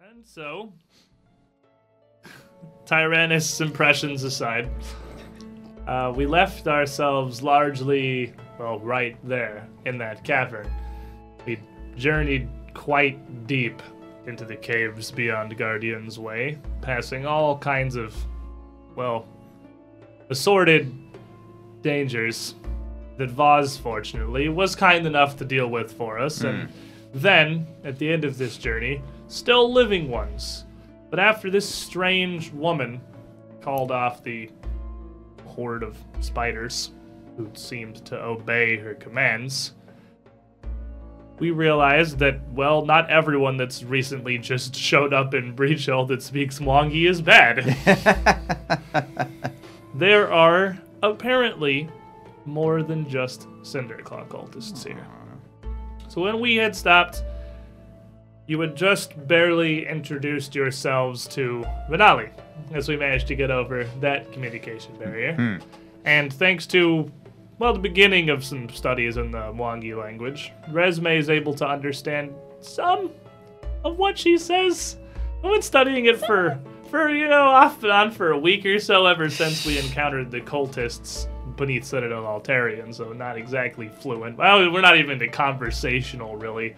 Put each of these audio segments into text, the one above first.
And so, Tyrannus impressions aside, uh, we left ourselves largely, well, right there in that cavern. We journeyed quite deep into the caves beyond Guardian's Way, passing all kinds of, well, assorted dangers that Vaz, fortunately, was kind enough to deal with for us. And then, at the end of this journey, still living ones. But after this strange woman called off the horde of spiders who seemed to obey her commands, we realized that, well, not everyone that's recently just showed up in Breach Hill that speaks Mwangi is bad. there are apparently more than just Cinderclaw cultists here. So when we had stopped, you had just barely introduced yourselves to Vinali, as we managed to get over that communication barrier. And thanks to, well, the beginning of some studies in the Mwangi language, Resme is able to understand some of what she says. I've been studying it for, for you know, off and on for a week or so ever since we encountered the cultists beneath Citadel Altarian, so not exactly fluent. Well, we're not even into conversational, really.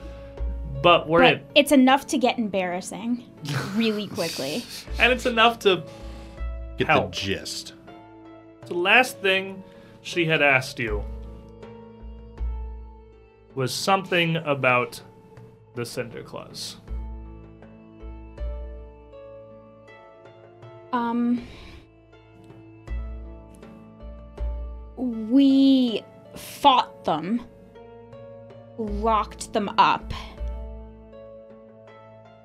But we're But in. it's enough to get embarrassing really quickly. And it's enough to Get Help. the gist. The last thing she had asked you was something about the Cinder Claws. Um, we fought them, locked them up.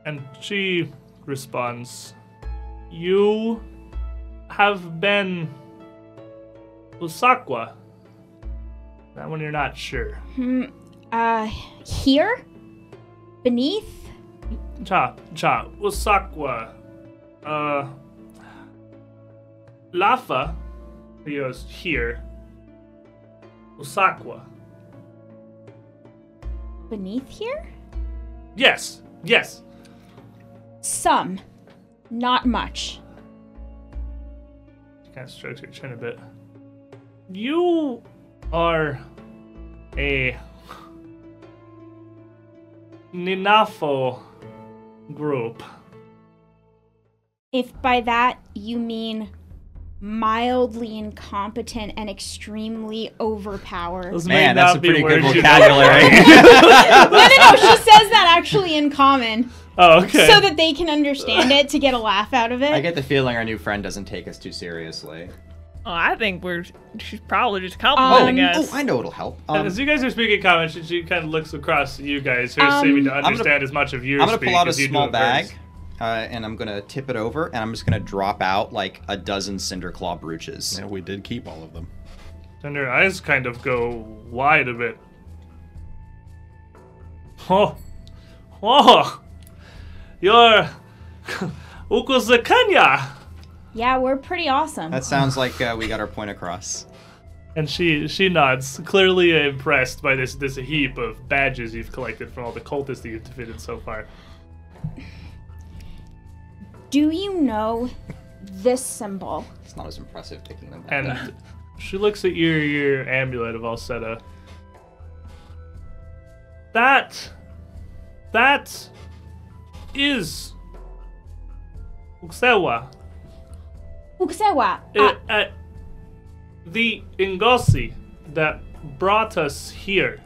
And she responds, You have been Usakwa. That one you're not sure. Hmm. Uh, here, beneath. Cha, cha, Usakwa. Uh, Lafa, he goes here. Usakwa. Beneath here? Yes, yes, Some. Not much. She kind of strokes her chin a bit. You are a Ninafo group. If by that you mean mildly incompetent and extremely overpowered. Those may Man, that's not a be pretty good words you- vocabulary. no, no, no. She says that actually in common Oh, okay. so that they can understand it to get a laugh out of it. I get the feeling our new friend doesn't take us too seriously. Oh, I think we're she's probably just complimenting Um, us. Oh, I know it'll help. And Um, as you guys are speaking comments, she- she kind of looks across at you guys, who Um, seeming to I'm gonna- understand as much of your I'm gonna speak pull out a as you do small of bag, hers. uh, and I'm gonna tip it over, and I'm just gonna drop out like a dozen cinder claw brooches. Yeah, we did keep all of them. And her eyes kind of go wide a bit. Oh, oh, you're Ukuzakanya. yeah, we're pretty awesome. That sounds like uh, we got our point across. And she she nods, clearly impressed by this this heap of badges you've collected from all the cultists that you've defeated so far. Do you know this symbol? It's not as impressive taking them. Back. And she looks at your your amulet of Alceta. That that is Uksewa. Uksewa. Uh, uh, the Ingosi that brought us here.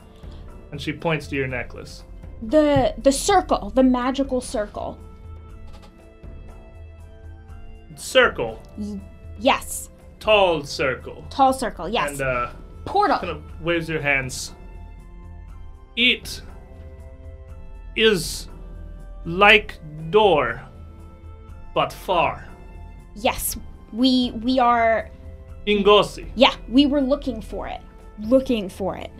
And she points to your necklace. the the circle, the magical circle. Circle. Yes, Tall circle. tall circle. Yes, And uh portal. kind of waves your hands. It is like door, but far. yes, we we are. Ingosi. Yeah, we were looking for it, looking for it.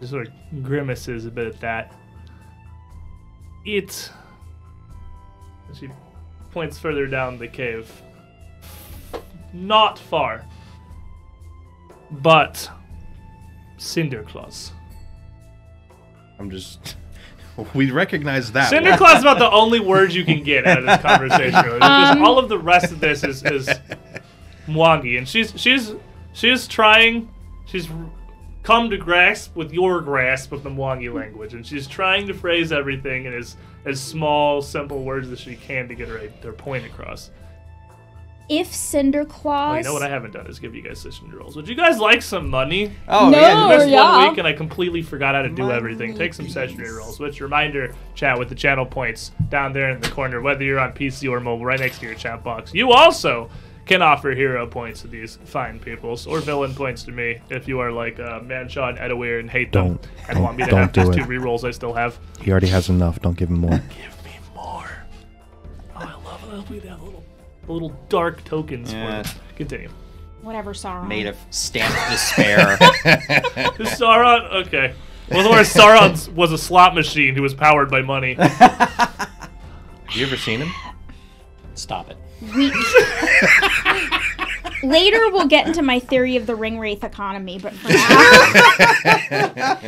She sort of grimaces a bit at that. It. and She points further down the cave. Not far, but Cinderclaws. I'm just We recognize that. Cinder Claw's about the only word you can get out of this conversation. Really. Because all of the rest of this is is Mwangi, and she's she's she's trying, she's r- come to grasp with your grasp of the Mwangi language, and she's trying to phrase everything in as as small, simple words as she can to get her her point across. If Cinderclaws, Well, you know what I haven't done is give you guys session rolls. Would you guys like some money? Oh No. yeah. There's one yeah. week and I completely forgot how to do Money, everything. Take some please. sessionary rolls, which reminder, chat with the channel points down there in the corner, whether you're on PC or mobile, right next to your chat box. You also can offer hero points to these fine peoples, or villain points to me if you are like uh, Manshaw and Edaware and hate them Don't. and want me to Don't have do those it. two rerolls I still have. He already has enough. Don't give him more. Give me more. Oh, I love it. I hope we have little, little dark tokens Yeah. for it. Continue. whatever Sauron. Made of stamped despair. Who's Sauron? Okay. Well, the word Sauron was a slot machine who was powered by money. you ever seen him? Stop it. We- Later, we'll get into my theory of the ring wraith economy, but for now,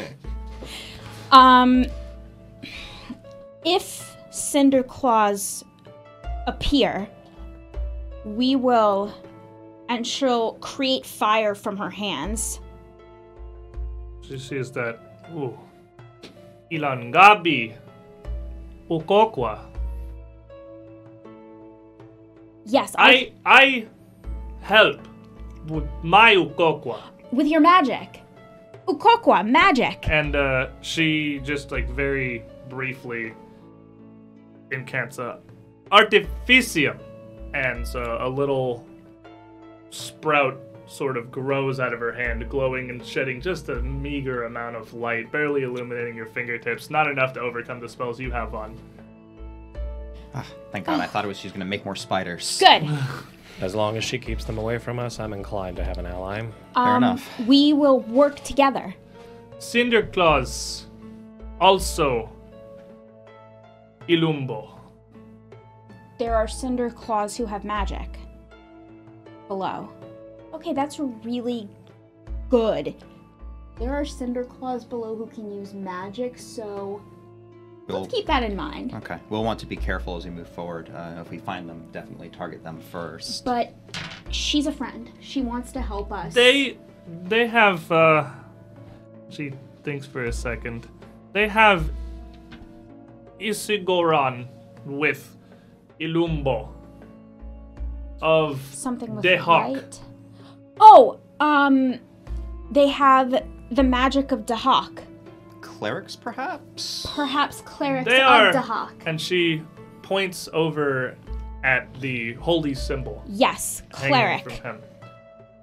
um, if Cinder Claws appear, we will, and she'll create fire from her hands. She sees that. Ooh. Ilangabi. Ukokwa. Yes, I, I I help with my Ukokwa. with your magic, Ukokwa magic. And uh, she just like very briefly incants a artificium. And so a little sprout sort of grows out of her hand, glowing and shedding just a meager amount of light, barely illuminating your fingertips, not enough to overcome the spells you have on. Ah, thank God. I thought it was she's gonna make more spiders. Good. As long as she keeps them away from us, I'm inclined to have an ally. um, enough. We will work together. Cinderclaws, also Ilumbo. There are cinder claws who have magic. Below. Okay, that's really good. There are cinder claws below who can use magic, so We'll, let's keep that in mind. okay. We'll want to be careful as we move forward. Uh, if we find them, definitely target them first. But she's a friend. She wants to help us. They they have uh she thinks for a second. They have Isigoran with Ilumbo of something with Dehawk. light. Oh, um, they have the magic of Dahak. Clerics, perhaps. Perhaps clerics They of are Dahak. and she points over at the holy symbol Yes, hanging cleric. from him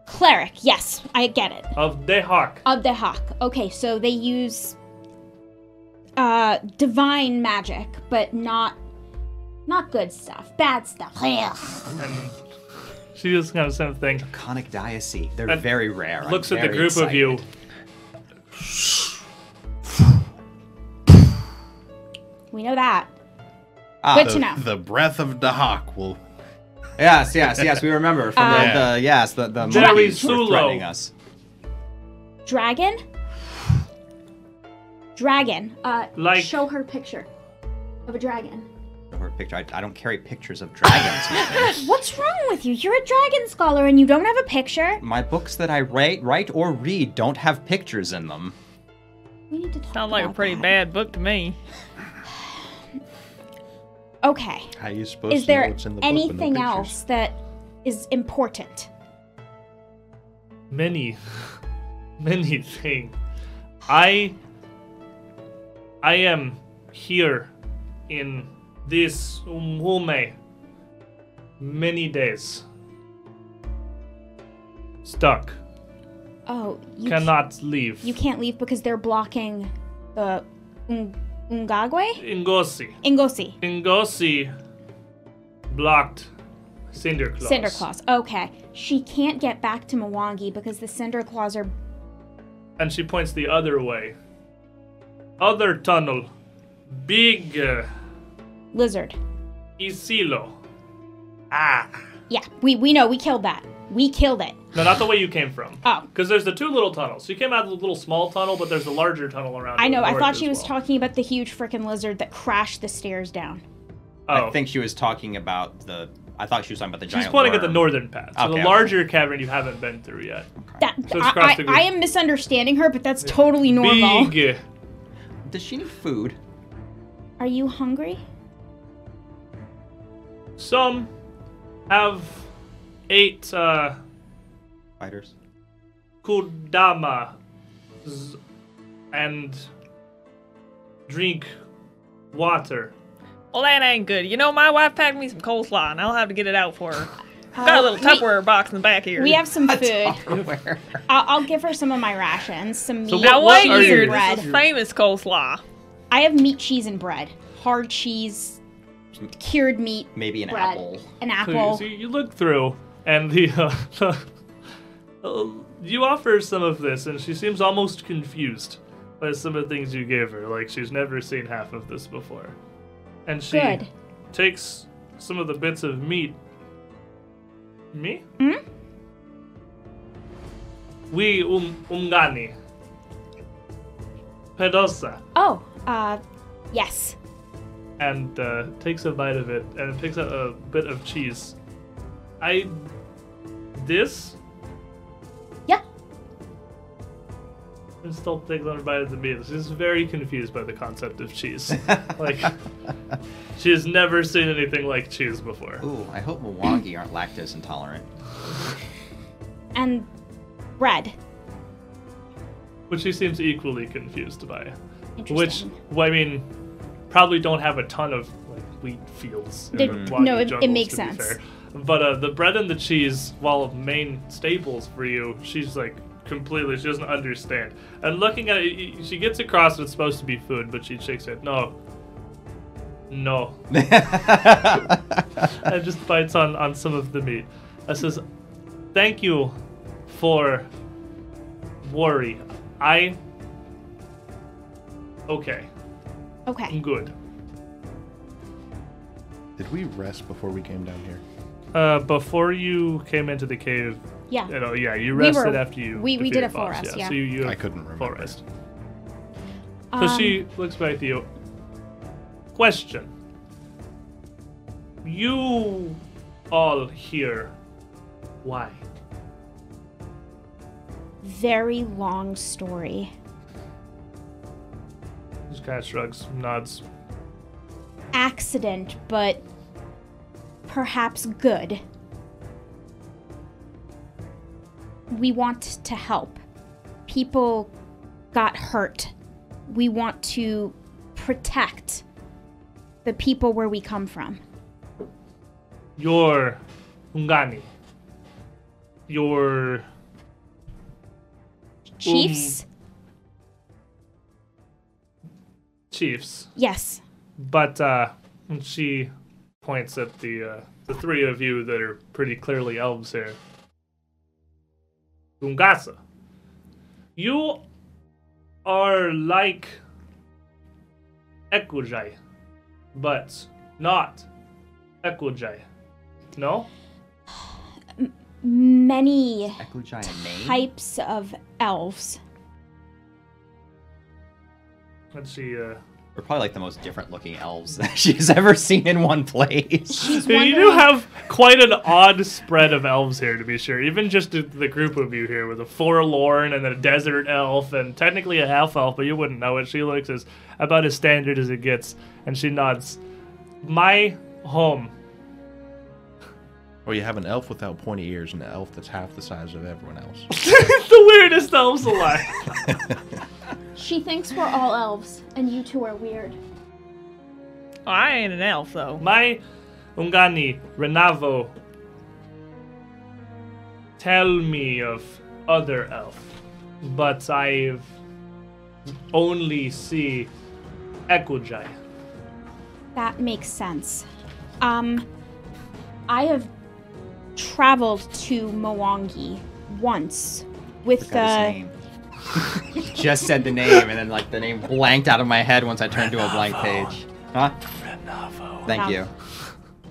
Cleric. Yes, I get it. of Dehawk. Of the Hawk. Okay, so they use uh divine magic, but not not good stuff. Bad stuff. Ugh. And she just kind of same thing. Conic diocese. They're That very rare. I'm looks at the very group of you. excited. We know that. Ah, good The, to know. the breath of Dahak will. Yes, yes, yes. We remember from Uh, the, the yes, the the Jerry monkeys were Sulo. threatening us. Dragon? Dragon. Uh, Like- show her picture of a dragon. Or a picture. I, I don't carry pictures of dragons. with me. What's wrong with you? You're a dragon scholar and you don't have a picture. My books that I write, write or read don't have pictures in them. We need to talk Sounds like a about pretty that. bad book to me. Okay. How you supposed Is to know there what's in the book with no anything pictures? else that is important? many many things i i am here in this umume many days stuck Oh, you cannot leave You can't leave because they're blocking the Un- Ungagwe? ingosi Ingosi. ingosi blocked cinderclaw Cinderclaws. Okay. She can't get back to Mwangi because the Cinderclaws are. and she points the other way other tunnel big uh, Lizard. isilo ah Yeah, we, we know. We killed that. We killed it. No, not the way you came from. Oh. Because there's the two little tunnels. So you came out of the little small tunnel, but there's the larger tunnel around. I to the know. I north thought as she was well. talking about the huge freaking lizard that crashed the stairs down. Oh, I think she was talking about the. I thought she was talking about the she's giant. pointing at the worm. northern path. So Okay, the okay. larger cavern you haven't been through yet. That So it's I, crossed I, the- I am misunderstanding her, but that's totally normal. Big. Does she need food? Are you hungry? Some have eight uh, Fighters. kudama and drink water. Well, that ain't good. You know, my wife packed me some coleslaw, and I'll have to get it out for her. I've got a little Tupperware box in the back here. Uh, We have some food. Tupperware. I'll, I'll give her some of my rations, some meat, So Now What- what wait are here. you- bread. This is famous coleslaw. I have meat, cheese, and bread. Hard cheese, cured meat, Maybe an Bread. apple. an So apple. you, so you look through, and the, uh, uh, you offer her some of this, and she seems almost confused by some of the things you gave her. Like she's never seen half of this before, and she Good. takes some of the bits of meat. Me? Hmm? We um, umgani. Pedosa. Oh, uh, yes. and uh, takes a bite of it and picks up a bit of cheese. I. This? Yeah. And still takes another bite of the meat. She's very confused by the concept of cheese. like, she has never seen anything like cheese before. Ooh, I hope Milwaukee aren't lactose intolerant. And bread. Which she seems equally confused by. Which, Interesting. well, I mean, probably don't have a ton of like wheat fields. in They- the no, Wadi it- it jungles, makes to be sense. fair. But uh, the bread and the cheese, while main staples for you, she's like completely. She doesn't understand. And looking at it, y- y- she gets across it's supposed to be food, but she shakes it. No. No. and just bites on on some of the meat. I says, "Thank you for worry. I okay." I'm Okay. good. Did we rest before we came down here? Uh, before you came into the cave, Yeah. you know, yeah, you We rested were- after you. we- we did defeated a full boss, rest, yeah. So you, you I have couldn't full remember. rest. So Um, she looks back at you. Question. You all here. Why? Very long story. Just kind of shrugs, nods. Accident, but perhaps good. We want to help. People got hurt. We want to protect the people where we come from. Your Ungani. Your Chiefs? chiefs. Yes. But uh, and she points at the uh, the three of you that are pretty clearly elves here. Gungasa, you are like Ekujai, but not Ekujai. No, Many Eklujai a name? types of elves. and she. Uh, We're probably like the most different looking elves that she's ever seen in one place. She's you do wondering- have quite an odd spread of elves here, to be sure. Even just the- the group of you here, with a forlorn and a desert elf, and technically a half elf, but you wouldn't know it. She looks as about as standard as it gets, and she nods. My home. Or Oh, you have an elf without pointy ears and an elf that's half the size of everyone else. the weirdest elves alive. She thinks we're all elves, and you two are weird. Oh, I ain't an elf though. My Ungani Renavo. Tell me of other elf, but I've only see Ekujai. That makes sense. Um, I have traveled to Mwangi once with uh, Forgot the his name. Just said the name, and then like the name blanked out of my head once I turned to a blank page. Huh? Thank you.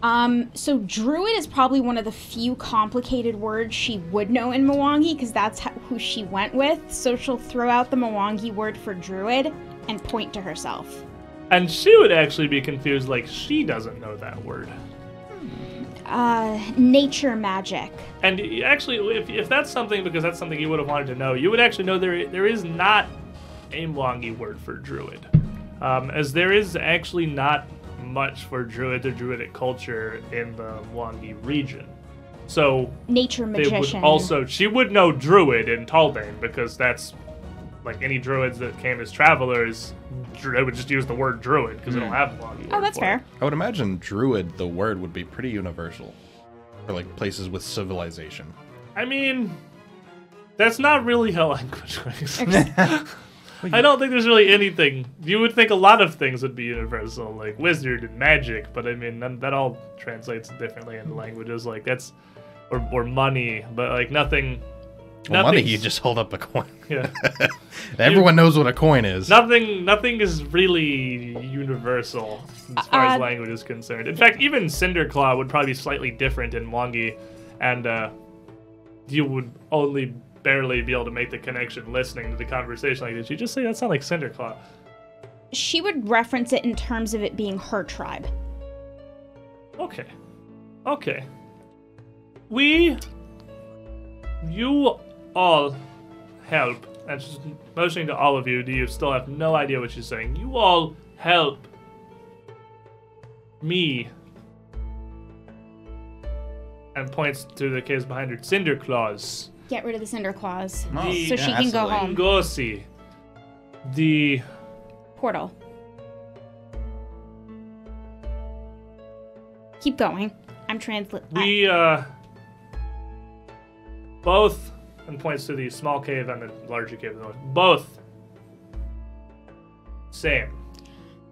Um, so druid is probably one of the few complicated words she would know in Mwangi because that's ho- who she went with. So she'll throw out the Mwangi word for druid and point to herself. And she would actually be confused, like, she doesn't know that word. Uh, nature magic. And y- actually, if, if that's something, because that's something you would have wanted to know, you would actually know there there is not a Mwangi word for druid, um, as there is actually not much for druid or druidic culture in the Mwangi region. So Nature they would magician. also she would know druid in Taldane because that's like any druids that came as travelers, dru- they would just use the word druid because they don't have Mwangi. oh, word that's for it. fair. I would imagine druid, the word would be pretty universal for like places with civilization. I mean, that's not really how language works. I don't think there's really anything. You would think a lot of things would be universal, like wizard and magic, but I mean, none, that all translates differently in languages. Like, that's. Or, or money, but like nothing. Well, money, nothing's- you just hold up a coin. Yeah. Everyone knows what a coin is. Nothing, nothing is really universal as far as Uh, language is concerned. In fact, even Cinderclaw would probably be slightly different in Mwangi, and uh, you would only barely be able to make the connection listening to the conversation. Like, did you just say that sound like Cinderclaw? She would reference it in terms of it being her tribe. Okay, okay. We, you all, help. And she's motioning to all of you. Do you still have no idea what she's saying? You all help me and points to the case behind her. Cinderclaws. Get rid of the cinder claws. Oh, The so she can go absolutely. home. Ngosi. The Portal. Keep going. I'm translating. we uh both and points to the small cave and the larger cave. Both same.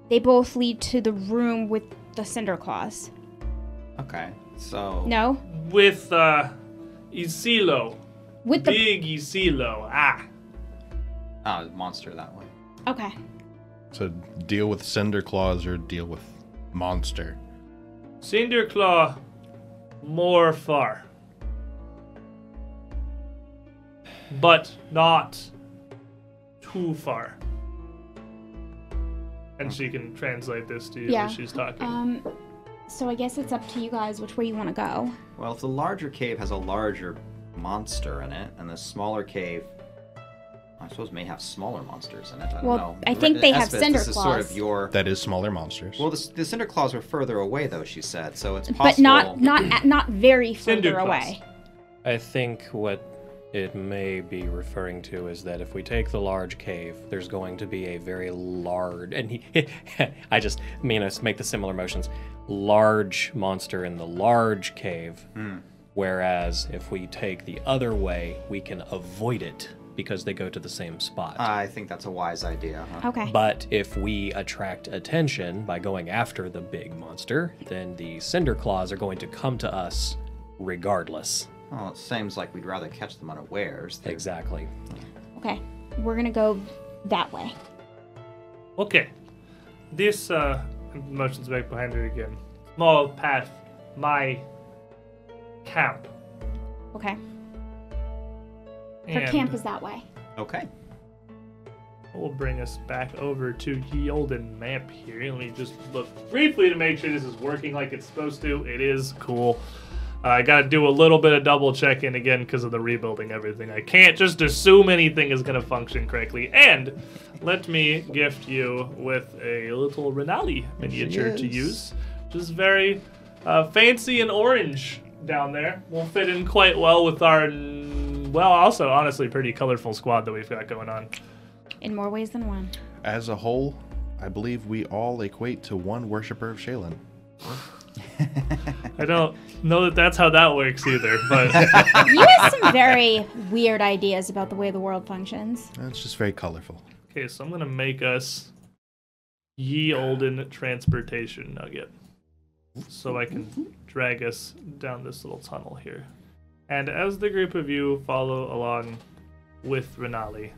They both lead to the room with the cinder claws. Okay. So No? With uh Isilo. With the Big Isilo. Ah. oh, monster that way. Okay. So deal with cinder claws or deal with monster. Cinderclaw more far. But not too far. And she can translate this to you Yeah. as she's talking. Um so I guess it's up to you guys which way you want to go. Well, if the larger cave has a larger monster in it, and the smaller cave, I suppose may have smaller monsters in it. I don't Well, know. I think they have Espeth, cinder This is sort of claws. your. That is smaller monsters. Well, the, the cinder claws were further away, though she said, so it's possible. But not not not very Cinder further claws. away. I think what it may be referring to is that if we take the large cave, there's going to be a very large, and he, I just mean us to make the similar motions, large monster in the large cave. Whereas if we take the other way, we can avoid it because they go to the same spot. I think that's a wise idea. Huh? Okay. But if we attract attention by going after the big monster, then the cinder claws are going to come to us regardless. Well, it seems like we'd rather catch them unawares. They- Exactly. Okay. We're going to go that way. Okay. This uh motions back behind her again. Small path, my camp. Okay. and Her camp is that way. Okay. will bring us back over to ye olden map here. Let me just look briefly to make sure this is working like it's supposed to. It is cool. Uh, I gotta do a little bit of double checking again because of the rebuilding everything. I can't just assume anything is gonna function correctly. And let me gift you with a little Renali miniature to use, which is very uh, fancy and orange down there. Will fit in quite well with our mm, well, also honestly pretty colorful squad that we've got going on. In more ways than one. As a whole, I believe we all equate to one worshiper of Shalen. I don't know that that's how that works either, but You have some very weird ideas about the way the world functions. It's just very colorful. okay, so I'm gonna make us ye olden transportation nugget. So I can drag us down this little tunnel here. And as the group of you follow along with Renali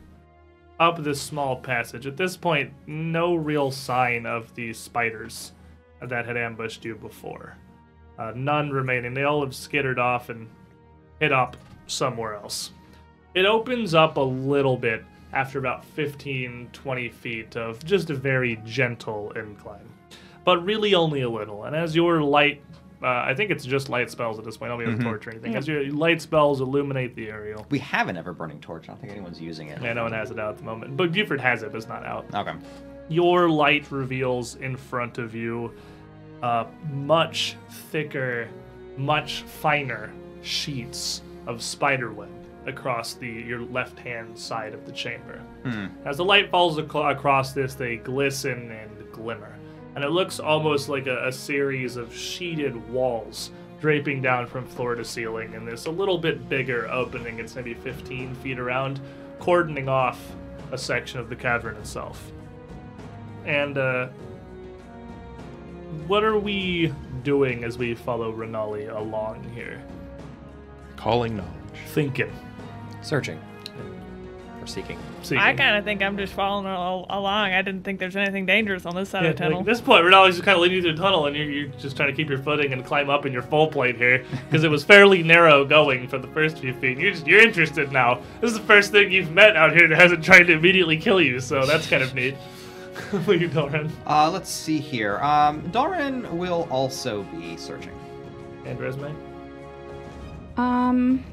up this small passage, at this point, no real sign of these spiders that had ambushed you before. Uh, none remaining. They all have skittered off and hit up somewhere else. It opens up a little bit after about 15, 20 feet of just a very gentle incline, but really only a little. And as your light, uh, I think it's just light spells at this point. I don't even have torch or anything. As your light spells illuminate the aerial. We have an ever burning torch. I don't think anyone's using it. Yeah, no one has it out at the moment. But Buford has it, but it's not out. Okay. Your light reveals in front of you uh, much thicker, much finer sheets of spiderweb across the your left hand side of the chamber. As the light falls aco- across this, they glisten and glimmer, and it looks almost like a, a series of sheeted walls draping down from floor to ceiling in this a little bit bigger opening. It's maybe 15 feet around, cordoning off a section of the cavern itself. And uh, what are we doing as we follow Renali along here? Calling knowledge. Thinking. Searching. Or seeking. Seeking. I kind of think I'm just following her al- along. I didn't think there's anything dangerous on this side Yeah, of the tunnel. Like, at this point, Renali's just kind of leading you through the tunnel, and you're, you're just trying to keep your footing and climb up in your full plate here, because it was fairly narrow going for the first few feet. You're, just, you're interested now. This is the first thing you've met out here that hasn't tried to immediately kill you, so that's kind of neat. What are you doing? Uh, let's see here. Um, Doran will also be searching. And resume? Um,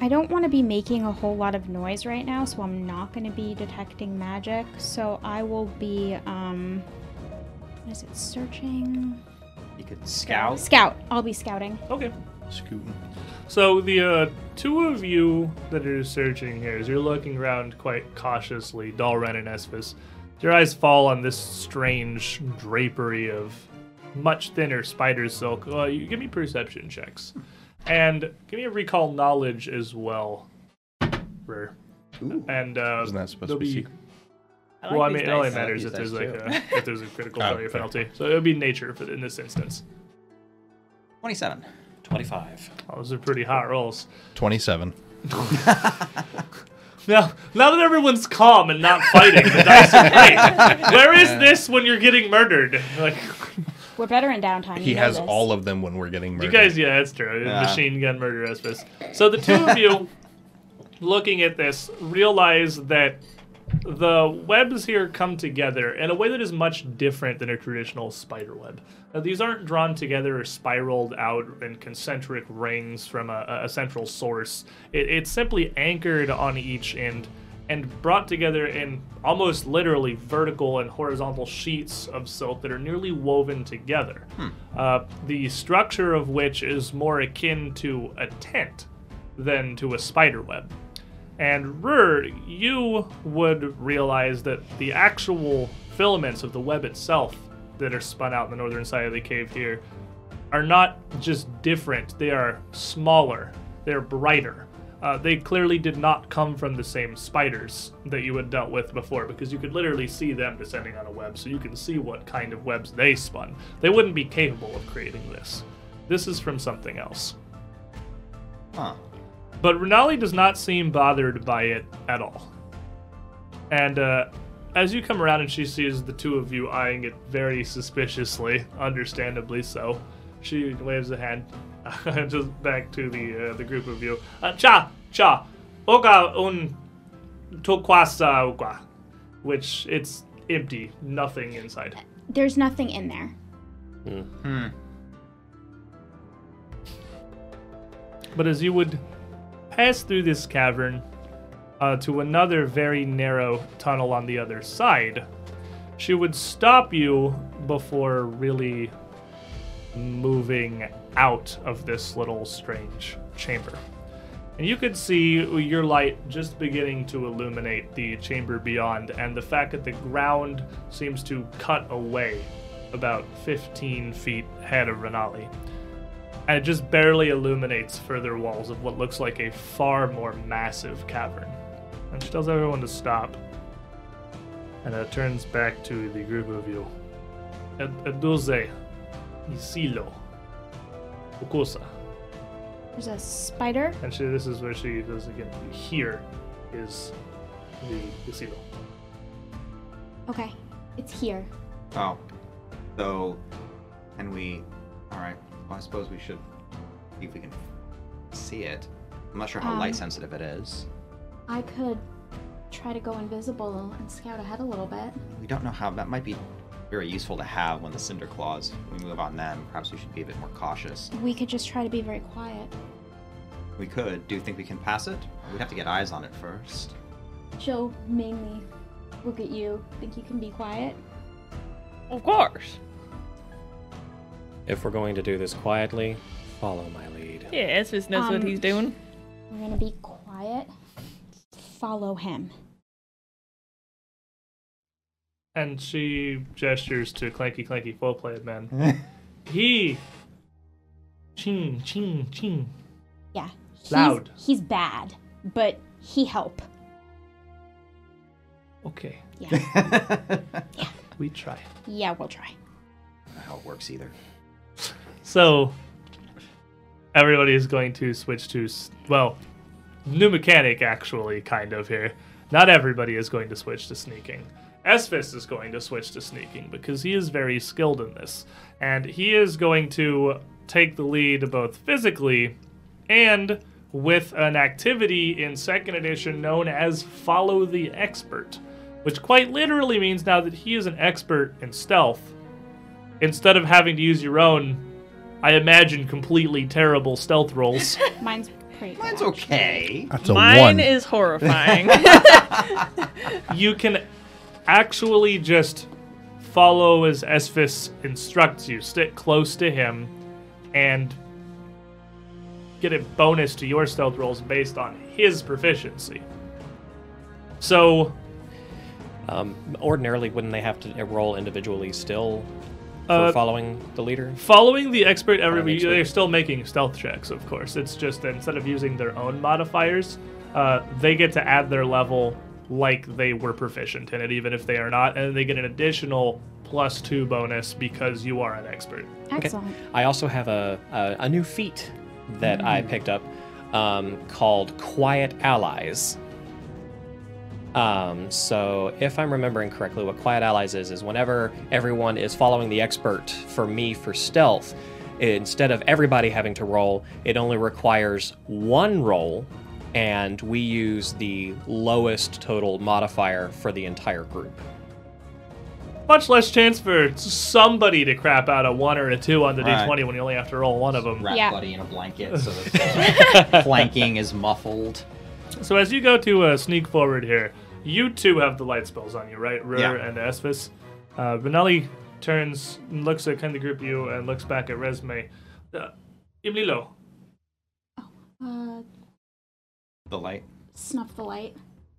I don't want to be making a whole lot of noise right now, so I'm not going to be detecting magic. So I will be, um, what is it, searching? You could scout. Scout. I'll be scouting. Okay. Scooting. So the uh, two of you that are searching here, as you're looking around quite cautiously, Dalren and Espus, your eyes fall on this strange drapery of much thinner spider silk. Uh, you give me perception checks, and give me a recall knowledge as well. Rur. Ooh. And uh, Isn't that supposed there'll to be be- secret? I well, I like mean, these it only dice. I like matters these if there's like dice too. a, if there's a critical Oh, failure fair. penalty. So it'll be nature for in this instance. 27. 25. Oh, those are pretty hot rolls. 27. Now, now that everyone's calm and not fighting, the dice are great. Where is this when you're getting murdered? Like We're better in downtime. He has all of them when we're getting you murdered. guys, yeah, that's true. Yeah. Machine gun murder espus. So the two of you, looking at this, realize that the webs here come together in a way that is much different than a traditional spider web. Now, these aren't drawn together or spiraled out in concentric rings from a, a central source. It, it's simply anchored on each end and brought together in almost literally vertical and horizontal sheets of silk that are nearly woven together. Uh, the structure of which is more akin to a tent than to a spider web. And Rur, you would realize that the actual filaments of the web itself that are spun out in the northern side of the cave here are not just different, they are smaller, they're brighter. Uh, they clearly did not come from the same spiders that you had dealt with before because you could literally see them descending on a web, so you can see what kind of webs they spun. They wouldn't be capable of creating this. This is from something else. Huh. But Renali does not seem bothered by it at all. And uh, as you come around and she sees the two of you eyeing it very suspiciously, understandably so, she waves a hand just back to the uh, the group of you. Uh, cha cha, oka un tokwasa oka, which it's empty, nothing inside. There's nothing in there. But as you would pass through this cavern uh, to another very narrow tunnel on the other side, she would stop you before really moving out of this little strange chamber. And you could see your light just beginning to illuminate the chamber beyond, and the fact that the ground seems to cut away about 15 feet ahead of Renali and it just barely illuminates further walls of what looks like a far more massive cavern. And she tells everyone to stop. And uh, turns back to the group of you. Ed- Eduze, Isilo, Ukusa. There's a spider. And she, this is where she does again. Here is the Isilo. Okay, it's here. Oh. So, can we. All All right. Well, I suppose we should see if we can see it. I'm not sure how light sensitive it is. I could try to go invisible and scout ahead a little bit. We don't know how. That might be very useful to have when the cinder claws. When we move on them, perhaps we should be a bit more cautious. We could just try to be very quiet. We could. Do you think we can pass it? We'd have to get eyes on it first. She'll mainly look at you. Think you can be quiet? Of course. If we're going to do this quietly, follow my lead. Yeah, Esvis knows what Um, he's doing. We're gonna be quiet. Follow him. And she gestures to Clanky Clanky Full Plate Man. he. Ching, ching, ching. Yeah. He's, Loud. He's bad, but he help. Okay, Yeah. we try. yeah, we'll try. I don't know how it works either. So, everybody is going to switch to, s- well, new mechanic actually, kind of here. Not everybody is going to switch to sneaking. Esfis is going to switch to sneaking because he is very skilled in this. And he is going to take the lead both physically and with an activity in second edition known as Follow the Expert, which quite literally means now that he is an expert in stealth, instead of having to use your own, I imagine completely terrible stealth rolls. Mine's pretty. good. Mine's okay. That's a Mine one. is horrifying. you can actually just follow as Esphis instructs you. Stick close to him and get a bonus to your stealth rolls based on his proficiency. So, Um, ordinarily, wouldn't they have to roll individually still for Uh, following the leader? following the expert, every expert. they're still making stealth checks, of course. It's just that instead of using their own modifiers, uh, they get to add their level like they were proficient in it, even if they are not, and they get an additional plus two bonus because you are an expert. Excellent. I also have a, a, a new feat that I Mm. picked up um, called Quiet Allies. Um, so, if I'm remembering correctly, what Quiet Allies is is whenever everyone is following the expert for me for stealth, instead of everybody having to roll, it only requires one roll, and we use the lowest total modifier for the entire group. much less chance for somebody to crap out a one or a two on the Right. d20 when you only have to roll one of them. Wrap Yeah. buddy in a blanket so that flanking is muffled. So as you go to uh, sneak forward here, you two have the light spells on you, right? Rur Yeah. and Esvis. Uh, Benelli turns and looks at kind of group you and looks back at Resume. Uh, Imlilo, Uh, The light. snuff the light.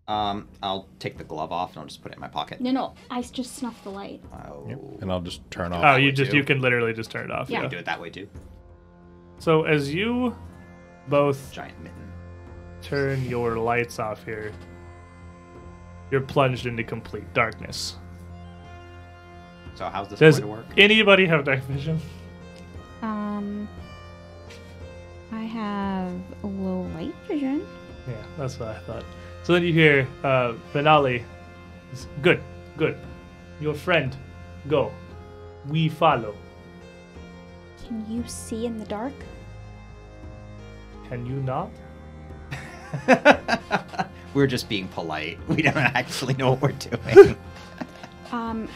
Um, I'll take the glove off and I'll just put it in my pocket. No, no, I just snuff the light. Oh, And I'll just turn off. oh, you what just do. you can literally just turn it off. I Yeah. do it that way too. So as you both Giant mitten. turn your lights off here, you're plunged into complete darkness. So how's this Does going to work? anybody have dark vision? Um, I have low light vision. Yeah, that's what I thought. So then you hear uh, Benali. is, Good, good. Your friend, go. We follow. Can you see in the dark? Can you not? we're just being polite. We don't actually know what we're doing. Um,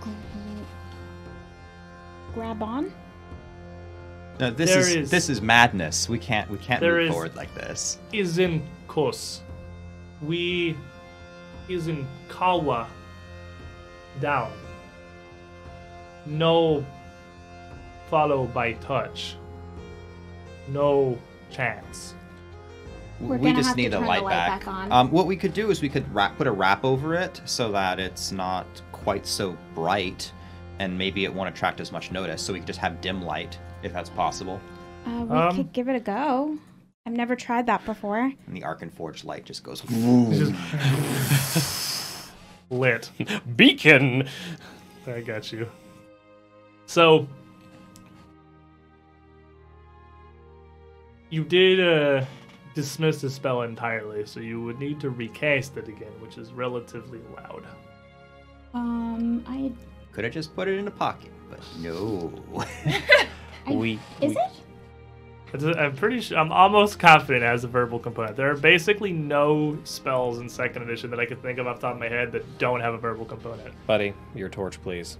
gr- grab on. No, this There is, is- this is madness. We can't we can't There move is- forward like this. Is in course. We is in Kawa. Down. No follow by touch. No chance. We're we gonna just have to need a turn the light, light back. back on. Um, what we could do is we could wrap, put a wrap over it so that it's not quite so bright, and maybe it won't attract as much notice. So we could just have dim light if that's possible, Uh, we Um, could give it a go. I've never tried that before. and the Arc and Forge light just goes. Lit. Beacon! I got you. So you did uh, dismiss the spell entirely, so you would need to recast it again, which is relatively loud. Um, I could have just put it in a pocket, but no. We Is we- it? It's a- I'm pretty sure. I'm almost confident it has a verbal component. There are basically no spells in second edition that I could think of off the top of my head that don't have a verbal component. buddy, your torch, please.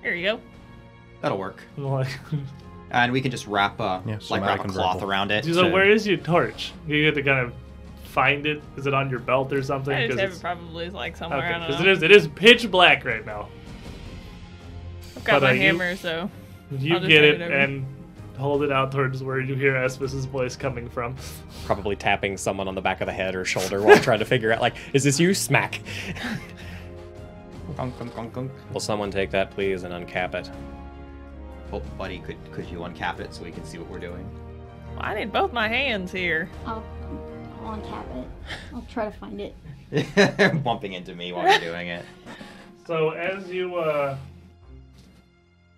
Here you go. That'll work. I'm like, And we can just wrap a Yeah, like somatic wrap a and cloth verbal. around it. She's like, where is your torch? You have to kind of find it. Is it on your belt or something? I just 'Cause have it's- it probably like somewhere. okay, I 'cause don't it know. is it is pitch black right now. I've got but, uh, my you- hammer, so You I'll just get hand it it over. and hold it out towards where you hear Espus's voice coming from. Probably tapping someone on the back of the head or shoulder while trying to figure out like, is this you? Smack. Gunk, gunk, gunk, gunk. Will someone take that, please, and uncap it? Oh, buddy, could could you uncap it so we can see what we're doing? Well, I need both my hands here. I'll, I'll uncap it. I'll try to find it. Bumping into me while you're doing it. So as you uh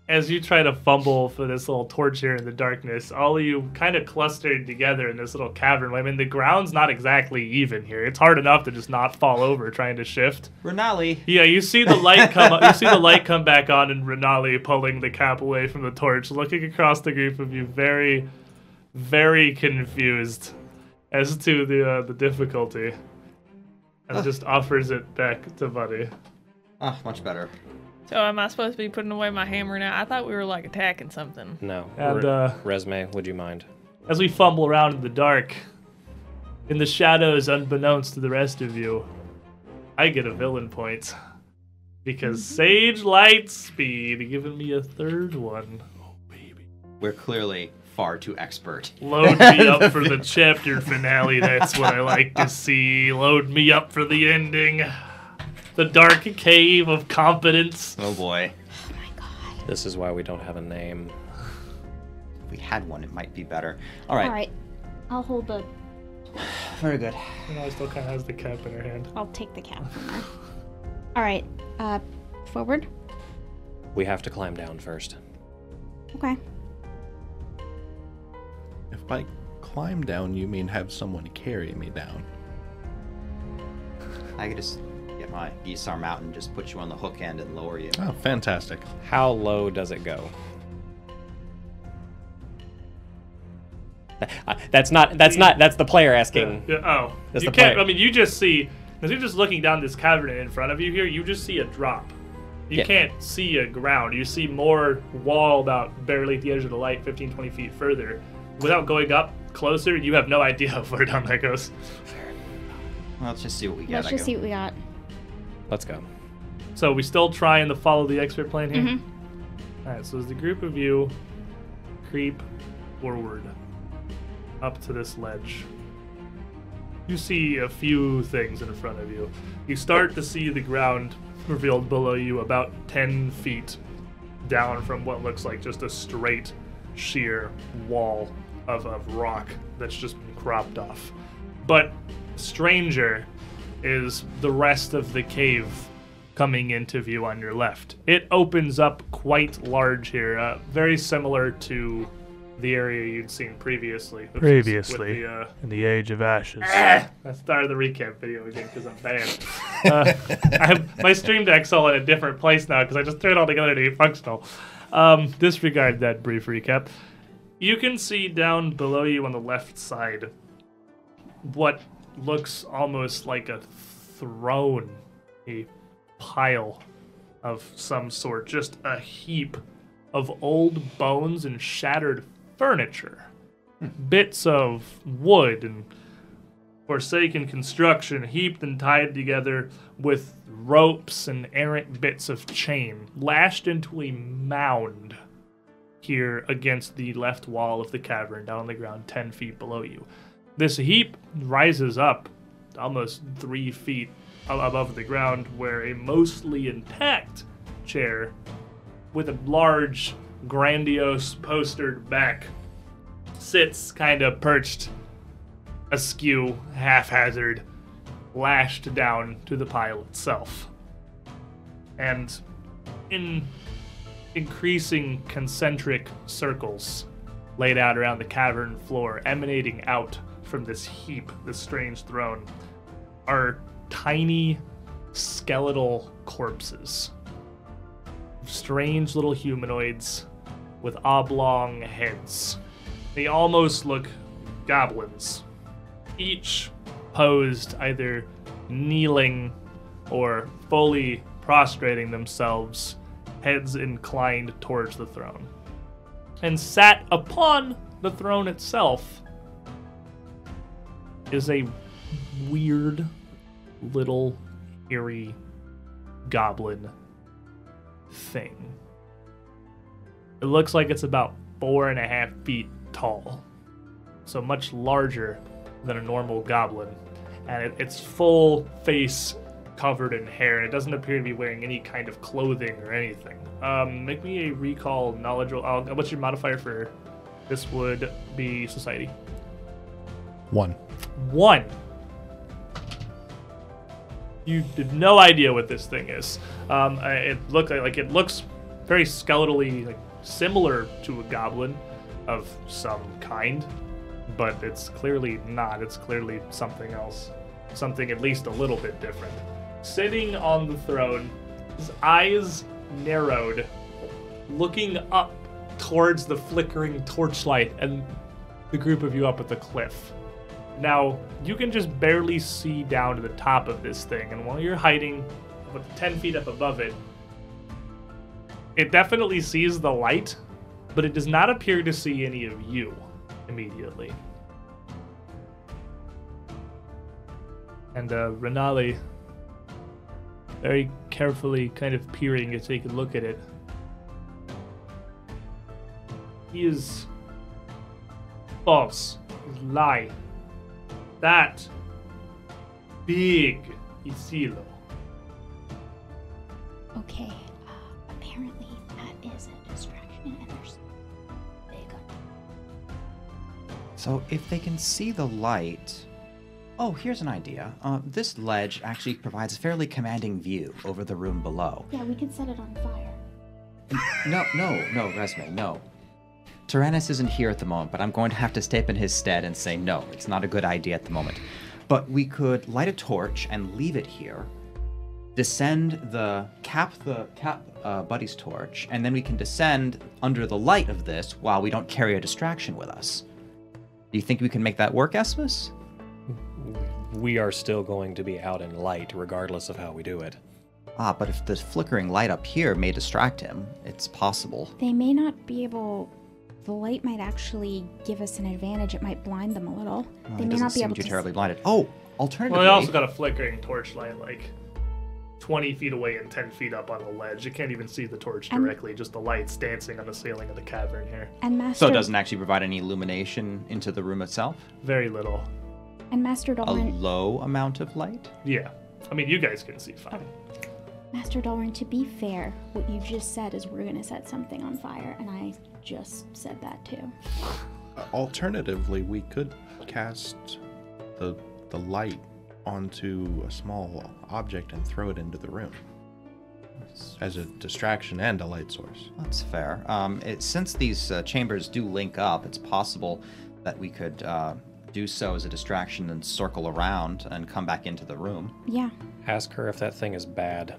as you try to fumble for this little torch here in the darkness, all of you kind of clustered together in this little cavern. I mean, the ground's not exactly even here. It's hard enough to just not fall over trying to shift. Renali. Yeah, you see the light come up, you see the light come back on and Renali pulling the cap away from the torch, looking across the group of you very very confused as to the uh, the difficulty. And just offers it back to Buddy. Ah, much better. So am I supposed to be putting away my hammer now? I thought we were like attacking something. No. And Re- uh Resume, would you mind? As we fumble around in the dark, in the shadows, unbeknownst to the rest of you, I get a villain point. Because Sage Lightspeed giving me a third one. We're clearly far too expert. Load me up for the chapter finale, that's what I like to see. Load me up for the ending. The dark cave of competence. Oh boy. This is why we don't have a name. If we had one, it might be better. All right. All right. I'll hold the. Very good. Renali still kinda has the cap in her hand. I'll take the cap from her. All right, uh, forward. We have to climb down first. Okay. If by climb down you mean have someone carry me down, I could just get my Gisarm out and just put you on the hook end and lower you. oh, fantastic! How low does it go? Uh, That's not. That's not. That's the player asking. Yeah, oh. That's you the can't. I point. mean, you just see as you're just looking down this cavern in front of you here. You just see a drop. You Yeah. can't see a ground. You see more wall about barely at the edge of the light, 15, 20 feet further. Without going up closer, you have no idea how far down that goes. Well, let's just see what we get. Let's I just go. see what we got. Let's go. So we still trying to follow the expert plan here. All right. So as the group of you creep forward up to this ledge, you see a few things in front of you. You start to see the ground revealed below you about ten feet down from what looks like just a straight, sheer wall of, of rock that's just been cropped off. But stranger is the rest of the cave coming into view on your left. It opens up quite large here, uh, very similar to the area you'd seen previously. which is Previously. With the, uh, In the Age of Ashes. I started the recap video again because I'm bad. Uh, I have, my stream deck's all in a different place now because I just threw it all together to be functional. Um, disregard that brief recap. You can see down below you on the left side what looks almost like a throne, a pile of some sort, just a heap of old bones and shattered furniture, bits of wood and forsaken construction heaped and tied together with ropes and errant bits of chain, lashed into a mound here against the left wall of the cavern down on the ground 10 feet below you. This heap rises up almost three feet a- above the ground, where a mostly intact chair with a large, grandiose postered back sits kind of perched askew, haphazard, lashed down to the pile itself. And in increasing concentric circles laid out around the cavern floor, emanating out from this heap, this strange throne, are tiny skeletal corpses. Strange little humanoids with oblong heads. They almost look goblins, each posed either kneeling or fully prostrating themselves, heads inclined towards the throne. And sat upon the throne itself is a weird little eerie goblin thing. It looks like it's about four and a half feet tall, so much larger than a normal goblin. And it, its full face covered in hair. It doesn't appear to be wearing any kind of clothing or anything. Um, make me a recall knowledge. roll. I'll- what's your modifier for this? Would be society. One. One. You have no idea what this thing is. Um, I- it looked like, like it looks very skeletally like, similar to a goblin of some kind, but it's clearly not. It's clearly something else, something at least a little bit different. Sitting on the throne, his eyes narrowed, looking up towards the flickering torchlight and the group of you up at the cliff. Now, you can just barely see down to the top of this thing, and while you're hiding with 10 feet up above it, it definitely sees the light, but it does not appear to see any of you immediately. And uh, Renali, very carefully kind of peering to take a look at it, he is false, He's lie that big Isilo. Okay, uh, apparently that is a distraction, and there's big. So if they can see the light. Oh, here's an idea. Uh, this ledge actually provides a fairly commanding view over the room below. Yeah, we could set it on fire. No, no, no, Resme, no. Tyrannus isn't here at the moment, but I'm going to have to step in his stead and say no, it's not a good idea at the moment. But we could light a torch and leave it here, descend the cap the cap uh, Buddy's torch, and then we can descend under the light of this while we don't carry a distraction with us. Do you think we can make that work, Esmus? We are still going to be out in light, regardless of how we do it. Ah, but if the flickering light up here may distract him, it's possible. They may not be able. The light might actually give us an advantage. It might blind them a little. they Uh, he may doesn't not be seem able too to. terribly blinded. Oh, Well, alternatively, they also got a flickering torchlight like 20 feet away and 10 feet up on a ledge. You can't even see the torch And- directly, just the lights dancing on the ceiling of the cavern here. And Master so it doesn't actually provide any illumination into the room itself. Very little. and Master A Dolrin. low amount of light. Yeah. I mean, you guys can see fine. Master Dolrin, to be fair, what you just said is we're gonna set something on fire, and I just said that too. Alternatively, we could cast the the light onto a small object and throw it into the room as a distraction and a light source. That's fair. Um, it, since these uh, chambers do link up, it's possible that we could uh, do so as a distraction and circle around and come back into the room. Yeah. Ask her if that thing is bad.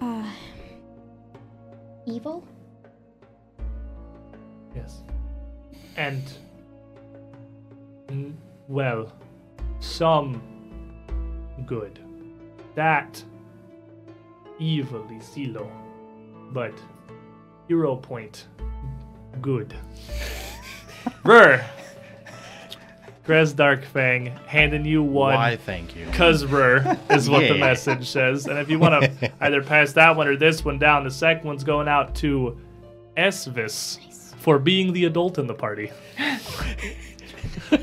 Uh. Evil. Yes. And. mm, Well, some good. That evil is Zilo, but hero point good. Rur! Grez Darkfang handing you one. Why? Thank you. Cause rur is what the Yeah. message says. And if you want to either pass that one or this one down, the second one's going out to Esvis for being the adult in the party.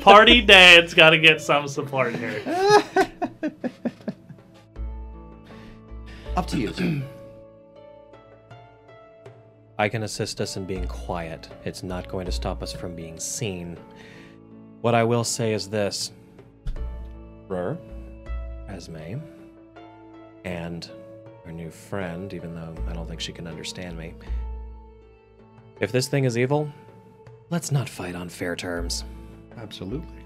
party dad's got to get some support here. Up to you. sir. I can assist us in being quiet. It's not going to stop us from being seen. What I will say is this Rur, Esme, and our new friend, even though I don't think she can understand me. If this thing is evil, let's not fight on fair terms. Absolutely.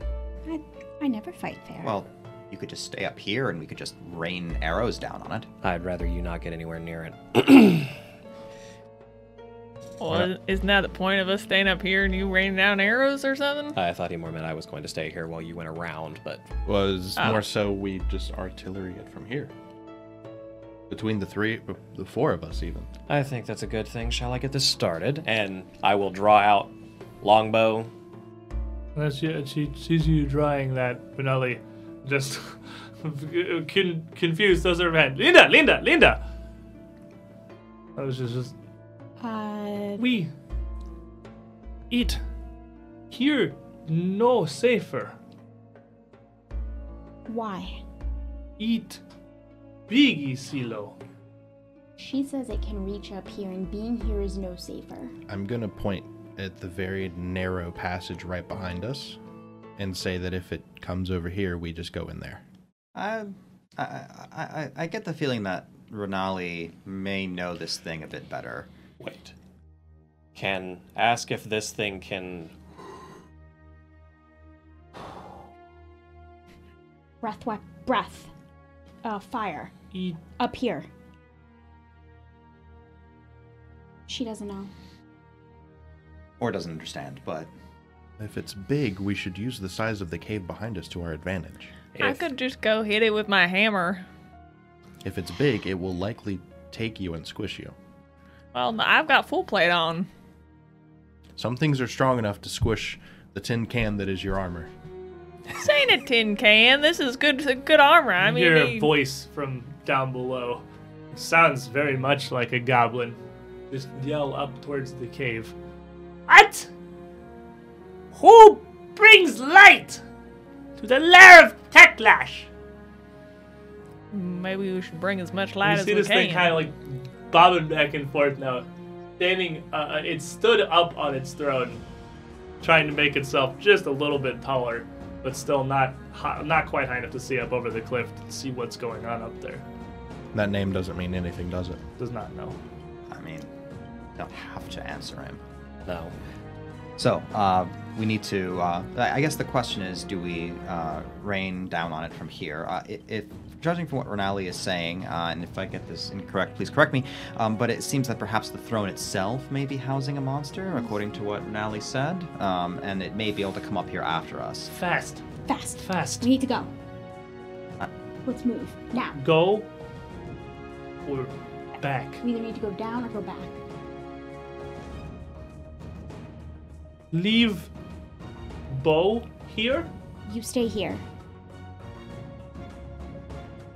I I never fight fair. well, you could just stay up here and we could just rain arrows down on it. I'd rather you not get anywhere near it. Well, isn't that the point of us staying up here and you raining down arrows or something? I thought he more meant I was going to stay here while you went around, but was Oh. more so we just artillery it from here. Between the three, uh, the four of us, even. I think that's a good thing. Shall I get this started? And I will draw out longbow. And she, she sees you drawing that, Benelli just con- confused, throws her hand. Linda, Linda, Linda! I was just, just Uh, we. It. Here, no safer. why? Eat biggie silo. She says it can reach up here, and being here is no safer. I'm gonna point at the very narrow passage right behind us, and say that if it comes over here, we just go in there. I, I, I, I get the feeling that Renali may know this thing a bit better. Wait. Can ask if this thing can. Breath, wep- breath, uh, fire Eat up here. She doesn't know. Or doesn't understand, but If it's big, we should use the size of the cave behind us to our advantage. I if- could just go hit it with my hammer. If it's big, it will likely take you and squish you. Well, I've got full plate on. Some things are strong enough to squish the tin can that is your armor. This ain't a tin can. This is good good armor. I mean, hear he- a voice from down below. It sounds very much like a goblin. Just yell up towards the cave. What? Who brings light to the lair of Teklash? maybe we should bring as much You light as see we this can. thing kind of like bobbing back and forth now, standing. Uh, uh, it stood up on its throne, trying to make itself just a little bit taller, but still not hi- not quite high enough to see up over the cliff to see what's going on up there. That name doesn't mean anything, does it? Does not know. I mean, don't have to answer him. No. So uh, we need to. Uh, I I guess the question is, do we uh, rain down on it from here? Uh, i- if judging from what Renali is saying, uh, and if I get this incorrect, please correct me. Um, but it seems that perhaps the throne itself may be housing a monster, according to what Renali said, um, and it may be able to come up here after us. Fast, Fast. fast. We need to go. Let's move now. go or back. We either need to go down or go back. Leave Bo here. You stay here.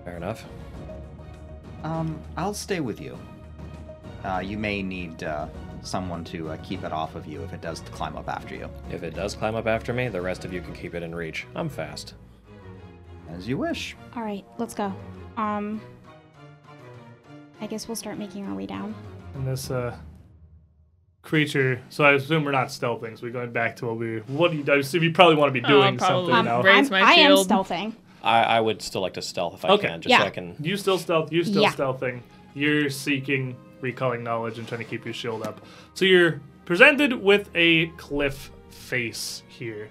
Fair enough. Um, I'll stay with you. Uh, you may need uh, someone to uh, keep it off of you if it does climb up after you. If it does climb up after me, the rest of you can keep it in reach. I'm fast. As you wish. All right, let's go. Um, I guess we'll start making our way down. And this uh, creature. So I assume we're not stealthing. So we're going back to what we. What do you? I assume you probably want to be Oh, doing probably. something now. Um, Raise my I am shield. stealthing. I, I would still like to stealth if I Okay. can, just so Yeah. I can. You still stealth. You still Yeah. stealthing. You're seeking, recalling knowledge, and trying to keep your shield up. So you're presented with a cliff face here,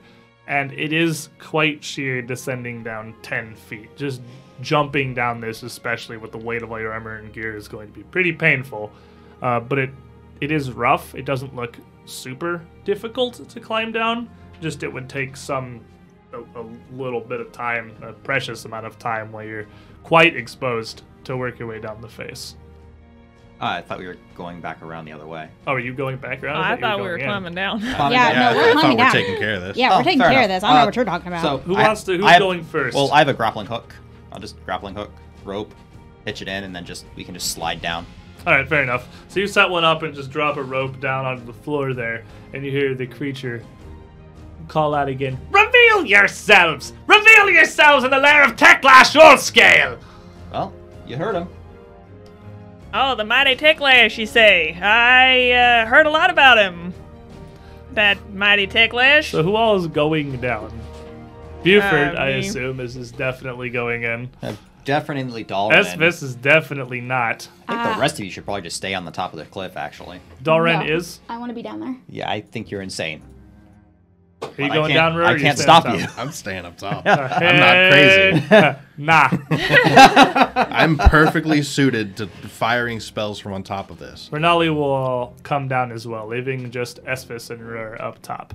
and it is quite sheer, descending down ten feet. Just jumping down this, especially with the weight of all your armor and gear, is going to be pretty painful. Uh, but it it is rough. It doesn't look super difficult to climb down. Just it would take some a, a little bit of time, a precious amount of time, while you're quite exposed to work your way down the face. Uh, I thought we were going back around the other way. Oh, are you going back around? I you thought we going were in. climbing down. Yeah, no, we're I thought climbing we're down. taking care of this. Yeah, Oh, we're taking fair care of enough. this. I don't Uh, know what you're talking about. So Who I- wants to- who's I have- going first? Well, I have a grappling hook. I'll just grappling hook, rope, hitch it in, and then just we can just slide down. All right, fair enough. So you set one up and just drop a rope down onto the floor there, and you hear the creature call out again. Reveal yourselves! Reveal yourselves in the lair of Teklash Scale. Well, you heard him. Oh, the mighty Techlash, you say? I uh, heard a lot about him. That mighty Techlash. So who all is going down? Buford, Uh, I me. assume, is, is definitely going in. Uh, Definitely Dalren. Esvis is definitely not. I Ah. think the rest of you should probably just stay on the top of the cliff. Actually, Dalren No, is. I want to be down there. yeah, I think you're insane. Are you I going can't- down river? I or you can't staying up stop you. top? I'm staying up top. Hey, I'm not crazy. nah. I'm perfectly suited to firing spells from on top of this. Renali will come down as well, leaving just Esphis and Rur up top.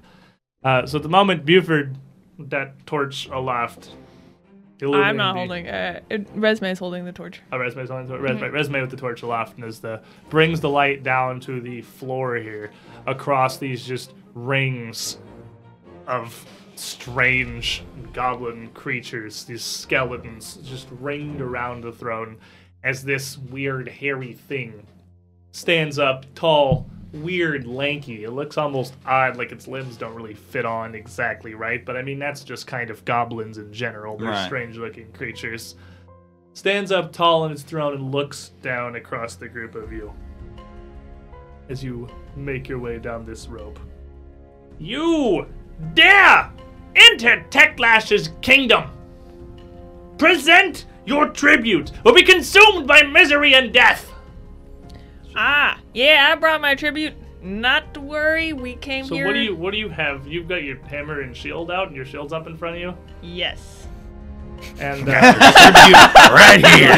Uh, so at the moment, Buford, that torch aloft. I'm illuminating the- not holding Mm-hmm. it. it Resume's holding the torch. Oh, resume's on resume, resume with the torch aloft and is the brings the light down to the floor here across these just rings of strange goblin creatures, these skeletons just ringed around the throne as this weird hairy thing stands up tall, weird, lanky. It looks almost odd, like its limbs don't really fit on exactly right, but I mean, that's just kind of goblins in general. They're Right. strange looking creatures. Stands up tall on its throne and looks down across the group of you as you make your way down this rope. You dare enter Techlash's kingdom! Present your tribute, or be consumed by misery and death! Ah, yeah, I brought my tribute. Not to worry, we came So here. what do you what do you have? You've got your hammer and shield out, and your shield's up in front of you. Yes. And uh, right here.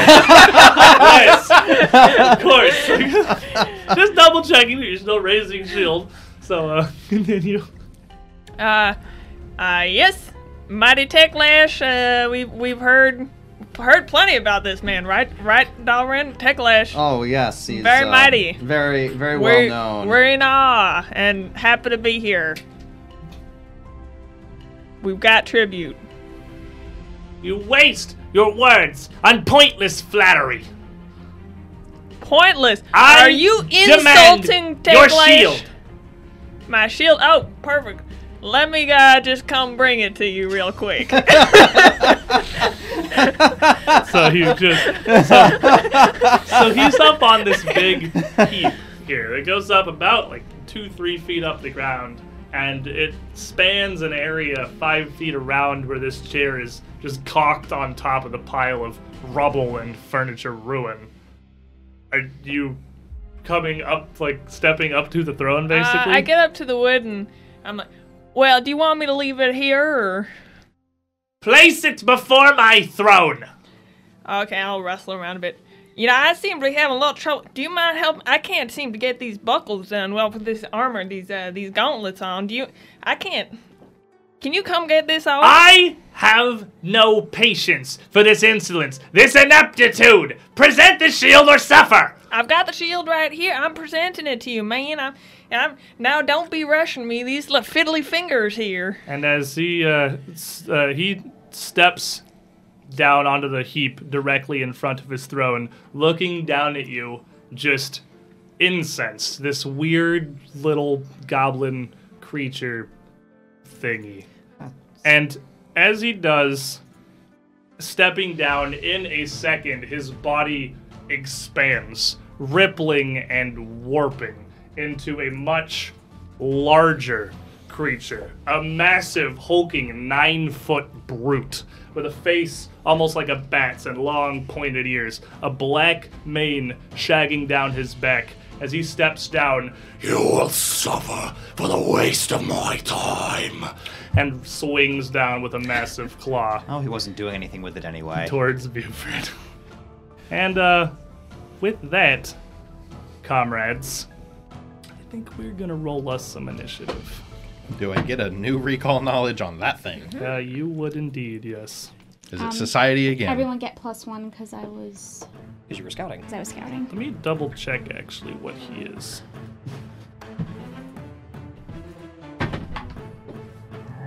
yes, of Uh, course. Just double checking that you're still raising shield. So uh, continue. Uh, uh, yes, Mighty Techlash. Uh, we've we've heard heard plenty about this man, right? Right, Dalrin Techlash. Oh yes, he's Very uh, mighty. very very well we're known. we're in awe and happy to be here. We've got tribute. You waste your words on pointless flattery. Pointless. I Are you demand insulting your Techlash? shield. My shield. Oh, perfect. Let me uh, just come bring it to you real quick. Uh, So you just so, so he's up on this big heap here. It goes up about like two, three feet up the ground, and it spans an area five feet around where this chair is just cocked on top of the pile of rubble and furniture ruin. Are you coming up, like stepping up to the throne, Uh, basically? I get up to the wood and I'm like, well, do you want me to leave it here or? Place it before my throne. Okay, I'll rustle around a bit. You know, I seem to be having a little trouble. Do you mind helping? I can't seem to get these buckles done well with this armor, these uh, these gauntlets on. Do you? I can't. Can you come get this off? I have no patience for this insolence, this ineptitude. Present the shield or suffer. I've got the shield right here. I'm presenting it to you, man. I'm, I'm now. Don't be rushing me. These little fiddly fingers here. And as he uh, s- uh, he steps down onto the heap directly in front of his throne, looking down at you, just incensed. This weird little goblin creature thingy. And as he does, stepping down in a second, his body expands, rippling and warping into a much larger creature. A massive, hulking, nine foot brute with a face almost like a bat's and long, pointed ears, a black mane shagging down his back. As he steps down, you will suffer for the waste of my time, and swings down with a massive claw oh, he wasn't doing anything with it anyway. towards Buford. and uh, with that, comrades, I think we're gonna roll us some initiative. Do I get a new recall knowledge on that thing? Uh, you would indeed, yes. Is it society again? Um, Everyone get plus one because I was Because you were scouting. 'cause I was scouting. Let me double check actually what he is.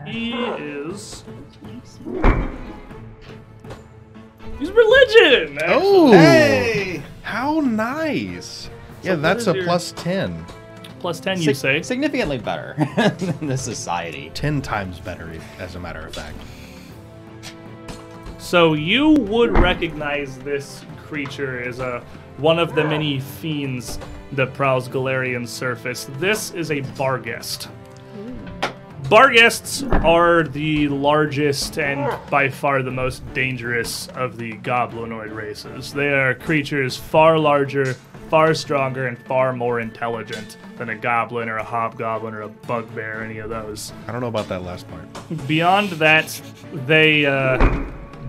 He is. He's religion! actually. Oh, how nice! Yeah, what that's is a your- plus 10. Plus 10, you Sig- say. significantly better than the society. 10 times better, if- as a matter of fact. So you would recognize this creature as a one of the many fiends that prowls Galarian surface. This is a Barghest. Barghests are the largest and by far the most dangerous of the goblinoid races. They are creatures far larger, far stronger and far more intelligent than a goblin or a hobgoblin or a bugbear or any of those. I don't know about that last part. Beyond that, they uh,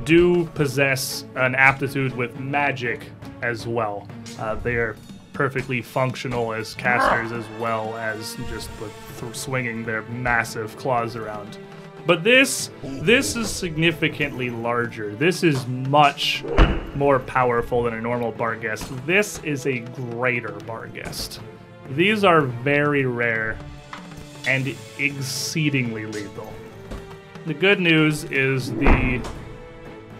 do possess an aptitude with magic as well. Uh, they are perfectly functional as casters as well as just with th- swinging their massive claws around. But this this is significantly larger. This is much more powerful than a normal barghest. This is a greater barghest. These are very rare and exceedingly lethal. The good news is the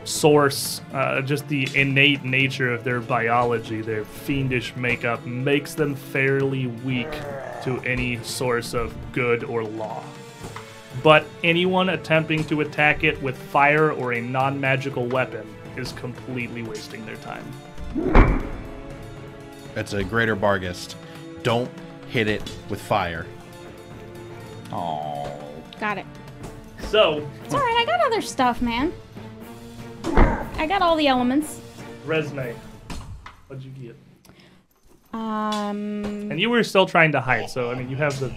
source, uh, just the innate nature of their biology, their fiendish makeup, makes them fairly weak to any source of good or law. But anyone attempting to attack it with fire or a non magical weapon is completely wasting their time. It's a greater barghest. Don't hit it with fire. Oh. Got it. So, It's alright, I got other stuff, man. I got all the elements. Resne, what'd you get? Um, And you were still trying to hide, so I mean, you have the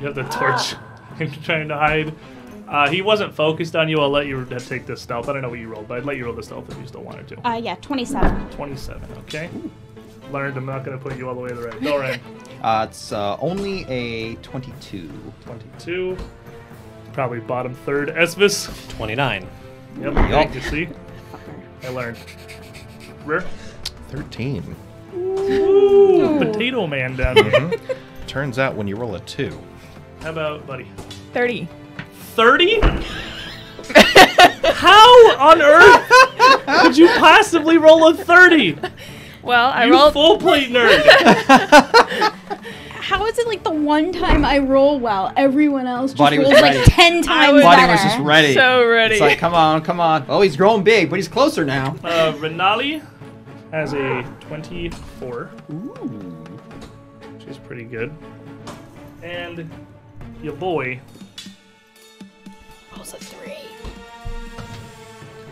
you have the torch, and you're trying to hide. Uh, he wasn't focused on you. I'll let you uh, take this stealth. I don't know what you rolled, but I'd let you roll the stealth if you still wanted to. uh, yeah, 27. 27. Okay. Learned. I'm not gonna put you all the way to the right. Doran, Uh, it's uh, only a 22. 22. Probably bottom third. Esvis. 29. Yep. You see. I learned. Rare. 13. Ooh, potato man down here. Turns out when you roll a 2, How about buddy? 30. 30? How on earth could you possibly roll a 30? Well, I you rolled. full plate nerd. How is it like the one time I roll well, everyone else just Body was rolls like ready. 10 times was- better? Buddy was just ready. So ready. It's like, come on, come on. Oh, he's grown big, but he's closer now. Uh, Renali has a 24. Ooh. She's pretty good. And your boy Rolls a three.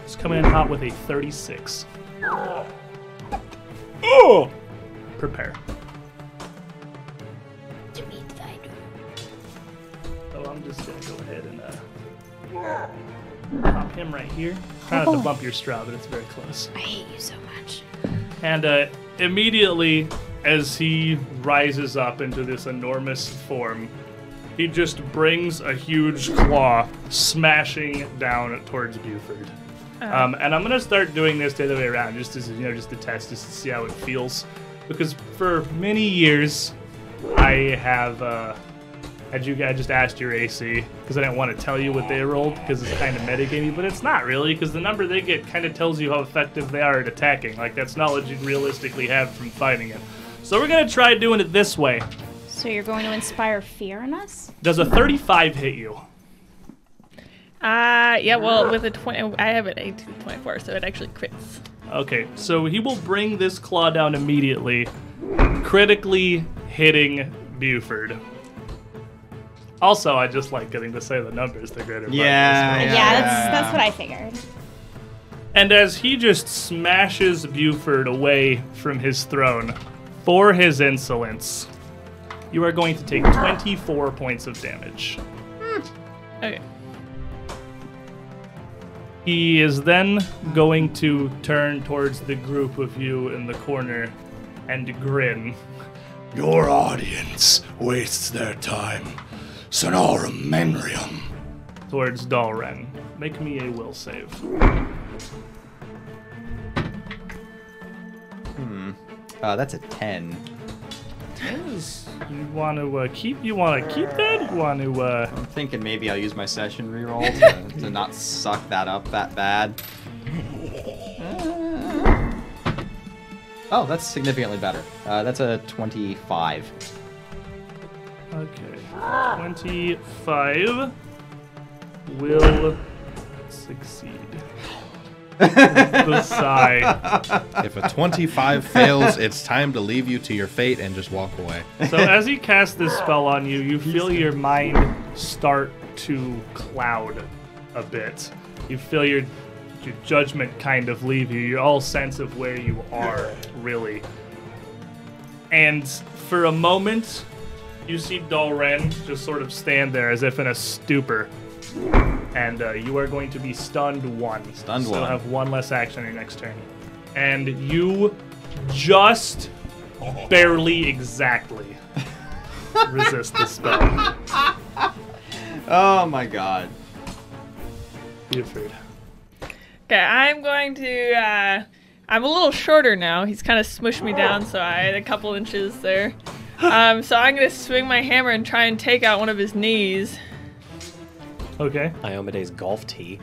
is coming in hot with a 36. Oh! Prepare. So I'm just gonna go ahead and uh, pop him right here. Try not to bump your straw, but it's very close. I hate you so much. And uh, immediately, as he rises up into this enormous form, he just brings a huge claw smashing down towards Buford. Um, and I'm gonna start doing this the other way around, just as you know, just to test, just to see how it feels, because for many years, I have. Uh, had you guys just asked your AC because I didn't want to tell you what they rolled because it's kind of metagamey, but it's not really because the number they get kind of tells you how effective they are at attacking. Like that's knowledge you'd realistically have from fighting it. So we're gonna try doing it this way. So you're going to inspire fear in us? Does a 35 hit you? Uh, yeah, well, with a 20, I have an 18 24, so it actually crits. Okay, so he will bring this claw down immediately, critically hitting Buford. Also, I just like getting to say the numbers. The greater part of this Yeah, roll. Yeah, that's that's what I figured. And as he just smashes Buford away from his throne for his insolence, you are going to take 24 points of damage. Okay. He is then going to turn towards the group of you in the corner and grin. Your audience wastes their time. Sonorum Menrium. towards Dalren. Make me a will save. Uh, that's a 10. You want to uh, keep? You want to keep that? You want to? Uh, I'm thinking maybe I'll use my session reroll to, to not suck that up that bad. Oh, that's significantly better. Uh, that's a 25. okay, twenty-five will succeed. the sigh. if a 25 fails, it's time to leave you to your fate and just walk away. So as he casts this spell on you, you feel your mind start to cloud a bit. You feel your your judgment kind of leave you. Your all sense of where you are really And for a moment, you see Dolren just sort of stand there as if in a stupor. And uh, you are going to be stunned one. Stunned Still one. have one less action your next turn. And you just barely exactly resist the spell. Oh my god. Buford. Okay, I'm going to. Uh, I'm a little shorter now. He's kind of smushed me down, so I had a couple inches there. Um, so I'm going to swing my hammer and try and take out one of his knees. Okay. Iomede's golf tee.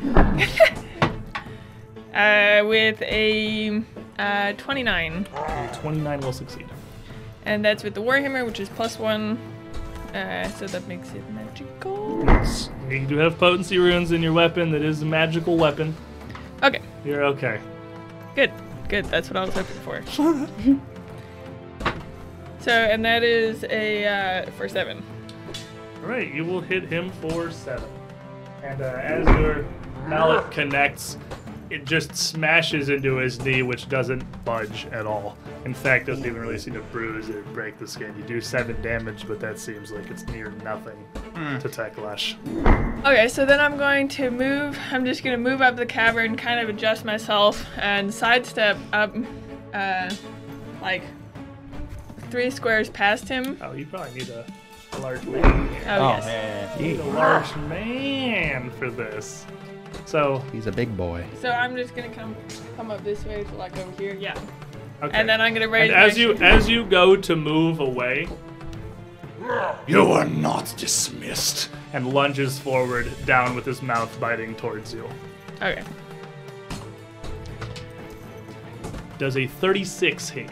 Uh, with a uh, 29. 29 will succeed. And that's with the Warhammer, which is plus one. Uh, so that makes it magical. You do have potency runes in your weapon that is a magical weapon. Okay, You're okay. good. Good, that's what I was hoping for. so, and that is a uh, for seven. All right, you will hit him for seven. And uh, as your mallet connects, it just smashes into his knee, which doesn't budge at all. In fact, doesn't even really seem to bruise or break the skin. You do seven damage, but that seems like it's near nothing to Teklash. Okay, so then I'm going to move. I'm just going to move up the cavern, kind of adjust myself, and sidestep up, uh, like three squares past him. Oh, you probably need a a large man. Oh, yes. You need a large man for this. So, He's a big boy. So I'm just gonna come come up this way, so like over here. Yeah. okay. And then I'm gonna raise. And as my- you as you go to move away, You are not dismissed. and lunges forward down with his mouth biting towards you. Okay. Does a 36 hit?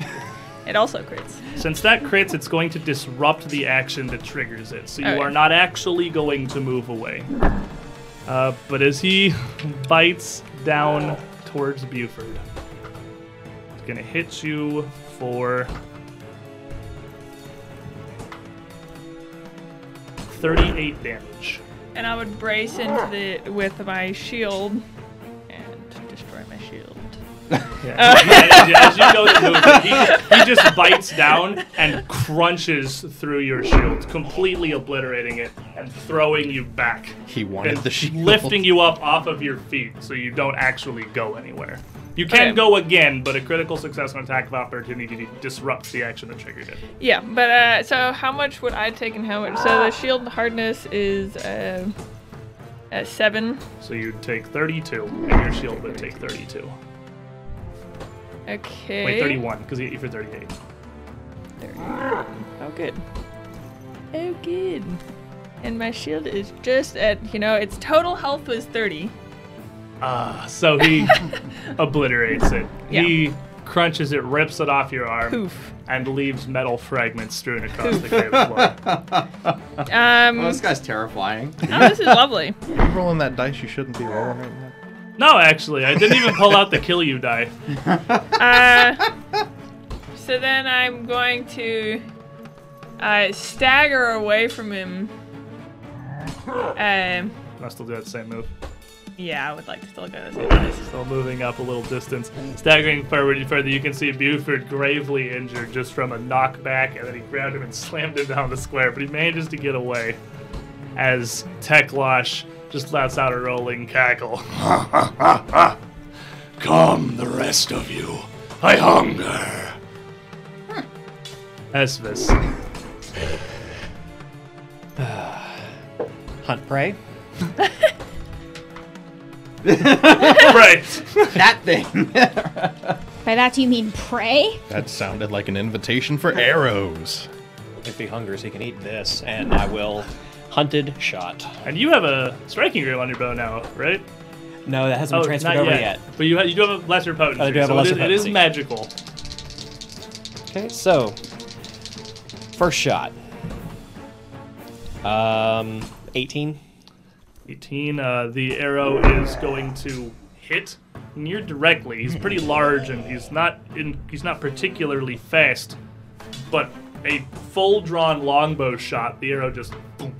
It also crits. Since that crits, it's going to disrupt the action that triggers it, so you Alright. are not actually going to move away. Uh, but as he bites down towards Buford, it's going to hit you for 38 damage. And I would brace into the with my shield and destroy my shield. Yeah. as, you- as you go to move it, he, he just bites down and crunches through your shield, completely obliterating it and throwing you back. He wanted And the shield. lifting you up off of your feet so you don't actually go anywhere. You can Okay. go again, but a critical success on attack of opportunity disrupts the action that triggered it. Yeah, but uh, so how much would I take and how much? So the shield hardness is uh, at seven. So you'd take 32, and your shield would take 32. Okay. Wait, 31, because he hit you for 38. Oh, good. Oh, good. And my shield is just at you know its total health was thirty. Ah, so he obliterates it. Yeah. He crunches it, rips it off your arm, Poof. and leaves metal fragments strewn across the cave floor. Oh, Um, this guy's terrifying. oh, this is lovely. You rolling that dice you shouldn't be rolling right now. No, actually, I didn't even pull out the kill you die. Uh, so then I'm going to uh, stagger away from him. Um, I still do that same move. yeah, I would like to still go this way. Still moving up a little distance, staggering forward and further. You can see Buford gravely injured just from a knockback, and then he grabbed him and slammed him down the square. But he manages to get away as Teklosh just lets out a rolling cackle. Come, the rest of you. I hunger. Hmm. Esvis, Hunt prey. right? that thing. By that, do you mean prey? That sounded like an invitation for arrows. If he hungers, he can eat this, and I will. Hunted shot. And you have a striking grid on your bow now, right? Oh, No, that hasn't been transferred over yet. But you, ha- you do have a lesser potency. Oh, I do have so a lesser it, is, it is potency. magical. Okay, so first shot. Um, 18. 18. Uh, the arrow is going to hit near directly. He's pretty large and he's not in, he's not particularly fast, but a full drawn longbow shot, the arrow just boom,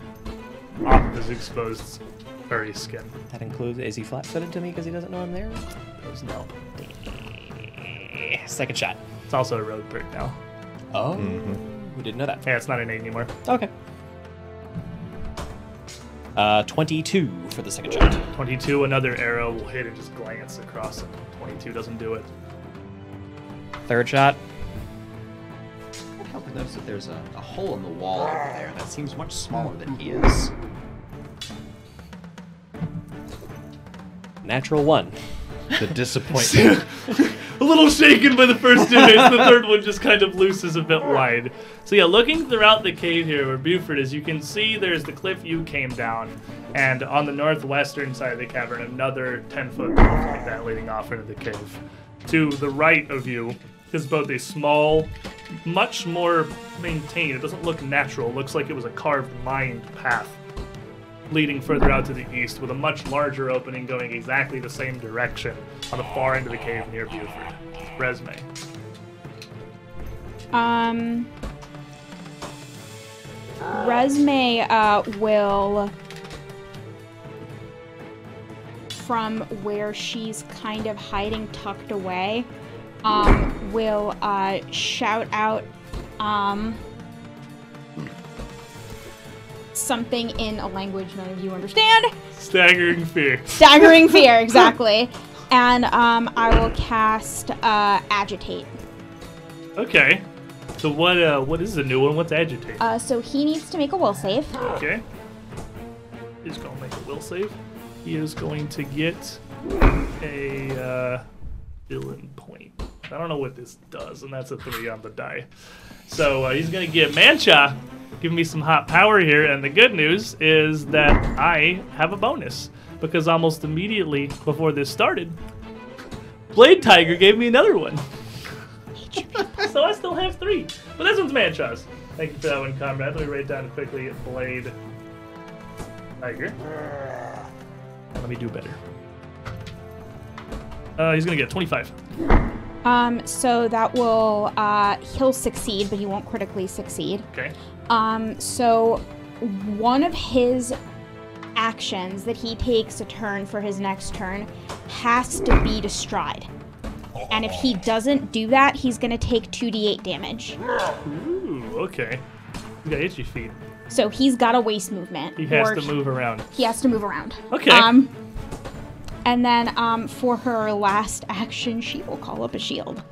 off of his exposed furry skin. That includes. Is he flat-footed to me because he doesn't know I'm there? There's no. Eh, Second shot. It's also a road perk now. Oh, we didn't know that. Yeah, it's not an eight anymore. Okay. Uh, 22 for the second shot. 22, another arrow will hit and just glance across it. 22 doesn't do it. Third shot. I'd help but notice that there's a, a hole in the wall over there that seems much smaller than he is. Natural one. The disappointment. a little shaken by the first two hits. The third one just kind of looses a bit wide. So yeah, looking throughout the cave here where Buford is, you can see there's the cliff you came down, and on the northwestern side of the cavern, another ten foot cliff like that leading off into the cave. To the right of you is both a small, much more maintained. It doesn't look natural. It looks like it was a carved lined path leading further out to the east, with a much larger opening going exactly the same direction on the far end of the cave near Buford. Resume. Um. Resume uh, will, from where she's kind of hiding, tucked away, um, will uh, shout out um, something in a language none of you understand. Staggering fear. Staggering fear, exactly. And um, I will cast uh, agitate. Okay. So what? Uh, what is the new one? What's agitate? Uh, so he needs to make a will save. Okay. He's gonna make a will save. He is going to get a uh, villain point. I don't know what this does, and that's a three on the die. So uh, he's gonna get Mancha. Give me some hot power here, and the good news is that I have a bonus because almost immediately before this started, Blade Tiger gave me another one. so I still have three. But this one's Mancha's. Thank you for that one, comrade. Let me write down quickly Blade Tiger. Let me do better. Uh, he's gonna get 25. Um, so that will uh, he'll succeed, but he won't critically succeed. Okay. Um, so one of his actions that he takes a turn for his next turn has to be to stride. And if he doesn't do that, he's going to take 2d8 damage. Ooh, okay. You got itchy feet. So he's got a waist movement. He has or to move around. He has to move around. Okay. Um, and then um, for her last action, she will call up a shield.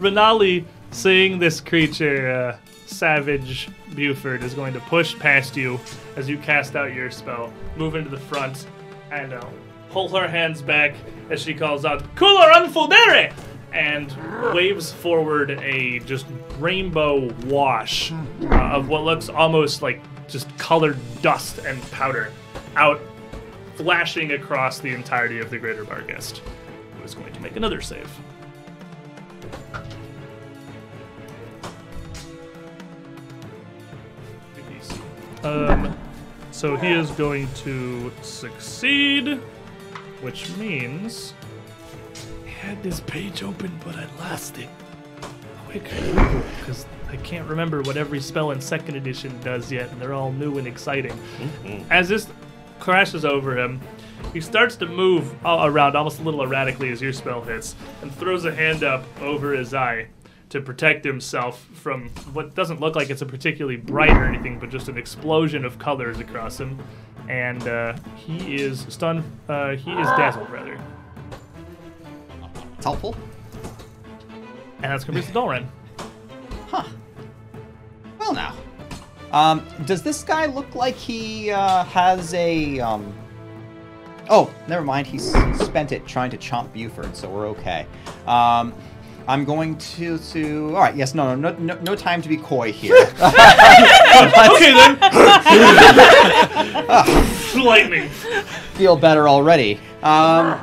Renali, seeing this creature, uh, Savage Buford, is going to push past you as you cast out your spell, move into the front, and uh, pull her hands back as she calls out, Cooler Unfudere! And waves forward a just rainbow wash uh, of what looks almost like just colored dust and powder out, flashing across the entirety of the Greater Barghest. Who is going to make another save? Um, so he is going to succeed, which means I had this page open, but I lost it. Quick, because I can't remember what every spell in second edition does yet, and they're all new and exciting. As this crashes over him, he starts to move a- around almost a little erratically as your spell hits, and throws a hand up over his eye to protect himself from what doesn't look like it's a particularly bright or anything, but just an explosion of colors across him. And uh, he is stunned. Uh, he is dazzled, rather. It's helpful. And that's gonna be the Dolren. Well, now, um, does this guy look like he uh, has a? Um... Oh, never mind. He s- spent it trying to chomp Buford, so we're okay. Um, I'm going to to. All right. Yes. No. No. No. No, no time to be coy here. Okay then. Lightning. feel better already. Um,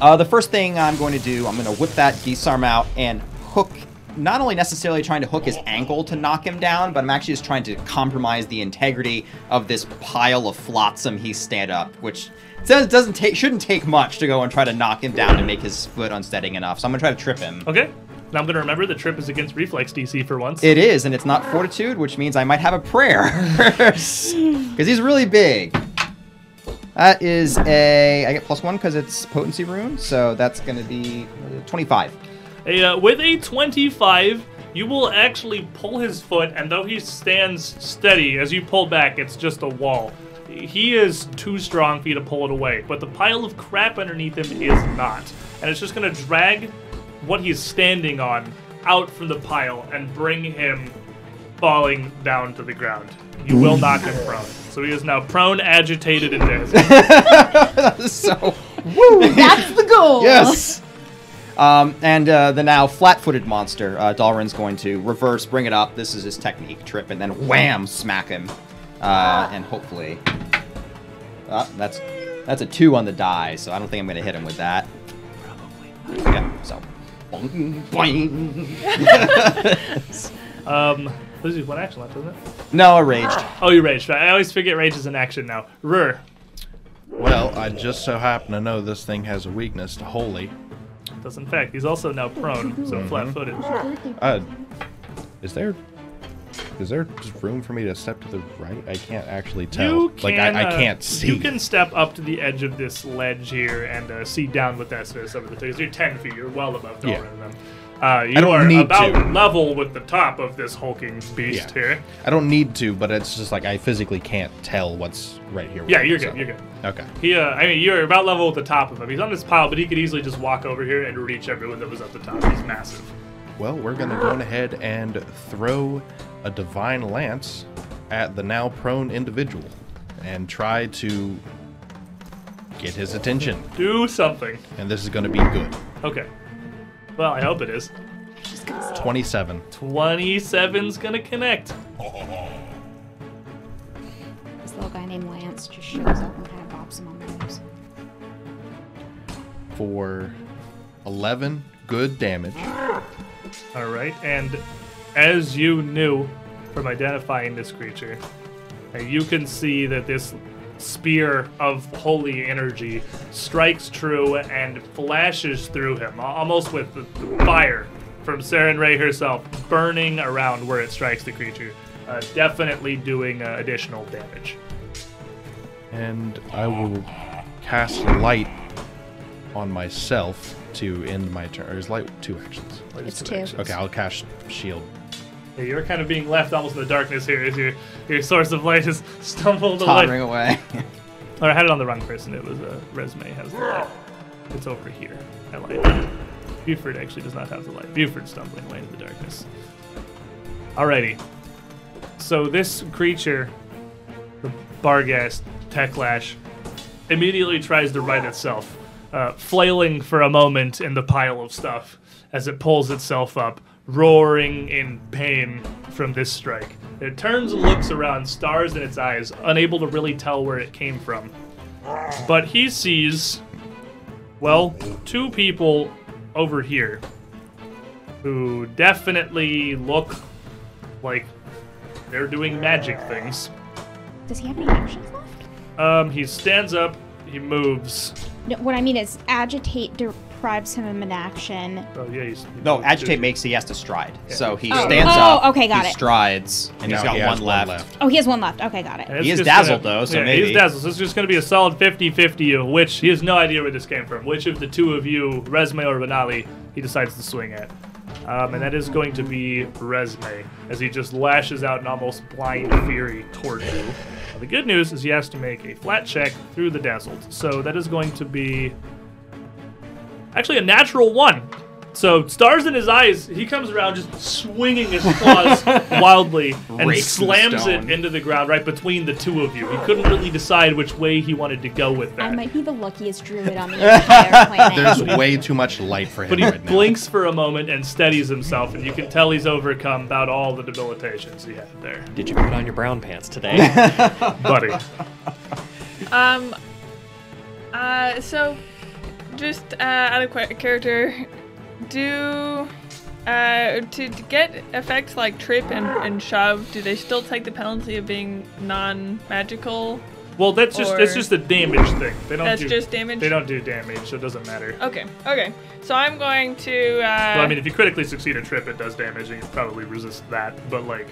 uh, the first thing I'm going to do, I'm going to whip that beast arm out and hook. Not only necessarily trying to hook his ankle to knock him down, but I'm actually just trying to compromise the integrity of this pile of flotsam he's stand up, which says doesn't take shouldn't take much to go and try to knock him down and make his foot unsteady enough. So I'm gonna try to trip him. Okay. Now I'm gonna remember the trip is against reflex DC for once. It is, and it's not fortitude, which means I might have a prayer. Because he's really big. That is a. I get plus one because it's potency rune, so that's going to be uh, 25. Uh, with a 25, you will actually pull his foot, and though he stands steady, as you pull back, it's just a wall. He is too strong for you to pull it away, but the pile of crap underneath him is not. And it's just going to drag what he's standing on out from the pile and bring him falling down to the ground. You will knock him prone. So he is now prone, agitated, and dizzy. so, That's the goal. yes. Um, and uh, the now flat-footed monster, uh, Dalrin's going to reverse, bring it up. This is his technique trip, and then wham, smack him, Ah. uh, and hopefully, uh, that's that's a two on the die. So I don't think I'm going to hit him with that. Probably. Yeah. So, boing, boing. Um, this is one action left, isn't it? No, I raged. Ah. Oh, you raged. right? I always forget rage is an action now. Rur. Well, I just so happen to know this thing has a weakness to holy. Does in fact. He's also now prone, Mm-hmm. so flat-footed. Uh, is there is there just room for me to step to the right? I can't actually tell. You like can, I, I uh, can't see. You can step up to the edge of this ledge here and uh, see down with that surface over the things. You're ten feet. You're well above the Yeah. rest of them. Uh, you don't are need about to. level with the top of this hulking beast Yeah. here. I don't need to, but it's just like I physically can't tell what's right here. with Yeah, me, you're good. so- You're good. Okay. He, uh, I mean, you're about level with the top of him. He's on this pile, but he could easily just walk over here and reach everyone that was up the top. He's massive. Well, we're gonna go ahead and throw a divine lance at the now prone individual and try to get his attention. Do something. And this is gonna be good. Okay. Well, I hope it is. Twenty-seven. 27's gonna connect. This little guy named Lance just shows up and kind of bops him on the nose. for 11 good damage. All right, and as you knew from identifying this creature, uh, you can see that this spear of holy energy strikes true and flashes through him, al- almost with the the fire from Saren Ray herself burning around where it strikes the creature, uh, definitely doing uh, additional damage. And I will cast light on myself to end my turn. Or is light two actions? Light It's two. Okay, I'll cast shield. Yeah, you're kind of being left almost in the darkness here as your, your source of light has stumbled away. Tottering away. Or I had it on the wrong person. It was a resume has the light. It's over here. I lied. Buford actually does not have the light. Buford's stumbling away into the darkness. Alrighty. So this creature, the Barghast Techlash, immediately tries to right itself, uh, flailing for a moment in the pile of stuff as it pulls itself up, roaring in pain from this strike. It turns and looks around, stars in its eyes, unable to really tell where it came from. But he sees, well, two people over here who definitely look like they're doing magic things. Does he have any actions left? Um, he stands up, he moves, No, what I mean is agitate deprives him of an action. Oh yeah, he's No, agitate makes he has to stride. So he Oh. stands Oh, up. okay, got he it. strides, and he's Now got he has one left. Oh, he has one left. Okay, got And it. it's He is just dazzled, gonna- though, so yeah, maybe. he's dazzled. So it's just going to be a solid 50-50 of which he has no idea where this came from. Which of the two of you, Resme or Benali, he decides to swing at. Um, and that is going to be Resme, as he just lashes out in almost blind fury toward you. Now, the good news is he has to make a flat check through the dazzled. So that is going to be actually a natural one. So stars in his eyes, he comes around just swinging his claws wildly and Rakes the slams it stone. into the ground right between the two of you. He couldn't really decide which way he wanted to go with I that. might be the luckiest druid on the entire planet. There's way too much light for him But he right blinks for a moment and steadies himself, and you can tell he's overcome about all the debilitations he had there, Did you put on your brown pants today? buddy. Um. Uh. So, just uh, out of qu- character, do uh to, to get effects like trip and, and shove, do they still take the penalty of being non-magical? Well, that's just that's Or- just a damage thing. They don't That's do just damage? They don't do damage, so it doesn't matter. Okay. Okay. So I'm going to. Uh, Well, I mean, if you critically succeed a trip, it does damage, and you probably resist that. But like,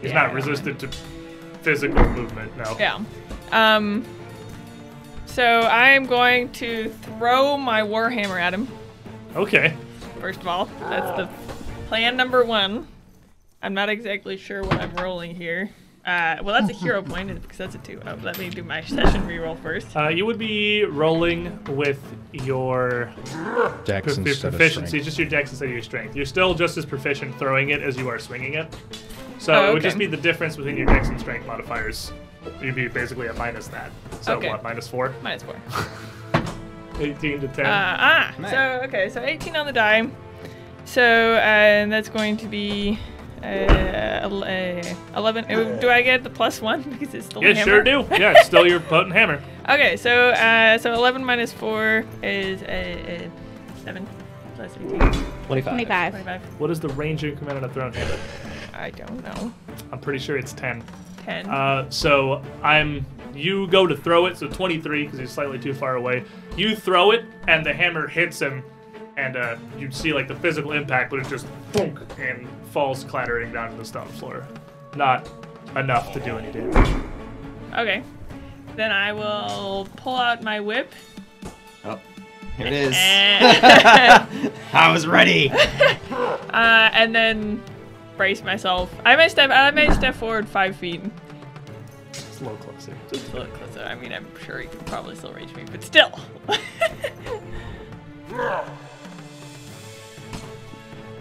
he's Yeah. not resistant to physical movement. No. Yeah. Um. So I am going to throw my warhammer at him. Okay. First of all, that's the plan number one. I'm not exactly sure what I'm rolling here. Uh, well, that's a hero point because that's a two. Oh, let me do my session reroll first. Uh, you would be rolling with your Dex prof- instead of proficiency, strength. just your dex instead of your strength. You're still just as proficient throwing it as you are swinging it. So Oh, it would just okay. be the difference between your dex and strength modifiers. You'd be basically at minus that. So Okay. what, minus four? Minus four. 18 to 10. Uh, ah, so okay, so 18 on the die. So uh, and that's going to be uh, el- uh, 11. Uh, Do I get the plus one because it's still a yeah, sure hammer? do. Yeah, it's still your potent hammer. Okay, so uh, so 11 minus four is uh, uh, seven plus 18, 25. 25. 25. What is the range increment on a thrown hammer? I don't know. I'm pretty sure it's 10. 10. Uh, so I'm. You go to throw it, so 23 because he's slightly too far away. You throw it, and the hammer hits him, and uh, you see like the physical impact, but it just thunk and falls clattering down to the stone floor. Not enough to do any damage. okay, then I will pull out my whip. Oh, here it is. Eh. And I was ready. Uh, and then brace myself. I may step. I may step forward five feet. It's a little closer. Just a little closer. I mean, I'm sure he can probably still reach me, but still. and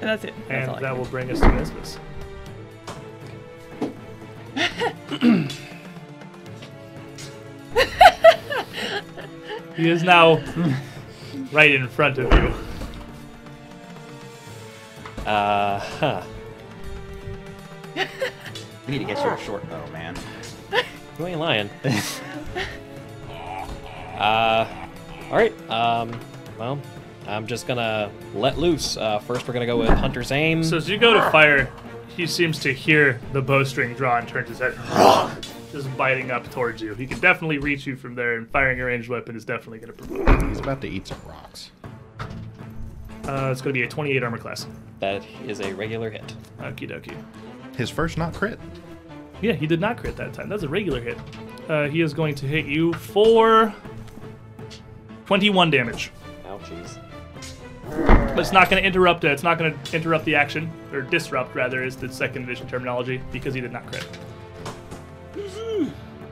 that's it. That's all I And that can will bring us to Nesbitt's. he is now right in front of you. Uh, huh. We need to get you a short bow, man. You ain't lying. uh, all right. Um, well, I'm just gonna let loose. Uh, first, we're gonna go with Hunter's Aim. So as you go to fire, he seems to hear the bowstring draw and turns his head, just biting up towards you. He can definitely reach you from there, and firing a ranged weapon is definitely going to provoke. He's about to eat some rocks. Uh, it's going to be a 28 armor class. that is a regular hit. Okie dokie. His first not crit. Hmm. Yeah, he did not crit that time. That's a regular hit. Uh, he is going to hit you for 21 damage. Ouchies. But it's not going to interrupt. Uh, it's not going to interrupt the action or disrupt, rather, is the second edition terminology because he did not crit.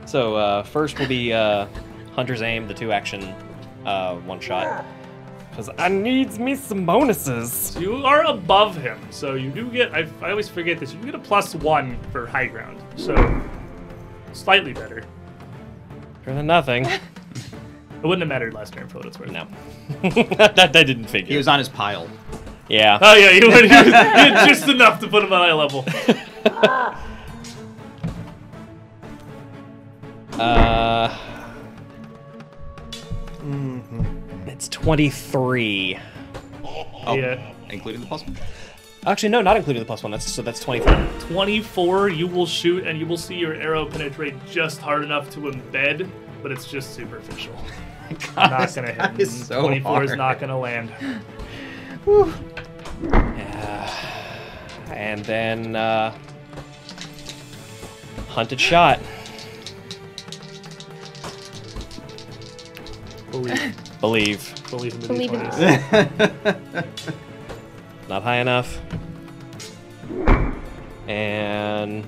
So uh, first will be uh, Hunter's Aim, the two action uh, one shot. Cause I needs me some bonuses. You are above him, so you do get. I, I always forget this. You get a plus one for high ground, so slightly better. Better than nothing. It wouldn't have mattered last turn for what it's worth. No, that, that didn't figure. He was on his pile. yeah. Oh yeah, you would you did just enough to put him on eye level. Uh, Mm-hmm. It's 23. Oh, Yeah, including the plus one. Actually, no, not including the plus one. That's so that's 24. twenty-four. You will shoot, and you will see your arrow penetrate just hard enough to embed, but it's just superficial. not gonna hit. that is so Twenty-four is hard. not gonna land. And then uh, hunted shot. Believe, Believe believe in the Believe in D20s. not high enough. And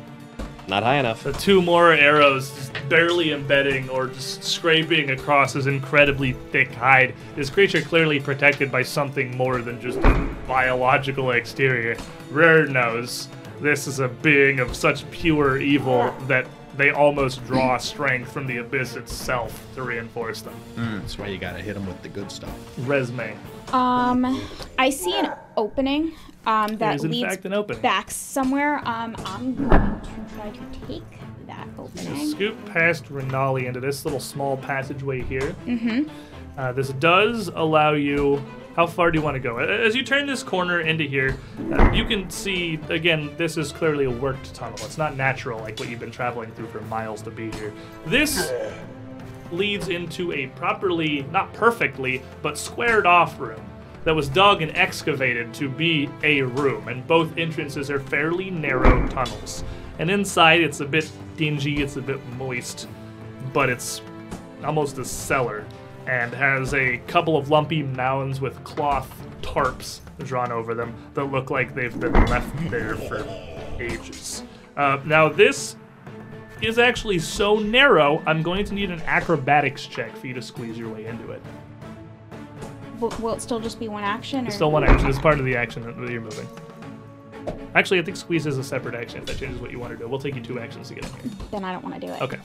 not high enough. The two more arrows just barely embedding or just scraping across his incredibly thick hide. This creature clearly protected by something more than just a biological exterior. Rare knows this is a being of such pure evil that they almost draw strength from the abyss itself to reinforce them. That's why you gotta hit him with the good stuff. Resume. Um, I see an opening um, that is in leads fact an opening. back somewhere. Um, I'm going to try to take that opening. Scoop past Renali into this little small passageway here. Mm-hmm. Uh, this does allow you. How far do you want to go? A- As you turn this corner into here, uh, you can see again. This is clearly a worked tunnel. It's not natural like what you've been traveling through for miles to be here. This leads into a properly, not perfectly, but squared off room that was dug and excavated to be a room, and both entrances are fairly narrow tunnels. And inside, it's a bit dingy, it's a bit moist, but it's almost a cellar and has a couple of lumpy mounds with cloth tarps drawn over them that look like they've been left there for ages. Uh, now this is actually so narrow. I'm going to need an acrobatics check for you to squeeze your way into it. W- will it still just be one action? Or? Still one action. It's part of the action that you're moving. Actually, I think squeeze is a separate action. If that changes what you want to do, we'll take you two actions to get in here. Then I don't want to do it. Okay.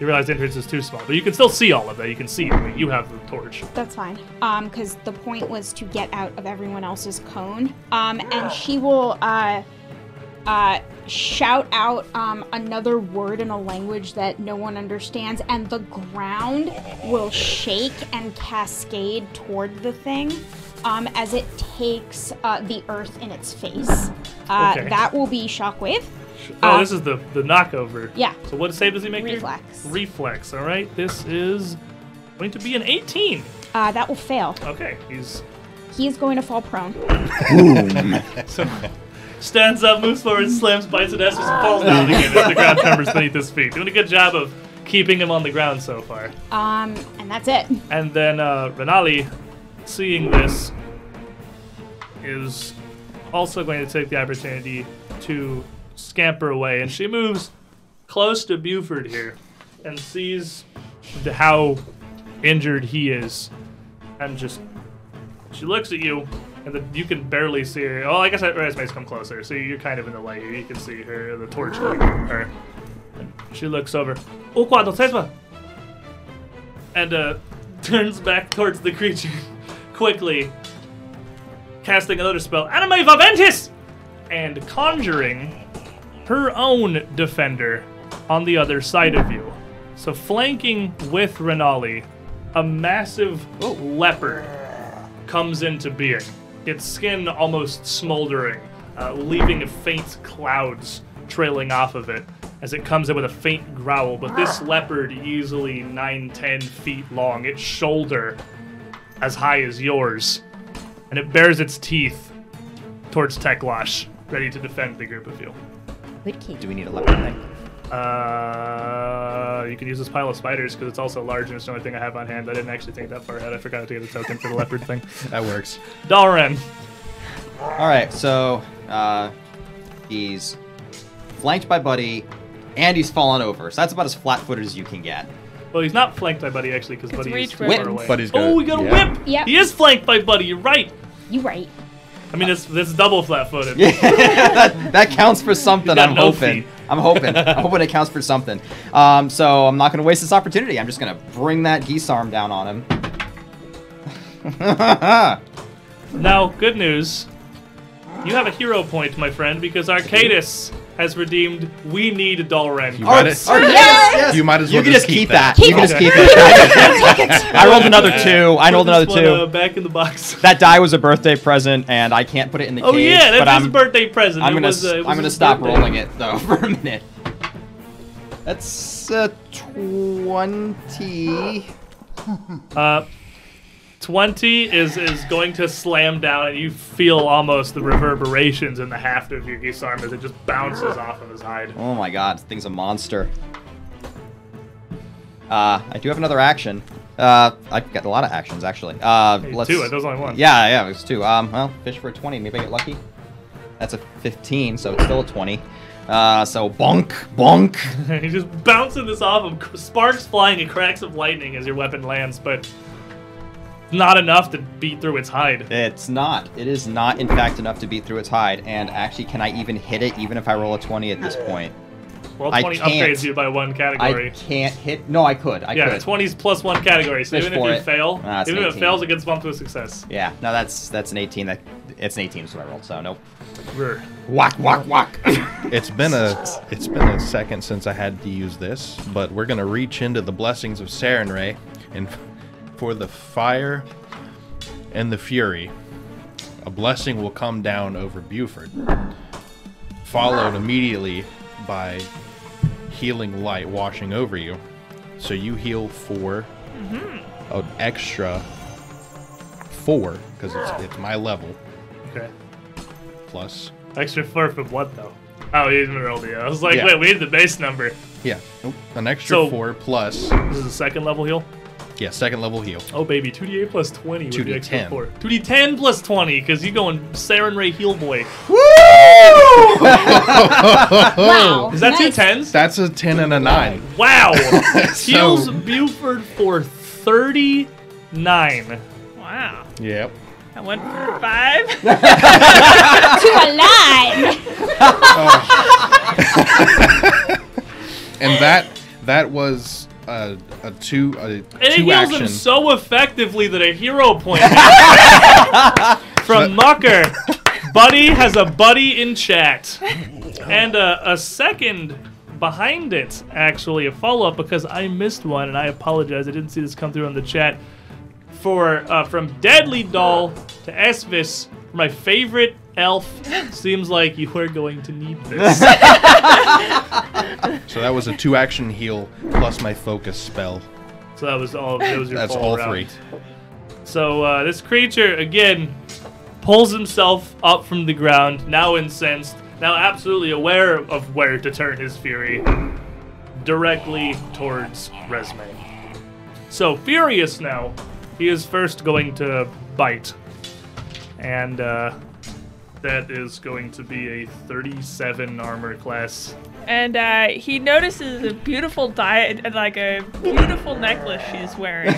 You realize the entrance is too small, but you can still see all of that. You can see. I mean, you have the torch. That's fine. Um, because the point was to get out of everyone else's cone. Um, and she will uh, uh, shout out um another word in a language that no one understands, and the ground will shake and cascade toward the thing. Um, as it takes uh, the earth in its face. Uh, Okay. That will be shockwave. Oh, Uh, this is the the knockover. Yeah. So what save does he make? here? Reflex. Reflex. All right. This is going to be an 18. Uh, that will fail. Okay. He's He is going to fall prone. so stands up, moves forward, slams, bites an Estus, and falls down again as the ground tremors beneath his feet. Doing a good job of keeping him on the ground so far. Um, and that's it. And then uh, Renali, seeing this, is also going to take the opportunity to scamper away. And she moves close to Buford here and sees the, how injured he is. And just, she looks at you, and the, you can barely see her. Oh, I guess that resume's come closer, so you're kind of in the light here. You can see her, the torch light. Her. She looks over. Oh, Ukwa, don't and uh, turns back towards the creature quickly, casting another spell, Anime Vaventis, and conjuring her own defender on the other side of you. So flanking with Renali, a massive leopard comes into being, its skin almost smoldering, uh, leaving faint clouds trailing off of it as it comes in with a faint growl. But this leopard, easily 9 10 feet long, its shoulder as high as yours, and it bares its teeth towards Teklosh, ready to defend the group of you. Good kid. Do we need a leopard thing? Uh, you can use this pile of spiders because it's also large and it's the only thing I have on hand. I didn't actually think that far ahead. I forgot to get a token for the leopard thing. That works. Dalren. All right, so uh, he's flanked by Buddy, and he's fallen over. So that's about as flat-footed as you can get. Well, he's not flanked by Buddy actually because Buddy is reach too whip. far away. Buddy's oh, got- we got a yeah. whip. Yep. He is flanked by Buddy. You're right. You right. I mean, it's this is double flat-footed. that, that counts for something. got I'm no hoping. feet. I'm hoping. I'm hoping it counts for something. Um, so I'm not going to waste this opportunity. I'm just going to bring that geese arm down on him. Now, good news. You have a hero point, my friend, because Arcadis has redeemed. We need Dalren. You Oh, read it's- it? oh, yes, yes. You might as well you can just keep, keep that. that. You can just keep it. I rolled another two. I Put rolled this another one, uh, two. back in the box. That die was a birthday present, and I can't put it in the Oh cage. yeah, but that's I'm, his birthday present. I'm It gonna was, uh, s- it I'm was gonna his stop birthday. rolling it though for a minute. That's uh, twenty. Uh, 20 is is going to slam down, and you feel almost the reverberations in the haft of your geese arm as it just bounces off of his hide. Oh my god, this thing's a monster. Uh, I do have another action. Uh, I've got a lot of actions actually. Uh, Hey, let's. two, there was only one. Yeah, yeah, it's two. Um, well, fish for a twenty. Maybe I get lucky. That's a fifteen, so it's still a twenty. Uh, so bonk, bonk. He's just bouncing this off him, cr- sparks flying and cracks of lightning as your weapon lands, but not enough to beat through its hide. It's not. It is not, in fact, enough to beat through its hide. And actually, can I even hit it, even if I roll a twenty at this point? Well, I 20 can't. upgrades you by one I category. can't hit. No, I could. I yeah, could. 20's plus one category, so Fish even if for you it. fail, Ah, it's even if it 18. fails, it gets bumped to a success. Yeah. No, that's that's an eighteen. That it's an eighteen is what I rolled. So nope. Brr. Whack, whack, whack. It's been a it's been a second since I had to use this, but we're gonna reach into the blessings of Saren Ray and for the fire and the fury. A blessing will come down over Buford, followed immediately by healing light washing over you. So you heal 4 an extra four because it's, it's my level Okay. plus. Extra four from what, though? Oh, you didn't roll the. I was like, Yeah. wait, we need the base number. Yeah, an extra So- four plus This is a second level heal? Yeah, second level heal. Oh baby, 2d8 plus 20 would be extra 2d10. four. 2d10 plus 20, because you going Saren Ray heel boy. Wow. Oh, Is that two nice. tens? That's a 10 and a 9. Wow! So- Heals Buford for 39. Wow. Yep. I went for five. alive. And that that was a, a two a And it two heals action. him so effectively that a hero point from Mucker. Buddy has a buddy in chat. And a, a second behind it, actually, a follow up, because I missed one and I apologize. I didn't see this come through on the chat. For uh, From Deadly Doll to Esvis, my favorite elf, seems like you are going to need this. so that was a two action heal plus my focus spell. so that was all. That was your That's full all round. three. So uh, this creature again pulls himself up from the ground, now incensed, now absolutely aware of where to turn his fury, directly towards Resme. So furious now, he is first going to bite, and uh, that is going to be a 37 armor class. and uh, he notices a beautiful diet, like a beautiful necklace she's wearing.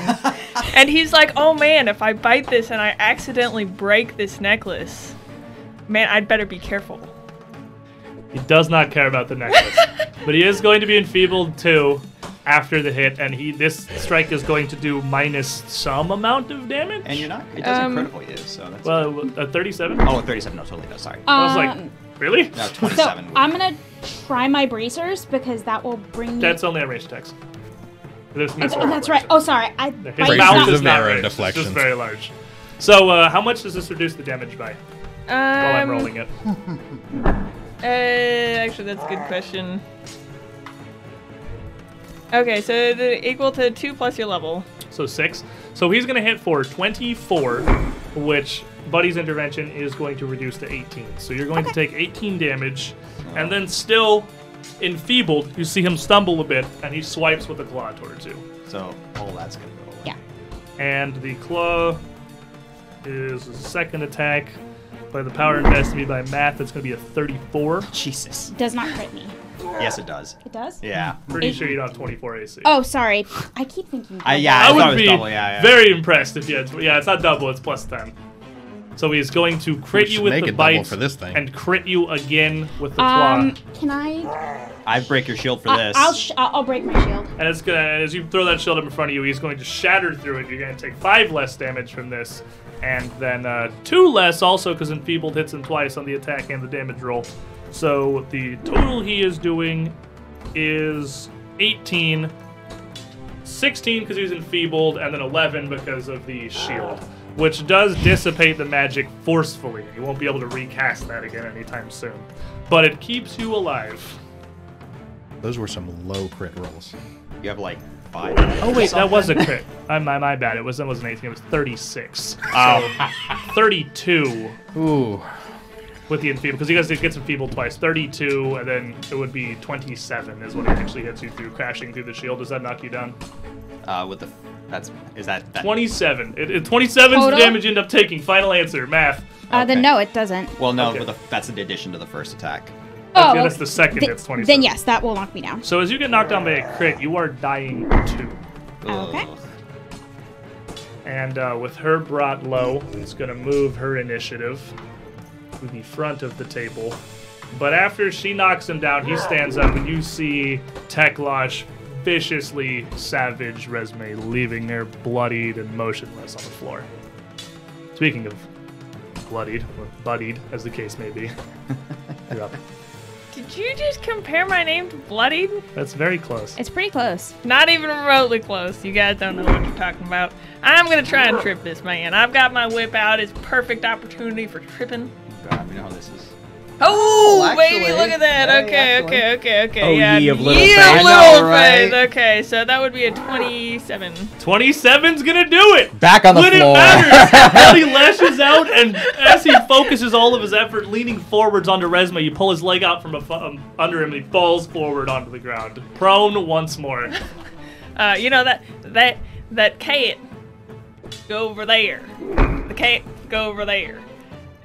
and he's like, "Oh man, if I bite this and I accidentally break this necklace, man, I'd better be careful." He does not care about the necklace, but he is going to be enfeebled too after the hit, and he this strike is going to do minus some amount of damage. And you're not. It doesn't Um, critical you, so that's. well, uh, a 37. oh, 37. No, totally no. Sorry. I was Um, like, really? no, So 27. would- I'm gonna try my bracers because that will bring me. That's only a range text. There's Oh, missile that's right. Oh, sorry. I His bite Bracers mouth not- is of not narrow ranged, deflections. It's just very large. So, uh, how much does this reduce the damage by Um, while I'm rolling it? Uh, actually, that's a good question. Okay, so the, equal to two plus your level. So six. So he's going to hit for 24, which Buddy's intervention is going to reduce to 18. So you're going to take 18 damage, and then still enfeebled, you see him stumble a bit, and he swipes with a claw towards you. so all that's gonna go away. Yeah. And the claw is a second attack by the power invested in me by math. That's going to be a 34. Jesus. does not crit me. Yes, it does. It does. Yeah. Pretty sure you don't have 24 AC. Oh, sorry. I keep thinking. I, yeah, I, I thought it would was be double. Yeah, yeah. very impressed if you had. Yeah, it's not double. It's plus ten. So he's going to crit We you should with make the it double bite for this thing. and crit you again with the claw. Um, can I? I break your shield for I this. I'll sh- I'll I'll break my shield. and it's gonna as you throw that shield up in front of you, he's going to shatter through it. You're going to take five less damage from this, and then uh, two less also because enfeebled hits him twice on the attack and the damage roll. So the total he is doing is 18, 16 because he's enfeebled, and then 11 because of the shield, which does dissipate the magic forcefully. You won't be able to recast that again anytime soon, but it keeps you alive. Those were some low crit rolls. you have like five. Oh wait, that was a crit. I, my my bad. It was that wasn't 18. It was 36. Oh. 32 Ooh. with the enfeeble because he guys it gets enfeebled twice. 32 and then it would be 27 is what it actually hits you through crashing through the shield. Does that knock you down? Uh, with the. That's. Is that. that 27. It, it 27 is the Total? damage you end up taking. Final answer, math. Uh, then Okay. no, it doesn't. Well, no, Okay. with the, that's the addition to the first attack. Oh, yeah, that's the second. Th- it's 27. Then yes, that will knock me down. So as you get knocked down by a crit, you are dying two. Okay. Ugh. And uh, with her brought low, it's going to move her initiative to the front of the table. But after she knocks him down, he stands up, and you see Teklosh viciously savage Resume leaving her bloodied and motionless on the floor. Speaking of bloodied, or buddied, as the case may be. You're up. Did you just compare my name to Bloodied? That's very close. It's pretty close. Not even remotely close. You guys don't know what you're talking about. I'm gonna try and trip this man. I've got my whip out. It's perfect opportunity for tripping. God, we know how this is. Oh, Oh, baby, actually. look at that. Hey, okay, actually. okay, okay, okay. Oh, yeah. ye of little ye faith. Of I little know, right? faith. Okay, so that would be a 27. 27's gonna do it! Back on the when it floor. matters. Now he lashes out, and as he focuses all of his effort, leaning forwards onto Resma, you pull his leg out from af- um, under him, and he falls forward onto the ground, prone once more. Uh, you know that that that cat go over there. The cat go over there.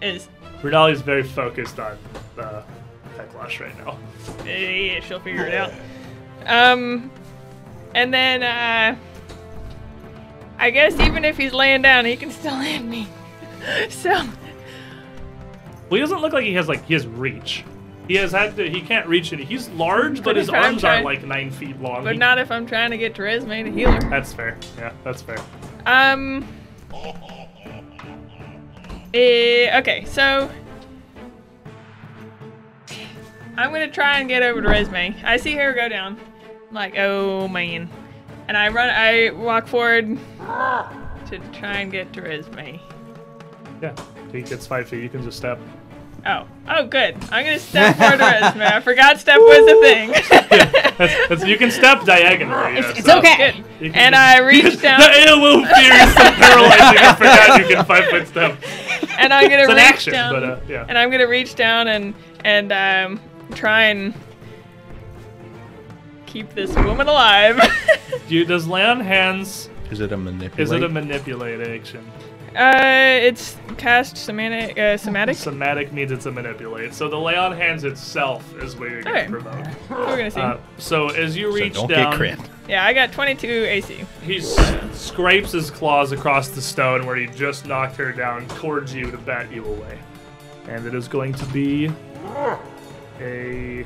Is Renali is very focused on the Pecklosh right now. yeah, yeah, she'll figure it out. Um, and then uh, I guess even if he's laying down, he can still hit me. so Well, he doesn't look like he has like he has reach. He has had to, he can't reach it. He's large, but Pretty his sure I'm arms are trying- like nine feet long. But He- not if I'm trying to get Teresme to heal her. That's fair. Yeah, that's fair. Um. eh, okay, so I'm gonna try and get over to Resme. I see her go down. I'm like, oh man. And I run. I walk forward to try and get to Resme. Yeah, he gets five feet. You can just step. Oh, oh, good. I'm gonna step forward to Resme. I forgot step was a thing. That's, that's, you can step diagonally. yeah, It's so okay. good. you can And just- I reach down. the ALO fear is so paralyzing. I forgot you can five foot step. and I'm gonna It's an reach action, down, but, uh, yeah. and I'm gonna reach down and and um, try and keep this woman alive. Do you, does lay on hands? Is it a manipulate? Is it a manipulate action? uh, it's cast semantic, uh, somatic. Somatic means it's a manipulate. So the lay on hands itself is where you're Alright. going to provote. We're gonna see. Uh, so as you So reach don't down, get crit. yeah, I got 22 AC. he s- scrapes his claws across the stone where he just knocked her down towards you to bat you away. And it is going to be a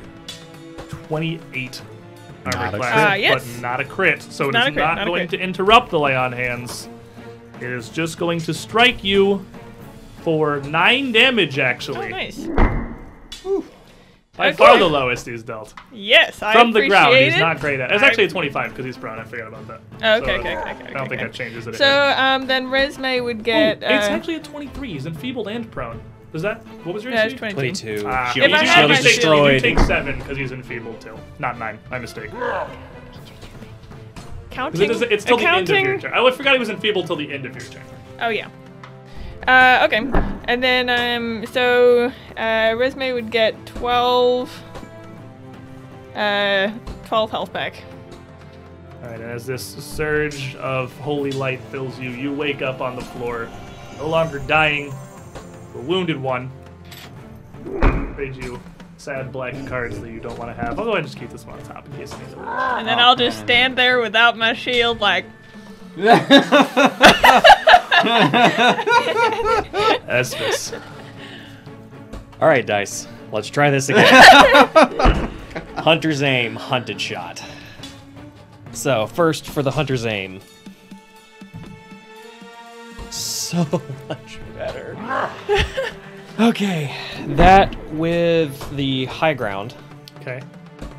28 armor Not a class, crit. Uh, but yes. not a crit. So it Not a is crit, not not a going crit. to interrupt the lay on hands. It is just going to strike you for 9 damage, Oh, actually. nice. By Okay. far the lowest he's dealt. Yes, I From the ground, appreciate he's it. not great at. It's I- actually a 25 because he's prone. I forgot about that. Oh, okay, So, okay, okay, okay. I don't think okay. that changes it. So um, then Resme would get. Ooh, uh, it's actually a 23. He's enfeebled and prone. Is that what was your yeah, AC? it's 22. 22. Ah, She if I was- had she was my shield, you You destroyed. take seven because he's enfeebled too. Not nine. My mistake. 'Cause Counting. It is, it's till the end of accounting- your turn. Oh, I forgot he was enfeebled till the end of your turn. Oh yeah. Uh, okay, and then um, so uh, Resme would get twelve, uh, twelve health back. All right, and as this surge of holy light fills you, you wake up on the floor, no longer dying, the wounded one. Trade you sad black cards that you don't want to have. I'll go ahead and just keep this one on top in case I need to. And then I'll just stand there without my shield, like Espus. All right, dice. Let's try this again. hunter's aim, hunted shot. So first for the hunter's aim. So much better. okay, that with the high ground Okay.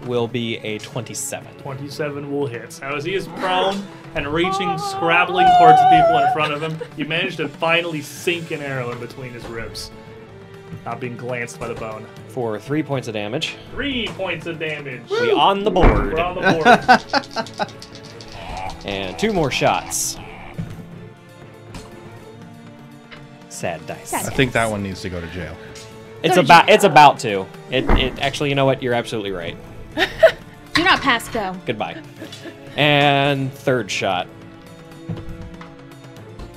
will be a 27. 27 will hit. Now, as he is prone and reaching, scrabbling towards the people in front of him, you manage to finally sink an arrow in between his ribs, not being glanced by the bone. for three points of damage. Three points of damage. We on the board We're on the board. and two more shots. Sad dice. I think that one needs to go to jail. It's about it's about to. It, it actually, you know what? You're absolutely right. Do not pass go. Goodbye. and third shot.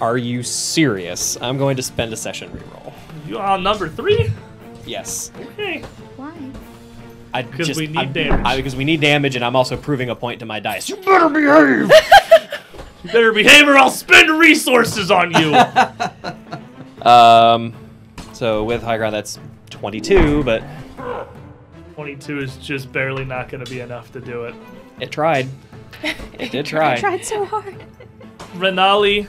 Are you serious? I'm going to spend a session reroll. you on number three? Yes. Okay. Why? I because we need damage. because we need damage, and I'm also proving a point to my dice. You better behave or I'll spend resources on you. Um, so with high ground, that's 22, but 22 is just barely not going to be enough to do it. it tried. It did try. Tried so hard. Renali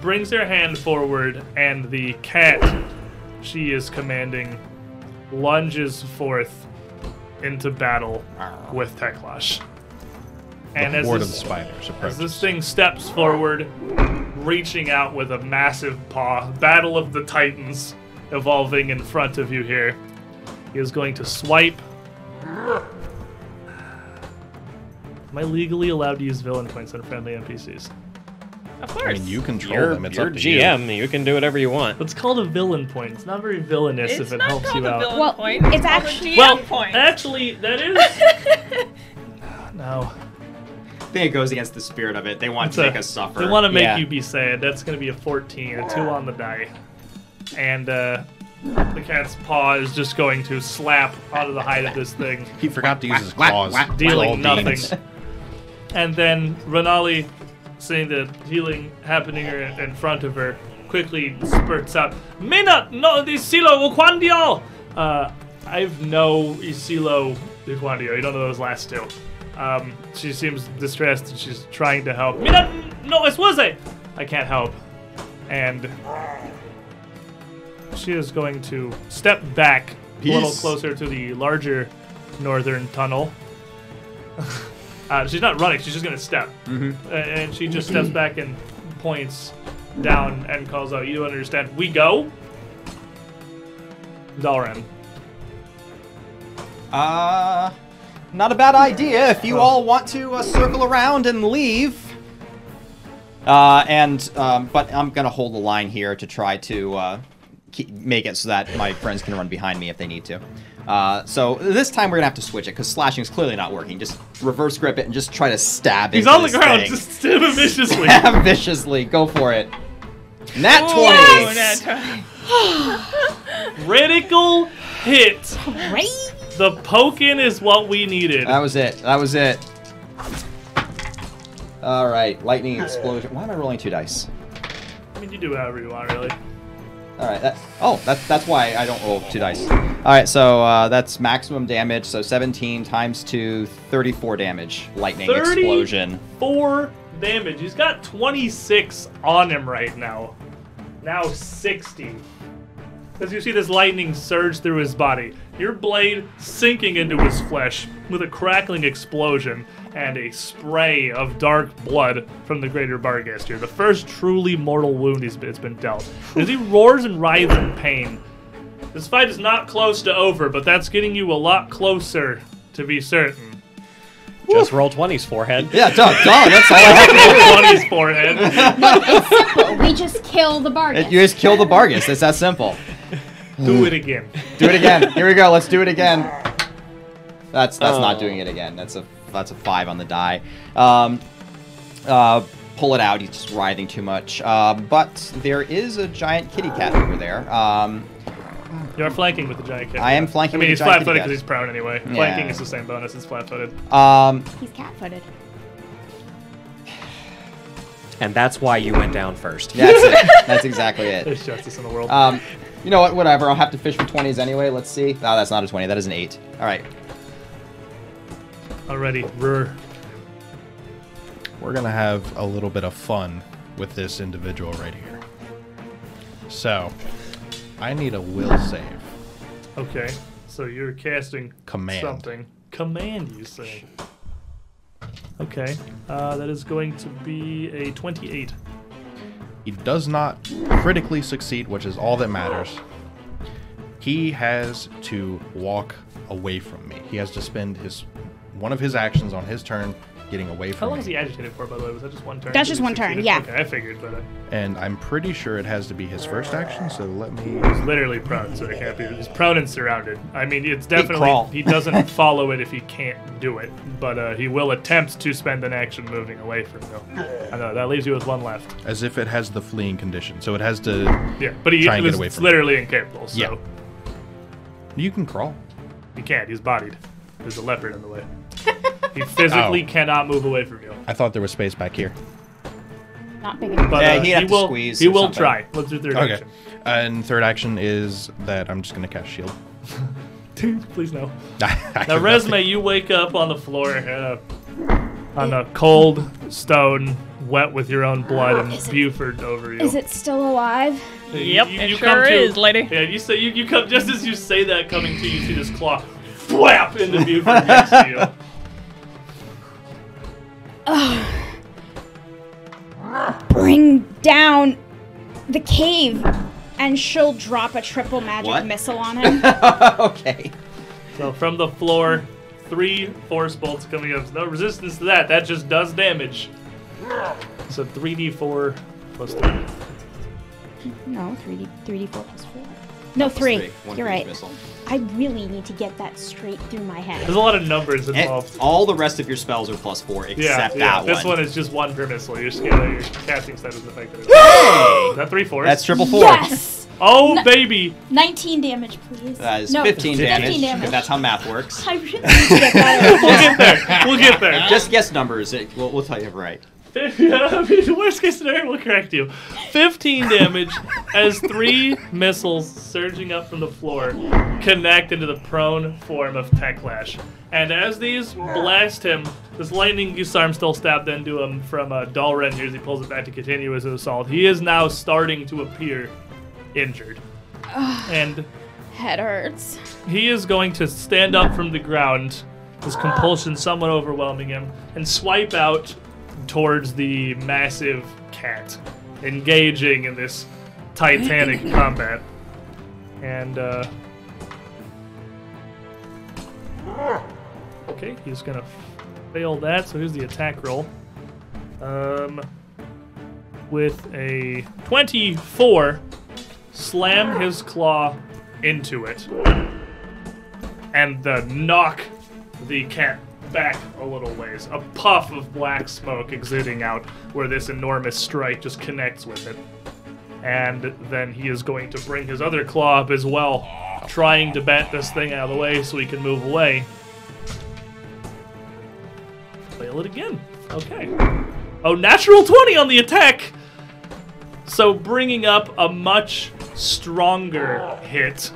brings her hand forward, and the cat she is commanding lunges forth into battle with Teklash. And the as horde of this, spiders as approaches. this thing steps forward, reaching out with a massive paw, Battle of the Titans evolving in front of you here. He is going to swipe. Am I legally allowed to use villain points on friendly NPCs? of I course. mean, you control You're, them. It's you're up to you. GM. You. can do whatever you want. It's called a villain point. It's not very villainous It's if it not helps called you a out. villain Well, point. it's It's called a actu- GM well, point. actually, that is. no. think it goes against the spirit of it. They want It's to a- make us suffer. They want to make Yeah. you be sad. That's going to be a 14, a 2 on the die. And uh, the cat's paw is just going to slap out of the hide of this thing, He forgot to use his claws. dealing All nothing. beans. And then Renali, seeing the healing happening er- in front of her, quickly spurts out, Mina, no, the Silo Wuquandio! Uh, I've no Isilo Wuquandio. You don't know those last two. Um, she seems distressed and she's trying to help. Mina, no, es wuze! I can't help. And she is going to step back a little Peace. closer to the larger northern tunnel. Uh, she's not running. She's just gonna step, mm-hmm. and she just steps back and points down and calls out, "You understand? We go." Dalren. Uh, not a bad idea if you all want to uh, circle around and leave. Uh, and um, but I'm gonna hold the line here to try to uh, keep, make it so that my friends can run behind me if they need to. Uh, so this time we're gonna have to switch it because slashing's clearly not working. Just reverse grip it and just try to stab it. He's on the ground, just stab him viciously. viciously. Go for it. Nat Ooh, twenty. that's right. Critical hit. The poking is what we needed. That was it. That was it. All right, lightning explosion. Why am I rolling two dice? I mean, you do however you want, really. All right. That, oh, that, that's why I don't roll two dice. All right, so uh, that's maximum damage. So 17 times 2, 34 damage. Lightning 30? explosion. Four damage. He's got 26 on him right now. Now 60. As you see this lightning surge through his body, your blade sinking into his flesh with a crackling explosion and a spray of dark blood from the greater Bargaster, the first truly mortal wound he's it's been dealt. As he roars and writhes in pain, this fight is not close to over, but that's getting you a lot closer, to be certain. Just roll 20s, forehead. Yeah, done, done. That's all I have to do. On his forehead. But we just kill the bargain. It- You just kill the Bargus. It's that simple. Do it again. Do it again. Here we go. Let's do it again. That's that's Oh. not doing it again. That's a that's a five on the die. Um, uh, pull it out. He's just writhing too much. Uh, but there is a giant kitty cat over there. Um, You are flanking with the giant cat. I am flanking I mean, with he's the flat giant footed because kitty he's prone anyway. Flanking is the same bonus. It's flat footed. cat. Um, He's cat-footed. And that's why you went down first. that's it. That's exactly it. There's justice in the world. Um, you know what? Whatever. I'll have to fish for twenties anyway. Let's see. No, that's not a twenty. That is an eight. All right. Already. Brr. We're gonna have a little bit of fun with this individual right here. So, I need a will save. Okay. So you're casting Command. something. Command, you say. Okay. Uh, that is going to be a 28. He does not critically succeed, which is all that matters. He has to walk away from me. He has to spend his one of his actions on his turn getting away How from long me. is he agitated for, by the way? Was that just one turn? That's Did just he one turn, succeed? yeah. Okay, I figured, but uh, and I'm pretty sure it has to be his first action, so let me he's literally prone, so it can't be. He's prone and surrounded. I mean, it's crawl. definitely. He doesn't follow it if he can't do it, but uh, he will attempt to spend an action moving away from you. I know, that leaves you with one left. as if it has the fleeing condition. So it has to Yeah, but he Try and get was away from literally incapable, so Yeah. You can crawl. he can't. He's bodied. There's a leopard in the way. He physically Oh. cannot move away from you. I thought there was space back here. Not big enough. But Yeah, uh, he'd he have to will. squeeze he or will something. try. Let's do third Okay. action. And third action is that I'm just gonna cast shield. Dude, please no. I Now, forgot resume, you wake up on the floor uh, on a cold stone, wet with your own blood, and Buford over you. Oh, Is it still alive? Yep, it sure is, lady. Yeah, you say you, you come just as you say that coming to you, you see this claw flap into Buford next to you. Bring down the cave, and she'll drop a triple magic What? missile on him. okay. So from the floor, three force bolts coming up. No resistance to that. That just does damage. So 3d4 plus 3. no, 3D, 3D4 plus 4. No, three. One You're for each right. missile. I really need to get that straight through my head. There's a lot of numbers And involved. Eh, all the rest of your spells are plus four Yeah, except yeah. that This one. one is just one per missile. Your scalar, your casting stat is affected. as well. Is that three fours? That's triple four. Yes! Oh baby! 19 damage, please. That is No, 15 damage, damage. because that's how math works. I really need to get better. We'll get there. We'll get there. Just guess numbers. It, we'll, we'll tell you right. yeah, I mean, worst case scenario, we'll correct you. 15 damage as three missiles surging up from the floor connect into the prone form of Techlash. And as these blast him, this lightning Gusarm still stabbed into him from uh, Dalren here as he pulls it back to continue his assault. He is now starting to appear injured. and Head hurts. he is going to stand up from the ground, his compulsion somewhat overwhelming him, and swipe out towards the massive cat, engaging in this titanic combat. And, uh. Okay, he's gonna fail that, so here's the attack roll. Um. With a 24, slam his claw into it and the knock the cat back a little ways. A puff of black smoke exuding out where this enormous strike just connects with it. And then he is going to bring his other claw up as well, trying to bat this thing out of the way so he can move away. Fail it again. Okay. Oh, natural 20 on the attack! So bringing up a much stronger hit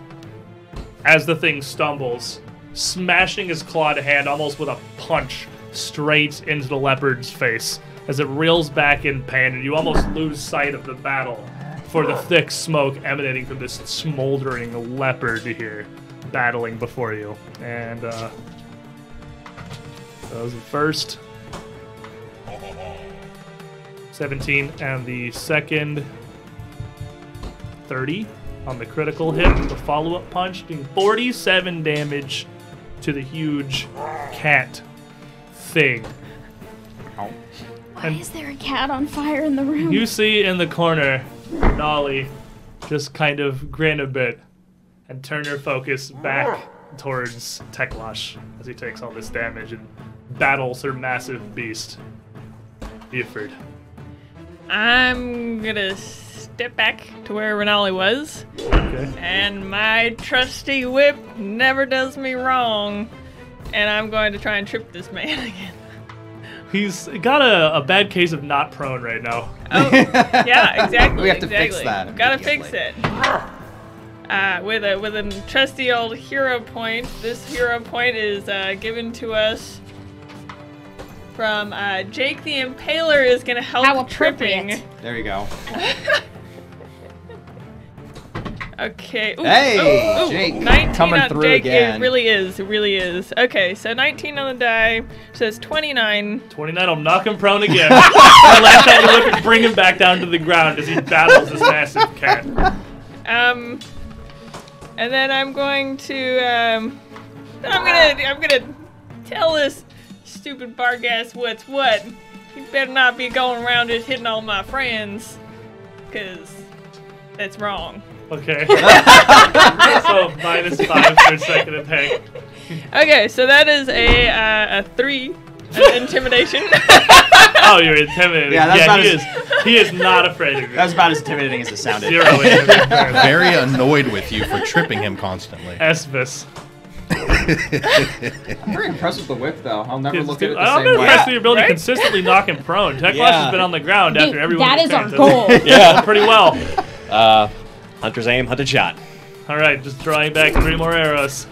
as the thing stumbles, smashing his clawed hand almost with a punch straight into the leopard's face as it reels back in pain, and you almost lose sight of the battle for the thick smoke emanating from this smoldering leopard here battling before you. And uh, that was the first 17, and the second 30 on the critical hit, the follow up punch, doing 47 damage to the huge cat thing. Why is there a cat on fire in the room? You see in the corner, Nolly just kind of grin a bit and turn her focus back towards Teklash as he takes all this damage and battles her massive beast. Buford. I'm gonna step back to where Renali was, Okay. and my trusty whip never does me wrong, and I'm going to try and trip this man again. He's got a, a bad case of not prone right now. Oh, Yeah, exactly. We have to fix exactly. that Gotta fix it. immediately. Uh, with a with a trusty old hero point. This hero point is uh, given to us from uh, Jake the Impaler. Is gonna help How tripping. appropriate. There you go. Okay. Ooh, Hey, ooh, ooh. Jake, 19 coming on through Jake. again. It really is. It really is. Okay, so 19 on the die. So it's 29. 29 will knock him prone again. I laugh at him, look, and bring him back down to the ground as he battles this massive cat. Um, and then I'm going to um, then I'm gonna I'm gonna tell this stupid bargas what's what. He better not be going around just hitting all my friends, cause that's wrong. Okay. so minus five for second attack. Okay, so that is a uh, a three. of intimidation. Oh, you're intimidated. Yeah, that's not he as- is. He is not afraid of you. That was about as intimidating as it sounded. Zero intimidation. Very annoyed with you for tripping him constantly. Espus. I'm very impressed with the whip, though. I'll never I'm look at it impressed the same way. with your ability to consistently knock him prone. Tech Yeah. has been on the ground after Dude, everyone. that was is our pinned. goal. Yeah, pretty well. Uh, hunter's aim, hunted shot. All right, just drawing back three more arrows.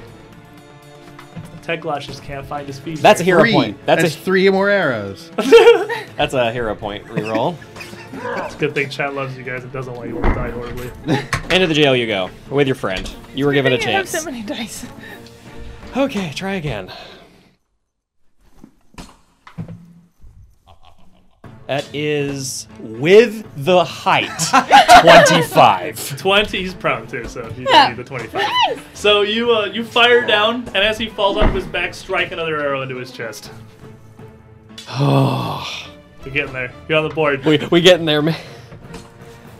Techlash just can't find his feet. That's a here. hero point. That's, a three more arrows. that's a hero point reroll. It's a good thing Chad loves you guys and doesn't want you all to die horribly. Into the jail you go with your friend. You were given a I have chance. so many dice. Okay, try again. That is with the height 25. 20 he's prone too so you need the 25 so you uh, you fire down and as he falls off his back strike another arrow into his chest you're getting there you're on the board we we get in there, man.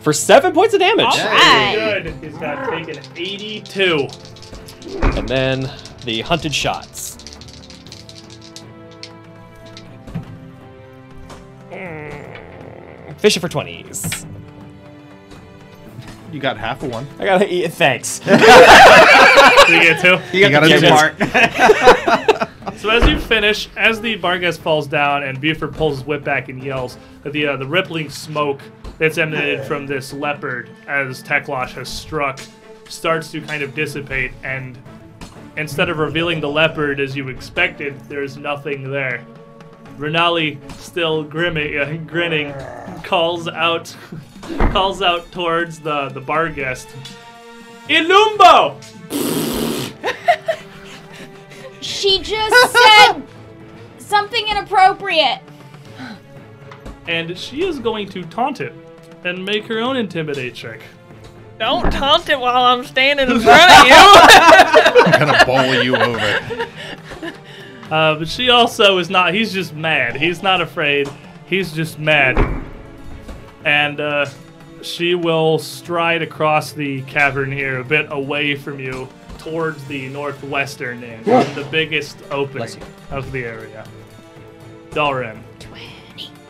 for seven points of damage. Good. He's got taken 82. And then the hunted shots. Mm, Fishing for 20s. You got half of one. I gotta eat it. Thanks. Do you get two? You got gotta the do gym part. So as you finish, as the Vargas falls down and Buford pulls his whip back and yells, the uh, the rippling smoke that's emanated from this leopard as Teklosh has struck starts to kind of dissipate, and instead of revealing the leopard as you expected, there's nothing there. Renali, still grimming, uh, grinning, calls out, calls out towards the the bar guest. Ilumbo! She just said something inappropriate. and she is going to taunt it and make her own intimidate check. Don't taunt it while I'm standing in front of you. I'm gonna bowl you over. Uh, but she also is not. He's just mad. He's not afraid. He's just mad. And uh, she will stride across the cavern here, a bit away from you, towards the northwestern end, the biggest opening Bless you. of the area. Dalren.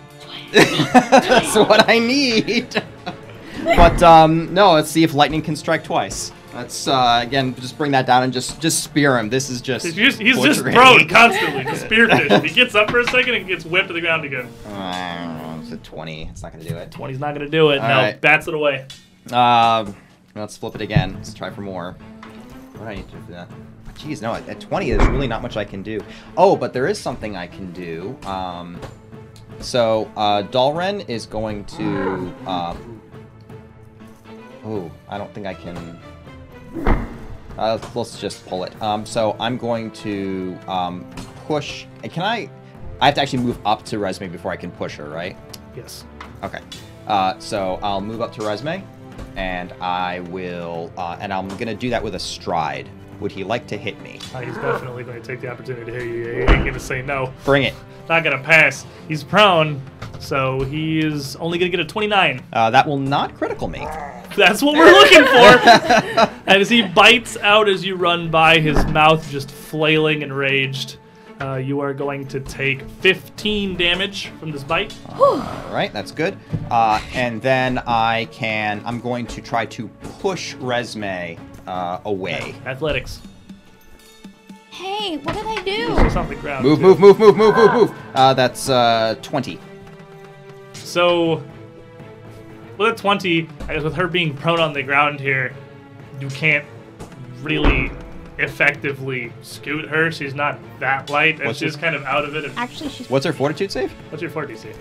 That's what I need. but um, no, let's see if lightning can strike twice. Let's uh, again just bring that down and just just spear him. This is just He's just, he's just butchering. prone constantly to spearfish. he gets up for a second and gets whipped to the ground again. Uh, It's a twenty. It's not gonna do it. When he's not going to do it, All no, right. bats it away. Um, let's flip it again. Let's try for more. What do I need to do for that? Jeez, no, at at 20, there's really not much I can do. Oh, but there is something I can do. Um, so, uh, Dalren is going to. Uh, oh, I don't think I can. Uh, let's just pull it. Um, so, I'm going to um, push. Can I. I have to actually move up to Resume before I can push her, right? Yes. Okay. Uh, so I'll move up to resume, and I will, uh, and I'm gonna do that with a stride. Would he like to hit me? Uh, he's definitely going to take the opportunity to hear you. He ain't going to say no. Bring it. Not going to pass. He's prone, so he's only going to get a 29. Uh, that will not critical me. That's what we're looking for. and as he bites out as you run by, his mouth just flailing enraged. Uh, you are going to take 15 damage from this bite. All right, that's good. Uh, and then I can, I'm going to try to push resume uh, away. Athletics. Hey, what did I do? It's on the ground. Move, too. move, move, move, move, move, move. Uh, that's uh, 20. So, with a 20, I guess with her being prone on the ground here, you can't really effectively scoot her. She's not that light, and What's she's this? kind of out of it. And, Actually, she's What's her fortitude save? what's your 4 DC?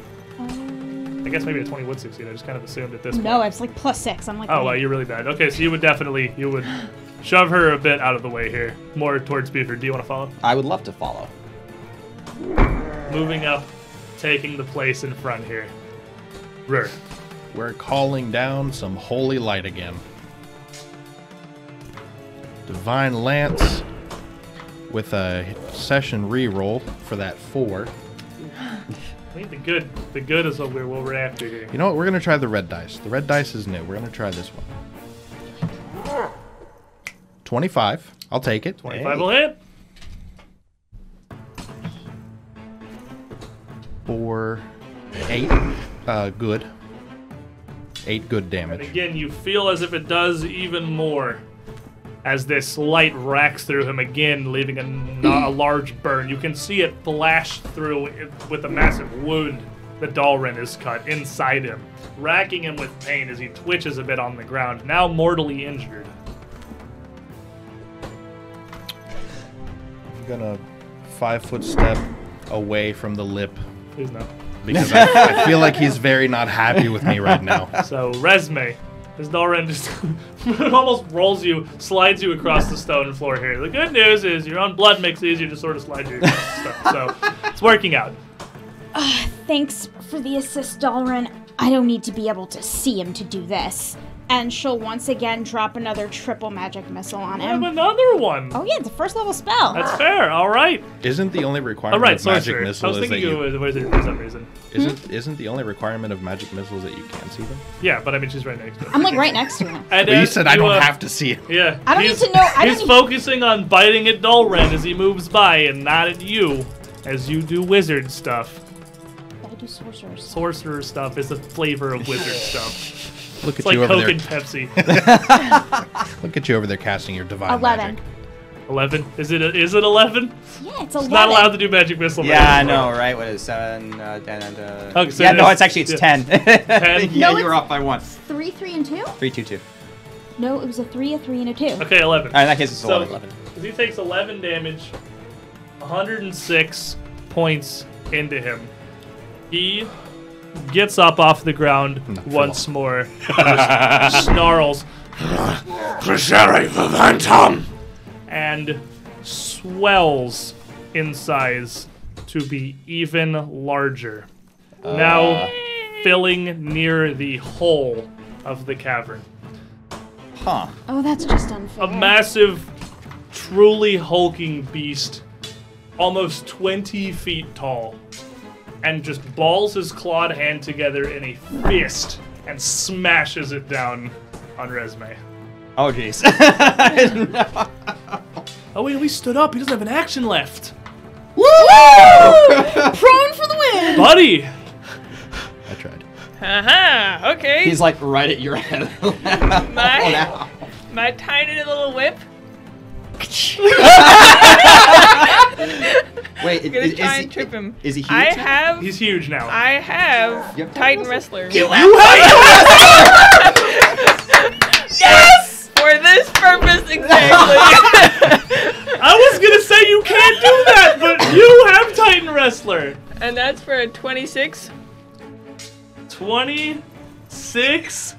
I guess maybe a 20 would succeed. I just kind of assumed at this no, point. it's like plus six. I'm like, Oh, well, you're really bad. Okay, so you would definitely, you would shove her a bit out of the way here. More towards Beaver. Do you want to follow? I would love to follow. Moving up, taking the place in front here. Rur. We're calling down some holy light again. Divine Lance with a session reroll for that four. I think the good, the good is what we're, what we're after here. You know what? We're gonna try the red dice. The red dice is new. We're gonna try this one. Twenty-five. I'll take it. 25 will hit. Four, eight. Uh, good. Eight good And damage. again, you feel as if it does even more as this light racks through him again, leaving a, n- a large burn. You can see it flash through it with a massive wound that Dalren has cut inside him, racking him with pain as he twitches a bit on the ground, now mortally injured. I'm gonna five foot step away from the lip Please no. because I, I feel like he's very not happy with me right now. So, Resme, as Dalren just almost rolls you, slides you across the stone floor here. The good news is your own blood makes it easier to sort of slide you across the stone, so it's working out. thanks for the assist, Dalren. I don't need to be able to see him to do this. And she'll once again drop another triple magic missile on I have him. another one. Oh, yeah, it's a first level spell. That's fair. All right. Isn't the only requirement All right, of magic sorcerer. I missile was is that thinking you it was a wizard for some reason. isn't isn't the only requirement of magic missiles that you can see them? Yeah, but I mean, she's right next to us. I'm like right next to him. And, But uh, you said I don't uh, have to see it. Yeah. I don't he's- need to know- I don't he's need- focusing on biting at Dolren as he moves by and not at you as you do wizard stuff. I do sorcerers. Sorcerer stuff is the flavor of wizard stuff. Look It's at like you over Coke there. and Pepsi. Look at you over there casting your divine 11. magic. 11? Is it a- is it 11? Yeah, it's It's 11. not allowed to do magic missile. Yeah, I damage. know, right? What is seven? Uh, ten, and, uh, Okay, Oh, so yeah, no, there's- it's actually it's yeah. ten. Ten? yeah, No, you were off by one. 3, 3, and 2? Three, two, two. No, it was a 3, a 3, and a 2. Okay, 11. All right, in that case, it's So- 11, 11. 'Cause he takes 11 damage, 106 points into him. He gets up off the ground once more, and just snarls, Prasari Vivantum! and swells in size to be even larger. now filling near the whole of the cavern. Huh. Oh, that's just unfair. a massive, truly hulking beast, almost 20 feet tall, and just balls his clawed hand together in a fist and smashes it down on Resme. Oh, jeez. Oh, wait, we stood up. He doesn't have an action left. Prone for the win! Buddy! I tried. Aha! Uh-huh, Okay. He's like right at your head. my, my tiny little whip. Wait, I'm gonna is, try is, and trip him. is he huge I now? have. He's huge now. I have Yep. Titan Wrestler. yes! For this purpose exactly. I was gonna say you can't do that, but you have Titan Wrestler. and that's for a 26. 26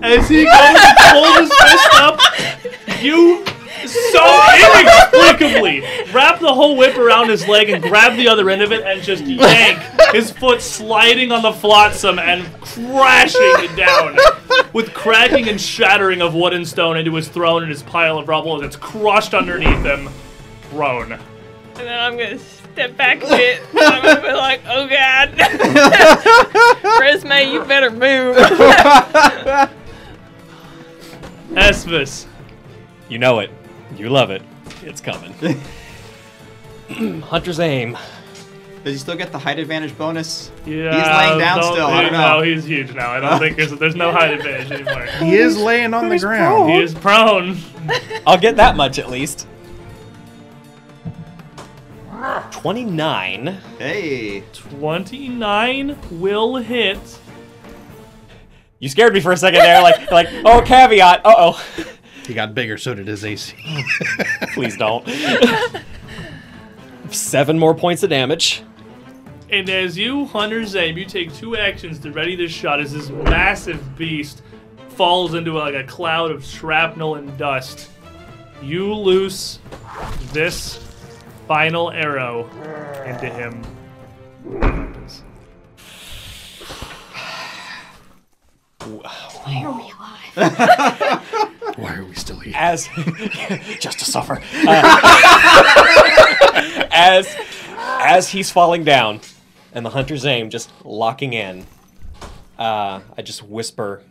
as he goes to pull his fist up. You so inexplicably wrap the whole whip around his leg and grab the other end of it and just yank his foot sliding on the flotsam and crashing down with cracking and shattering of wood and stone into his throne and his pile of rubble as it's crushed underneath him. Prone. And then I'm gonna step back a bit. and I'm gonna be like, oh god. Resume, you better move. Esvis. You know it. You love it. It's coming. Hunter's aim. Does he still get the height advantage bonus? Yeah, laying down still, I don't know. No, he's huge now. I don't think there's, there's no height advantage anymore. He is laying on the ground. He is prone. I'll get that much at least. 29. Hey. 29 will hit. You scared me for a second there, like like oh caveat. Uh oh. He got bigger, so did his AC. Please don't. Seven more points of damage. And as you, Hunter's aim, you take two actions to ready this shot as this massive beast falls into like a cloud of shrapnel and dust. You loose this final arrow into him. What happens? Why are we still here? As just to suffer. Uh, as as he's falling down, and the hunter's aim just locking in. Uh, I just whisper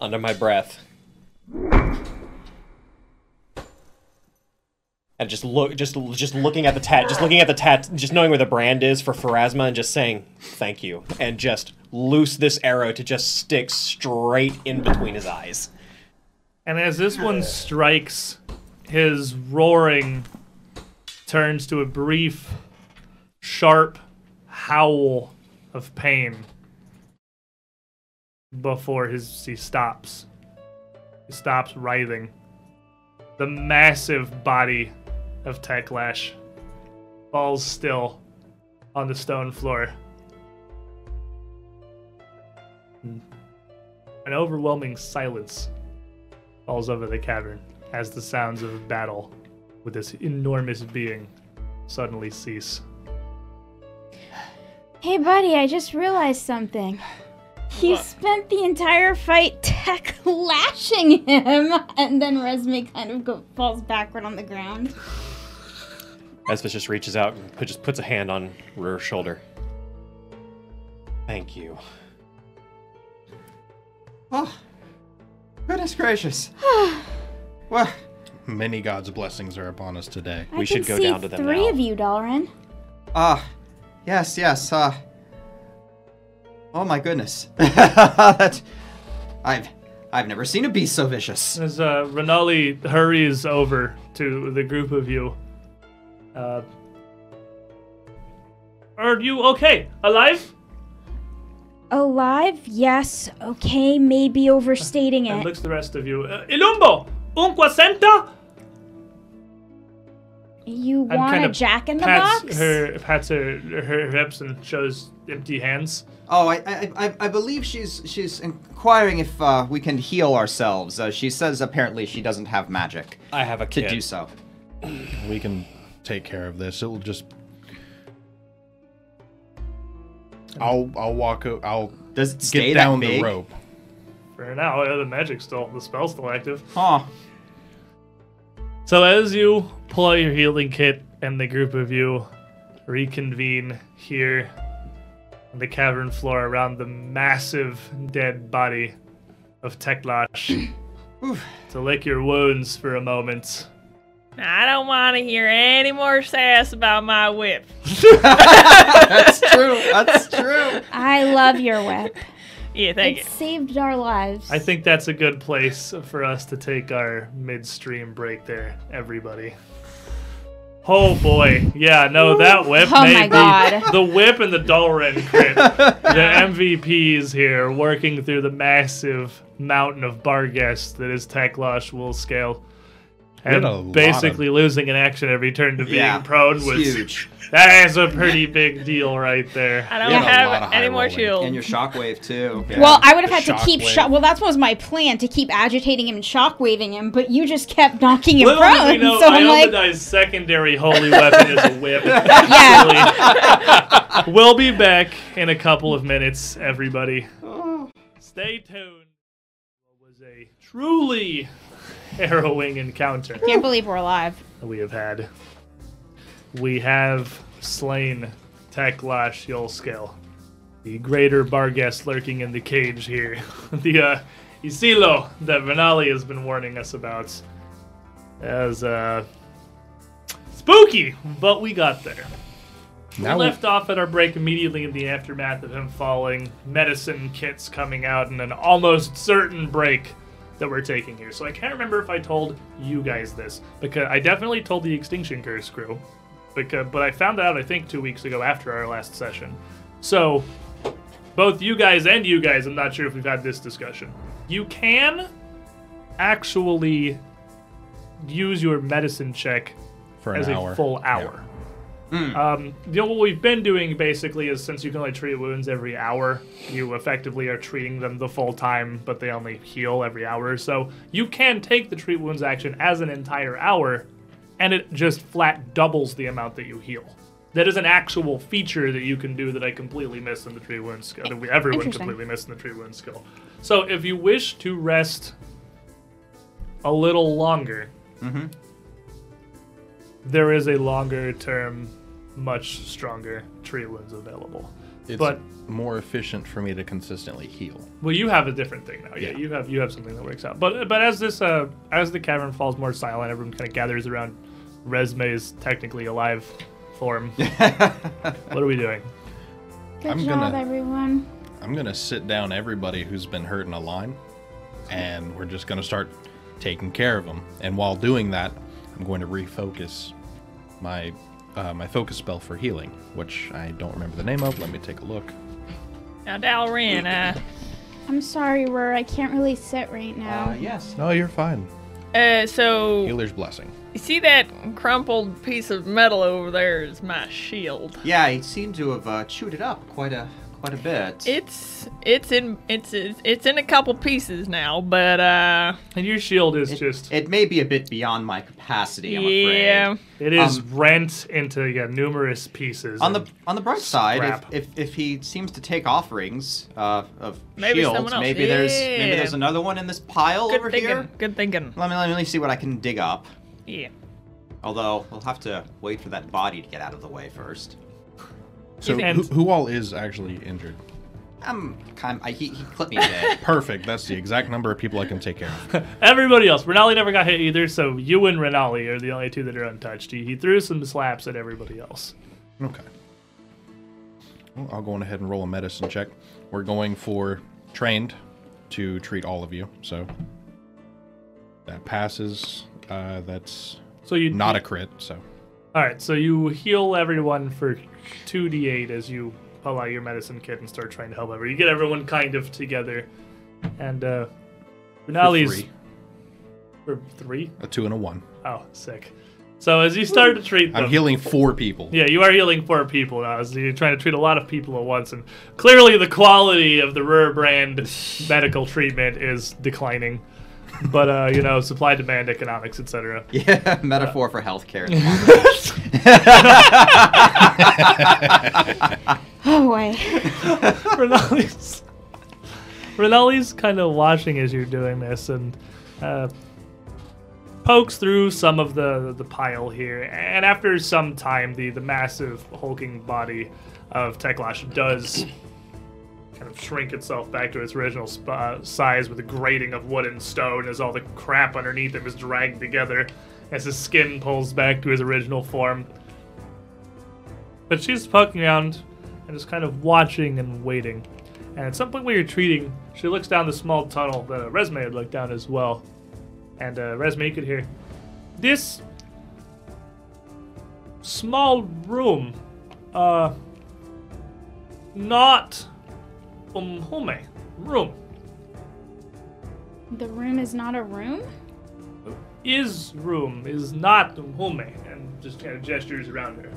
under my breath. And just look, just just looking at the tat, just looking at the tat, just knowing where the brand is for Pharasma, and just saying thank you, and just loose this arrow to just stick straight in between his eyes. And as this one strikes, his roaring turns to a brief, sharp howl of pain before his he stops. He stops writhing. The massive body of Techlash falls still on the stone floor. An overwhelming silence falls over the cavern as the sounds of battle with this enormous being suddenly cease. Hey, buddy, I just realized something. He spent the entire fight back, lashing him, and then Resme kind of go, falls backward on the ground. Esvis just reaches out and put, just puts a hand on Rur's shoulder. Thank you. Oh, goodness gracious. well, Many God's blessings are upon us today. I We should can go see down to them Three now. of you, Dalren. ah, yes, yes, uh. Oh my goodness. That- I've, I've never seen a beast so vicious. As uh, Renali hurries over to the group of you, uh, are you okay? Alive? Alive? Yes. Okay, maybe overstating And it. looks to the rest of you. Uh, Ilumbo, unquasenta. you And want kind a of jack in the pats box? her pats her her hips and shows empty hands. Oh, I, I, I, I believe she's she's inquiring if uh, we can heal ourselves. Uh, she says apparently she doesn't have magic I have a to kid. do so. We can take care of this. It'll just. I'll I'll walk. o- I'll Does it stay get down that the big? rope. For now, uh, the magic's still the spell's still active. Huh. So as you pull out your healing kit and the group of you reconvene here on the cavern floor around the massive dead body of Teklash to lick your wounds for a moment. I don't want to hear any more sass about my whip. That's true. That's true. I love your whip. Yeah, thank it saved our lives. I think that's a good place for us to take our midstream break there, everybody. Oh boy. Yeah, no, that whip Oh may my be- God. the whip and the Dalren crit. the MVPs here working through the massive mountain of Barghest that is Teklosh will scale. Did a lot And of- basically losing an action every turn to being prone it's was huge. that is a pretty big deal right there. I don't Yeah. A lot have of any high more rolling. shields. And your shockwave too. Yeah. Well, I would have had The to keep shockwave. shot. Well, that was my plan to keep agitating him and shockwaving him, but you just kept knocking him Little did we prone. know so I'm like, Iomadi's secondary holy weapon is a whip. yeah. Really. we'll be back in a couple of minutes, everybody. Stay tuned. It was a truly harrowing encounter Can't believe we're alive. that we have had. We have slain Teklash Yolscale, the greater Barghest lurking in the cage here. the uh, Isilo that Renali has been warning us about. As uh, spooky, but we got there. Now we left off at our break immediately in the aftermath of him falling, medicine kits coming out, and an almost certain break that we're taking here. So I can't remember if I told you guys this, because I definitely told the Extinction Curse crew, because, but I found out, I think, two weeks ago after our last session. So both you guys and you guys, I'm not sure if we've had this discussion. You can actually use your medicine check for an as hour. a full hour. Um, you know, what we've been doing basically is since you can only treat wounds every hour, you effectively are treating them the full time, but they only heal every hour or so. You can take the treat wounds action as an entire hour, and it just flat doubles the amount that you heal. That is an actual feature that you can do that I completely missed in the treat wounds skill. That we, everyone Interesting. completely missed in the treat wounds skill. So if you wish to rest a little longer, there is a longer term, much stronger tree wounds available. It's but- more efficient for me to consistently heal. Well, you have a different thing now. Yeah, Yeah. you have you have something that works out. But but as this uh, as the cavern falls more silent, everyone kind of gathers around. Resume's technically alive form. what are we doing? Good I'm job, gonna- everyone. I'm gonna sit down everybody who's been hurt in a line, and we're just gonna start taking care of them. And while doing that, I'm going to refocus my uh, my focus spell for healing, which I don't remember the name of. Let me take a look. Now, Dalrin, uh, I'm sorry, Rur. I can't really sit right now. Uh, yes. No, you're fine. uh, so Healer's blessing. you see that crumpled piece of metal over there is my shield. Yeah, he seemed to have uh, chewed it up quite a quite a bit. It's it's in it's it's it's in a couple pieces now, but uh And your shield is It- just. It may be a bit beyond my capacity, I'm yeah. afraid. It is um, rent into yeah, numerous pieces. On the and- on the bright side, Scrap. if, if if he seems to take offerings uh, of Maybe shields, someone else- maybe there's maybe yeah. there's another one in this pile Good over thinking. here. Good thinking. Let me let me see what I can dig up. Yeah. Although we'll have to wait for that body to get out of the way first. So And- who, who all is actually injured? I'm kind. I, he he clipped me today. Perfect. That's the exact number of people I can take care of. Everybody else, Renali never got hit either, so you and Renali are the only two that are untouched. He, he threw some slaps at everybody else. Okay. Well, I'll go on ahead and roll a medicine check. We're going for trained to treat all of you. So that passes. Uh, that's So you not a crit. So All right, so you heal everyone for 2d8 as you pull out your medicine kit and start trying to help everyone. You get everyone kind of together, and uh, Renali's three. for three. a two and a one. Oh, sick. So as you start to treat them, I'm healing four people. yeah, you are healing four people now. So you're trying to treat a lot of people at once, and clearly the quality of the Rur brand medical treatment is declining. But uh, you know, supply demand economics, etc. yeah, metaphor for healthcare. Oh boy. Renali's Renali's kind of watching as you're doing this and uh, pokes through some of the the pile here. And after some time, the the massive hulking body of Teklash does kind of shrink itself back to its original sp- uh, size with a grating of wood and stone as all the crap underneath him is dragged together as his skin pulls back to his original form. But she's poking around and just kind of watching and waiting. And at some point, when you're treating, she looks down the small tunnel that Resume had looked down as well. And uh, Resume, you could hear this small room, uh, not umhome room The room is not a room? is room is not umhome, and just kind of gestures around her.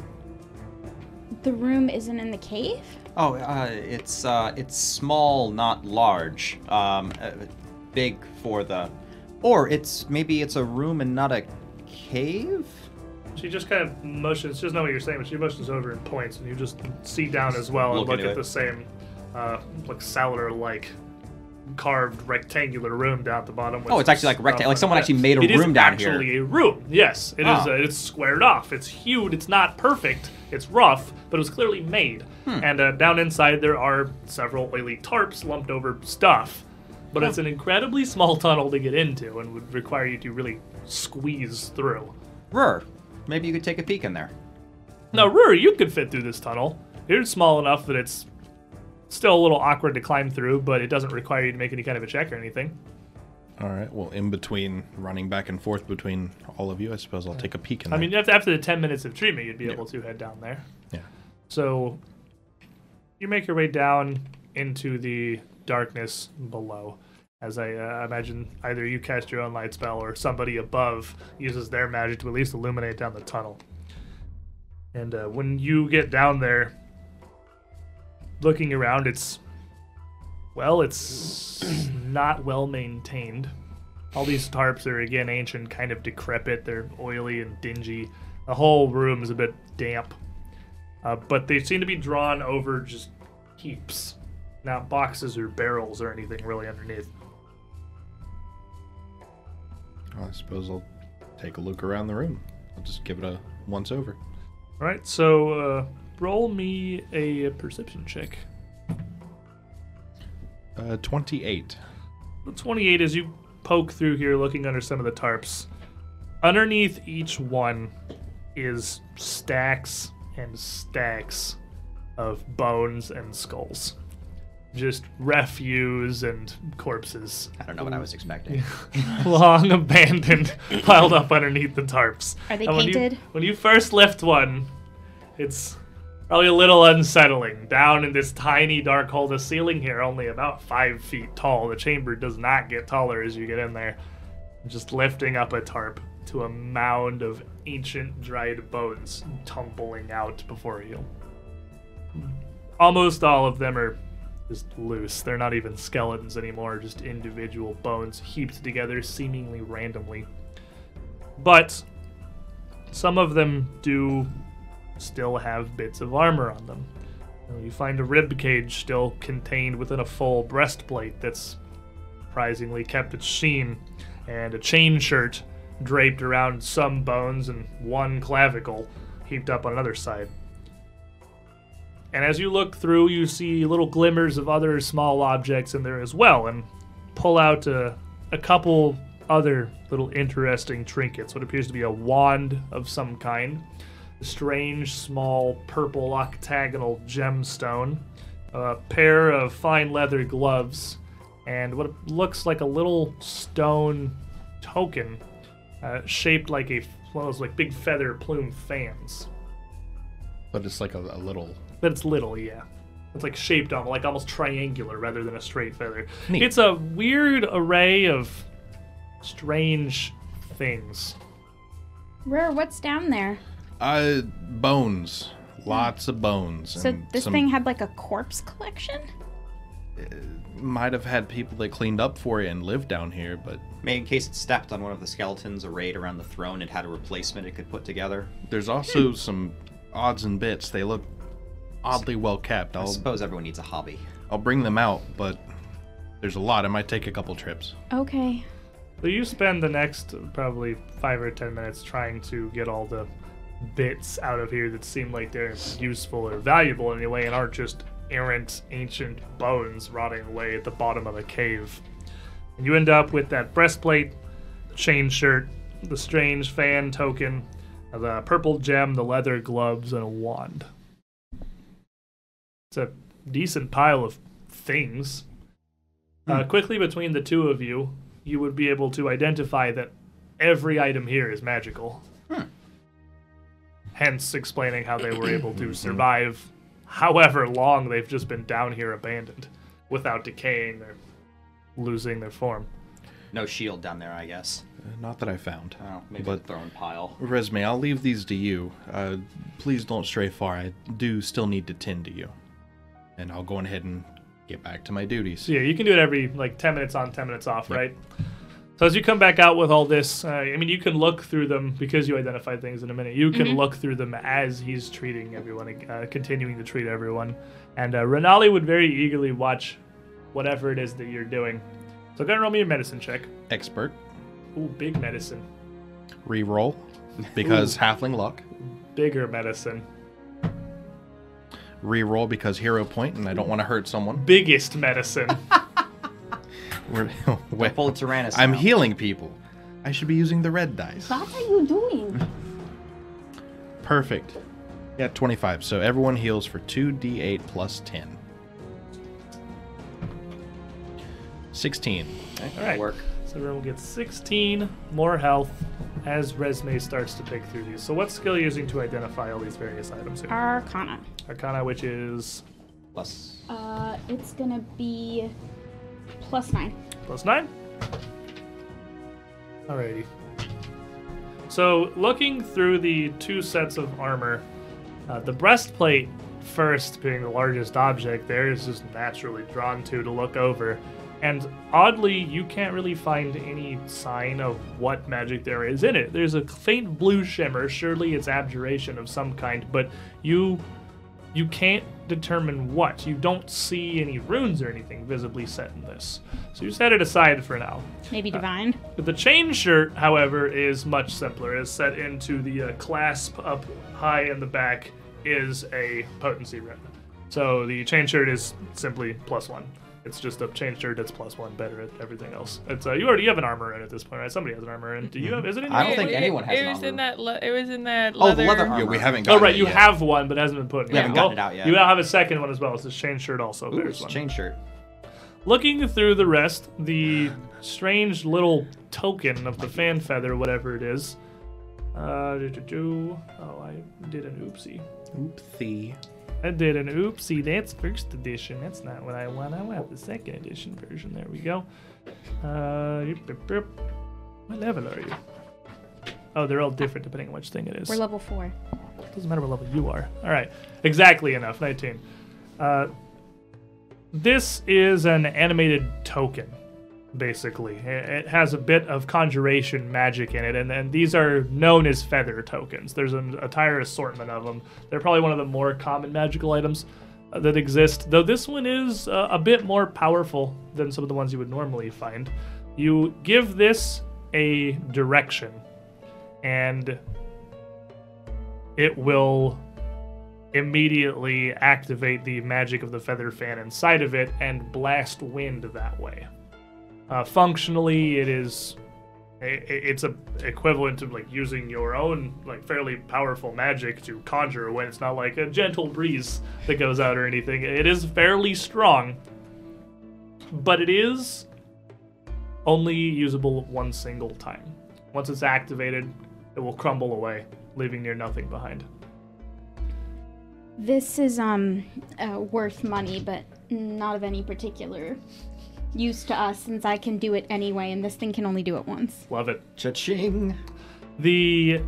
The room isn't in the cave? oh, uh, it's uh, it's small, not large. Um, uh, big for the, or it's maybe it's a room and not a cave. She just kind of motions. She doesn't know what you're saying, but she motions over and points, and you just see down as well and Look look into at it. the same, uh, like cellular-like carved rectangular room down at the bottom. with Oh, it's actually like a stuff uh, rectangle- like on someone it. actually made a It is room down here. actually a room. Yes, it is. Ah. uh, it's squared off. It's hewed. It's not perfect. It's rough, but it was clearly made. Hmm. And uh, down inside there are several oily tarps lumped over stuff. But it's an incredibly small tunnel to get into, and would require you to really squeeze through. Rur, maybe you could take a peek in there. Now, Ruri, you could fit through this tunnel. You're small enough that it's still a little awkward to climb through, but it doesn't require you to make any kind of a check or anything. All right. Well, in between running back and forth between all of you, I suppose I'll take a peek in I there. mean, after, after the 10 minutes of treatment, you'd be able to head down there. yeah. So you make your way down into the darkness below. As I uh, imagine, either you cast your own light spell or somebody above uses their magic to at least illuminate down the tunnel. And uh, when you get down there, looking around, it's well, it's not well maintained. All these tarps are again ancient, kind of decrepit. They're oily and dingy. The whole room is a bit damp uh, but they seem to be drawn over just heaps, not boxes or barrels or anything really underneath. I suppose I'll take a look around the room. I'll just give it a once over. All right, so uh, roll me a perception check. Uh, 28. 28 as you poke through here looking under some of the tarps underneath each one is stacks and stacks of bones and skulls just refuse and corpses I don't know what I was expecting. long abandoned, piled up underneath the tarps. Are they And when you- painted? When you, first lift one, it's probably a little unsettling. Down in this tiny dark hole, the ceiling here only about five feet tall. The chamber does not get taller as you get in there. Just lifting up a tarp to a mound of ancient dried bones tumbling out before you. almost all of them are just loose. They're not even skeletons anymore, just individual bones heaped together seemingly randomly. But some of them do still have bits of armor on them. You know, You find a rib cage still contained within a full breastplate that's surprisingly kept its sheen, and a chain shirt draped around some bones and one clavicle heaped up on another side. And as you look through, you see little glimmers of other small objects in there as well, and pull out a, a couple other little interesting trinkets. What appears to be a wand of some kind, a strange, small, purple octagonal gemstone, a uh, pair of fine leather gloves, and what looks like a little stone token uh, shaped like a one of those like big feather plume fans. But it's like a, a little. But it's little, yeah. It's like shaped on like almost triangular rather than a straight feather. It's a weird array of strange things. Rare, what's down there? Uh, bones. Lots of bones. So and this some- thing had like a corpse collection? might have had people that cleaned up for it and lived down here, but Maybe in case it stepped on one of the skeletons arrayed around the throne, it had a replacement it could put together. there's also Hmm. some odds and bits. They look oddly well kept. I I'll suppose everyone needs a hobby. I'll bring them out, but there's a lot. It might take a couple trips. Okay. So you spend the next probably five or ten minutes trying to get all the bits out of here that seem like they're useful or valuable anyway and aren't just errant ancient bones rotting away at the bottom of a cave. And you end up with that breastplate, chain shirt, the strange fan token, the purple gem, the leather gloves, and a wand. It's a decent pile of things. Uh, quickly between the two of you, you would be able to identify that every item here is magical. Hence, explaining how they were able to survive however long they've just been down here abandoned without decaying or losing their form. No shield down there, I guess. Uh, Not that I found. Oh, maybe But- the throne pile. Resume, I'll leave these to you. Uh, please don't stray far. I do still need to tend to you. And I'll go on ahead and get back to my duties. So yeah, you can do it every like ten minutes on, ten minutes off, right? So as you come back out with all this, uh, I mean, you can look through them because you identify things in a minute. You can look through them as he's treating everyone, uh, continuing to treat everyone, and uh, Renali would very eagerly watch whatever it is that you're doing. So go and roll me your medicine check. Expert, Ooh, big medicine, re-roll, because halfling luck. bigger medicine, Re-roll because hero point, and I don't want to hurt someone. biggest medicine. We're- Well, Wait, pull Tyrannus. I'm now. healing people. I should be using the red dice. What are you doing? Perfect. Yeah, 25. So everyone heals for 2d8 plus 10. 16. Okay, All right. Work. So everyone gets 16 more health as Resme starts to pick through these. So what skill are you using to identify all these various items here? Arcana. Arcana, which is Plus, Uh, it's gonna be plus nine. plus nine. Alrighty. So, looking through the two sets of armor, uh, the breastplate, first being the largest object, there is just naturally drawn to to look over. And oddly, you can't really find any sign of what magic there is in it. There's a faint blue shimmer. Surely it's abjuration of some kind, but you you can't determine what. You don't see any runes or anything visibly set in this. So you set it aside for now. Maybe divine. The chain shirt, however, is much simpler. It's set into the uh, clasp up high in the back is a potency rune. So the chain shirt is simply plus one. It's just a chain shirt that's plus one, better at everything else. It's uh, you already have an armor in at this point, right? Somebody has an armor in. Do you have? Is it in? I your- don't think it, anyone has it an was in armor. that. Le- it was in that Oh, the leather. leather Yeah, armor. we haven't Oh gotten right, it you yet. have one, but it hasn't been put in. We yet. haven't gotten it out yet. You now have a second one as well. It's this chain shirt also. Ooh, There's it's a one. chain shirt. Looking through the rest, the strange little token of the fan feather, whatever it is. Uh, do, do, do. Oh, I did an oopsie. Oopsie. I did an oopsie. That's first edition. That's not what I want. I want the second edition version. There we go. Uh, yip, yip, yip. what level are you? Oh, they're all different depending on which thing it is. We're level four. Doesn't matter what level you are. All right, exactly enough. Nineteen. Uh, this is an animated token, basically. It it has a bit of conjuration magic in it, and, and these are known as feather tokens. There's an entire assortment of them. They're probably one of the more common magical items uh, that exist, though this one is uh, a bit more powerful than some of the ones you would normally find. You give this a direction, and it will immediately activate the magic of the feather fan inside of it and blast wind that way. Uh, functionally, it is i- i- it's a equivalent to like using your own like fairly powerful magic to conjure when it's not like a gentle breeze that goes out or anything. It is fairly strong, but it is only usable one single time. Once it's activated, it will crumble away, leaving near nothing behind. This is um uh, worth money, but not of any particular use to us since I can do it anyway, and this thing can only do it once. Love it. Cha-ching. The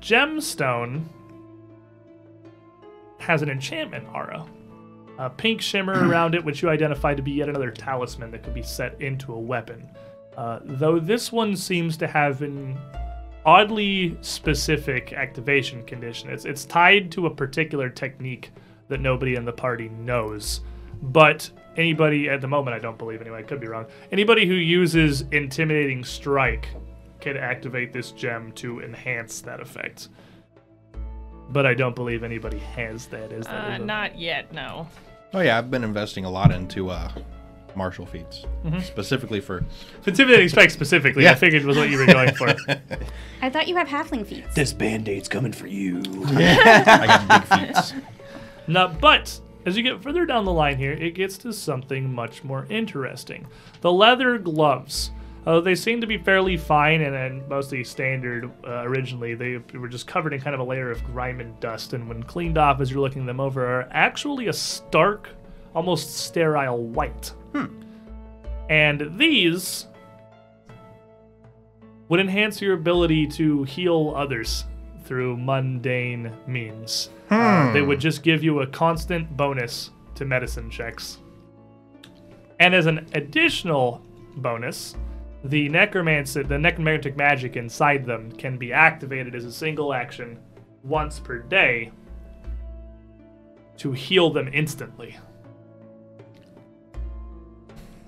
gemstone has an enchantment aura, a pink shimmer around it, which you identify to be yet another talisman that could be set into a weapon. Uh, though this one seems to have an oddly specific activation condition. It's it's tied to a particular technique that nobody in the party knows, but anybody at the moment, I don't believe anyway, I could be wrong. Anybody who uses intimidating strike can activate this gem to enhance that effect. But I don't believe anybody has that. Is that Uh, not yet, no. Oh yeah, I've been investing a lot into uh, martial feats, Mm-hmm. specifically for intimidating strike specifically? I Yeah. figured was what you were going for. I thought you have halfling feet. This band aid's coming for you. I got big feats. Now, but as you get further down the line here, it gets to something much more interesting. The leather gloves. Uh, they seem to be fairly fine and, and mostly standard uh, originally. They were just covered in kind of a layer of grime and dust, and when cleaned off as you're looking them over, are actually a stark, almost sterile white. And these would enhance your ability to heal others through mundane means. Uh, they would just give you a constant bonus to medicine checks. And as an additional bonus, the necromancer, the necromantic magic inside them can be activated as a single action once per day to heal them instantly.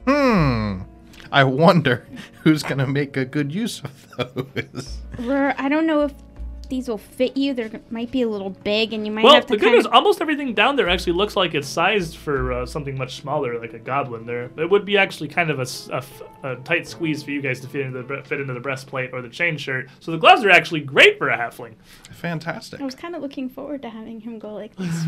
Hmm. I wonder who's gonna make a good use of those. Rur, I don't know if these will fit you. They might be a little big, and you might Well, have to the good kind news, of. almost everything down there actually looks like it's sized for uh, something much smaller, like a goblin. There, it would be actually kind of a, s- a f- a tight squeeze for you guys to fit into the bre- fit into the breastplate or the chain shirt. So the gloves are actually great for a halfling. Fantastic. I was kind of looking forward to having him go like this.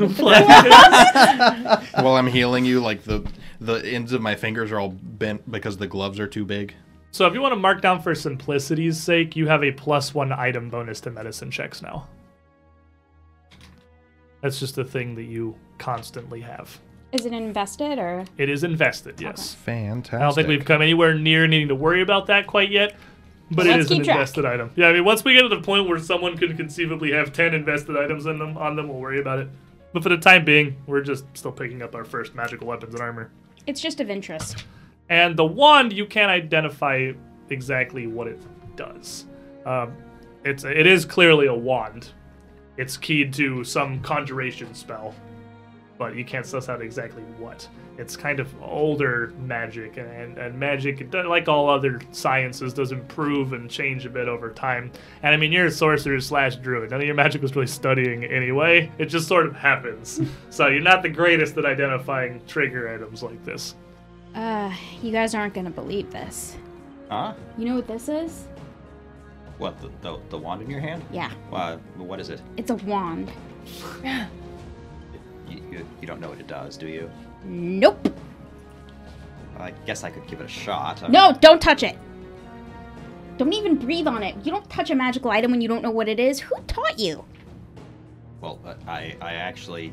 While I'm healing you, like the the ends of my fingers are all bent because the gloves are too big. so if you want to mark down for simplicity's sake, you have a plus one item bonus to medicine checks now. That's just a thing that you constantly have. Is it invested or? It is invested, yes. Fantastic. I don't think we've come anywhere near needing to worry about that quite yet. But it Let's is an keep track. invested item. Yeah, I mean, once we get to the point where someone could conceivably have ten invested items in them, on them, we'll worry about it. But for the time being, we're just still picking up our first magical weapons and armor. It's just of interest. And the wand, you can't identify exactly what it does. Um, it's it is clearly a wand. It's keyed to some conjuration spell, but you can't suss out exactly what. It's kind of older magic, and, and, and magic, like all other sciences, does improve and change a bit over time. And I mean, you're a sorcerer slash druid. None of your magic was really studying anyway. It just sort of happens. so you're not the greatest at identifying trigger items like this. Uh, you guys aren't gonna believe this. Huh? You know what this is? What, the, the, the wand in your hand? Yeah, Uh, what is it? it's a wand. You, you, you don't know what it does, do you? Nope. I guess I could give it a shot. I No, don't touch it. Don't even breathe on it. You don't touch a magical item when you don't know what it is. Who taught you? Well, uh, I, I actually.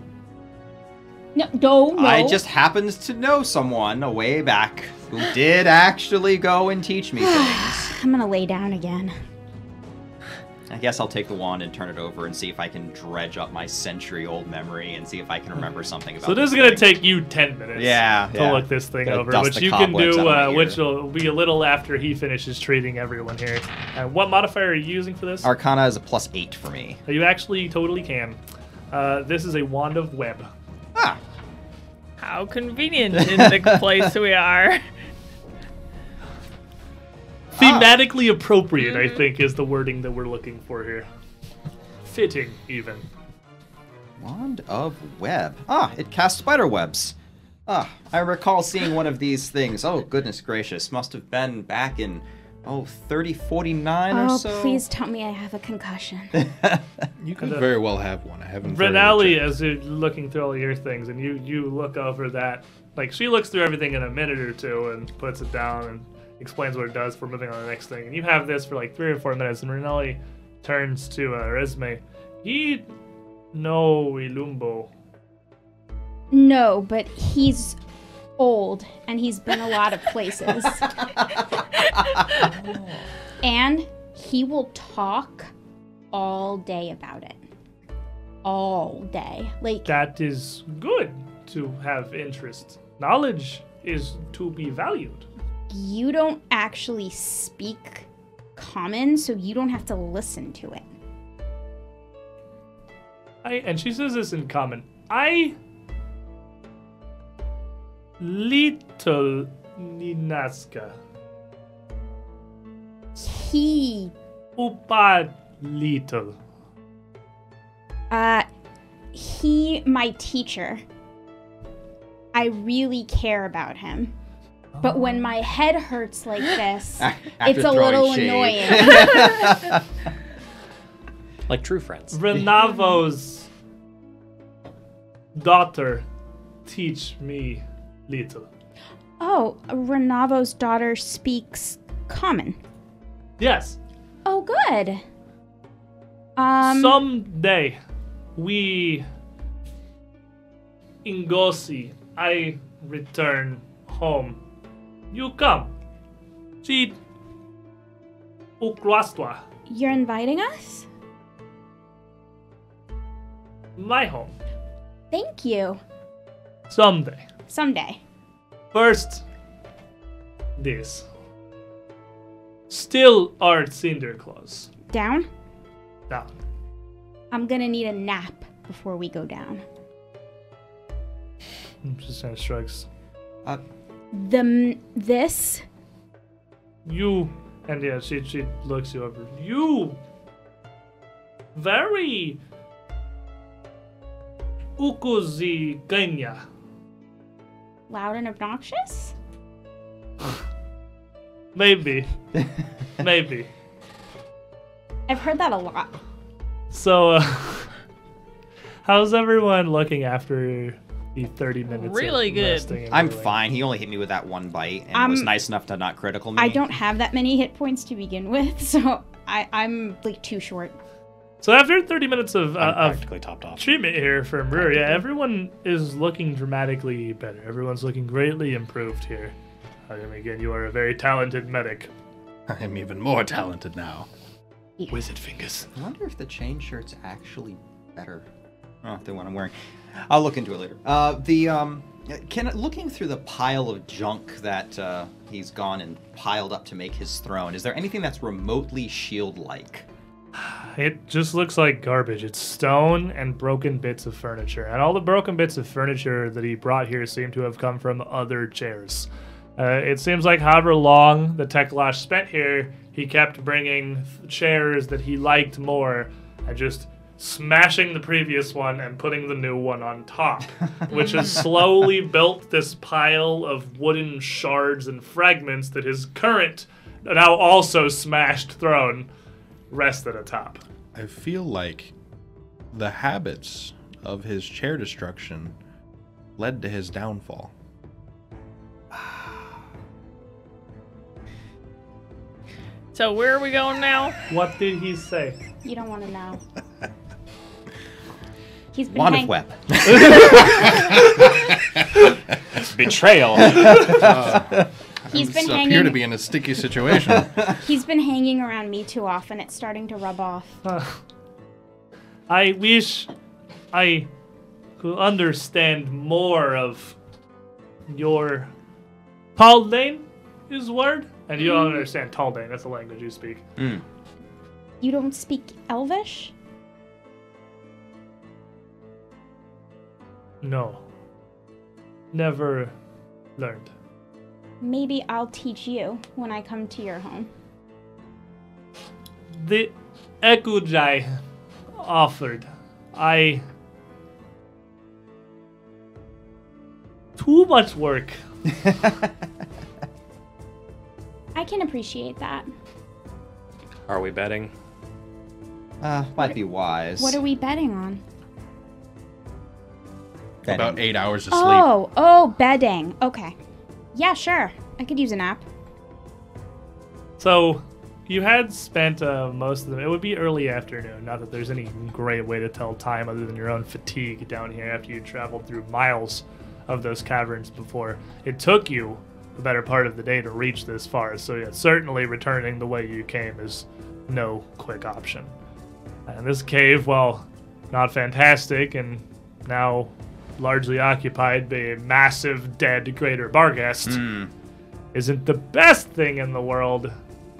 No, no, no. I just happened to know someone way back who did actually go and teach me things. I'm gonna lay down again. I guess I'll take the wand and turn it over and see if I can dredge up my century-old memory and see if I can Hmm. remember something about. So this is thing. gonna take you ten minutes. Yeah, To yeah. look this thing Gotta over, dust which the you can cobwebs do, out of uh, my which ear. will be a little after he finishes treating everyone here. And what modifier are you using for this? Uh, Arcana is a plus eight for me. You actually totally can. Uh, this is a wand of web. Ah, How convenient in the place we are. Thematically appropriate, I think, is the wording that we're looking for here. Fitting, even. Wand of Web. Ah, it casts spider webs. Ah, I recall seeing one of these things. Oh, goodness gracious. Must have been back in, oh, 3049 Oh, or so. please tell me I have a concussion. You could very well have one. I haven't. very Uh, Renali, checked. as you're looking through all your things, and you you look over that, like she looks through everything in a minute or two and puts it down and explains what it does for moving on to the next thing. And you have this for like three or four minutes, and Renali turns to uh, Resme. He no Ilumbo. No, but he's old and he's been a lot of places. and he will talk all day about it. All day. Like, That is good to have interest. Knowledge is to be valued. you don't actually speak common, so you don't have to listen to it. I and she says this in common. I little Ninaska. He, Upa little. uh, he, my teacher, I really care about him. But when my head hurts like this, After it's a throwing little shade. annoying. Like true friends. Renavo's daughter teach me little. Oh, Renavo's daughter speaks common. Yes. Oh, good. Um, Someday we Ingosi, I return home. You come. She Ukrastwa, you're inviting us? my home. Thank you. Someday. Someday. First, this. Still are cinder claws. Down? Down. I'm gonna need a nap before we go down. Just kind of shrugs. Uh, The m- this You and yeah, she she looks you over. You very Ukuzi Kenya. loud and obnoxious? Maybe. Maybe. I've heard that a lot. So uh, how's everyone looking after the thirty minutes? of Really good. resting and I'm healing? fine. He only hit me with that one bite and Um, was nice enough to not critical me. I don't have that many hit points to begin with, so I, I'm like too short. So after thirty minutes of uh, I'm of practically topped off. treatment here from Brewer. Yeah, everyone is looking dramatically better. Everyone's looking greatly improved here. I mean, again, you are a very talented medic. I am even more talented now. Wizard fingers. I wonder if the chain shirt's actually better oh, than what I'm wearing. I'll look into it later. Uh, the um, can looking through the pile of junk that uh, he's gone and piled up to make his throne. Is there anything that's remotely shield-like? It just looks like garbage. It's stone and broken bits of furniture. And all the broken bits of furniture that he brought here seem to have come from other chairs. Uh, it seems like however long the Tekalash spent here, he kept bringing chairs that he liked more and just smashing the previous one and putting the new one on top, which has slowly built this pile of wooden shards and fragments that his current, now also smashed throne rested atop. I feel like the habits of his chair destruction led to his downfall. So where are we going now? What did he say? You don't want to know. He's been Wand hang- of Web. Betrayal. Uh, He's been I appear to hanging. be in a sticky situation. He's been hanging around me too often. It's starting to rub off. I wish I could understand more of your Pauldane is the word? And you Mm. don't understand Taldane, that's the language you speak. You don't speak Elvish? No. Never learned. Maybe I'll teach you when I come to your home. The Ekujai offered. I. Too much work. I can appreciate that. Are we betting? Uh, might be wise. What are we betting on? Betting. About eight hours of sleep. Oh, oh, bedding. Okay. Yeah, sure. I could use a nap. So, you had spent uh, most of them. It would be early afternoon. Not that there's any great way to tell time other than your own fatigue down here after you traveled through miles of those caverns before. It took you the better part of the day to reach this far, so yeah, certainly returning the way you came is no quick option. And this cave, while not fantastic and now largely occupied by a massive dead greater barghest, isn't the best thing in the world.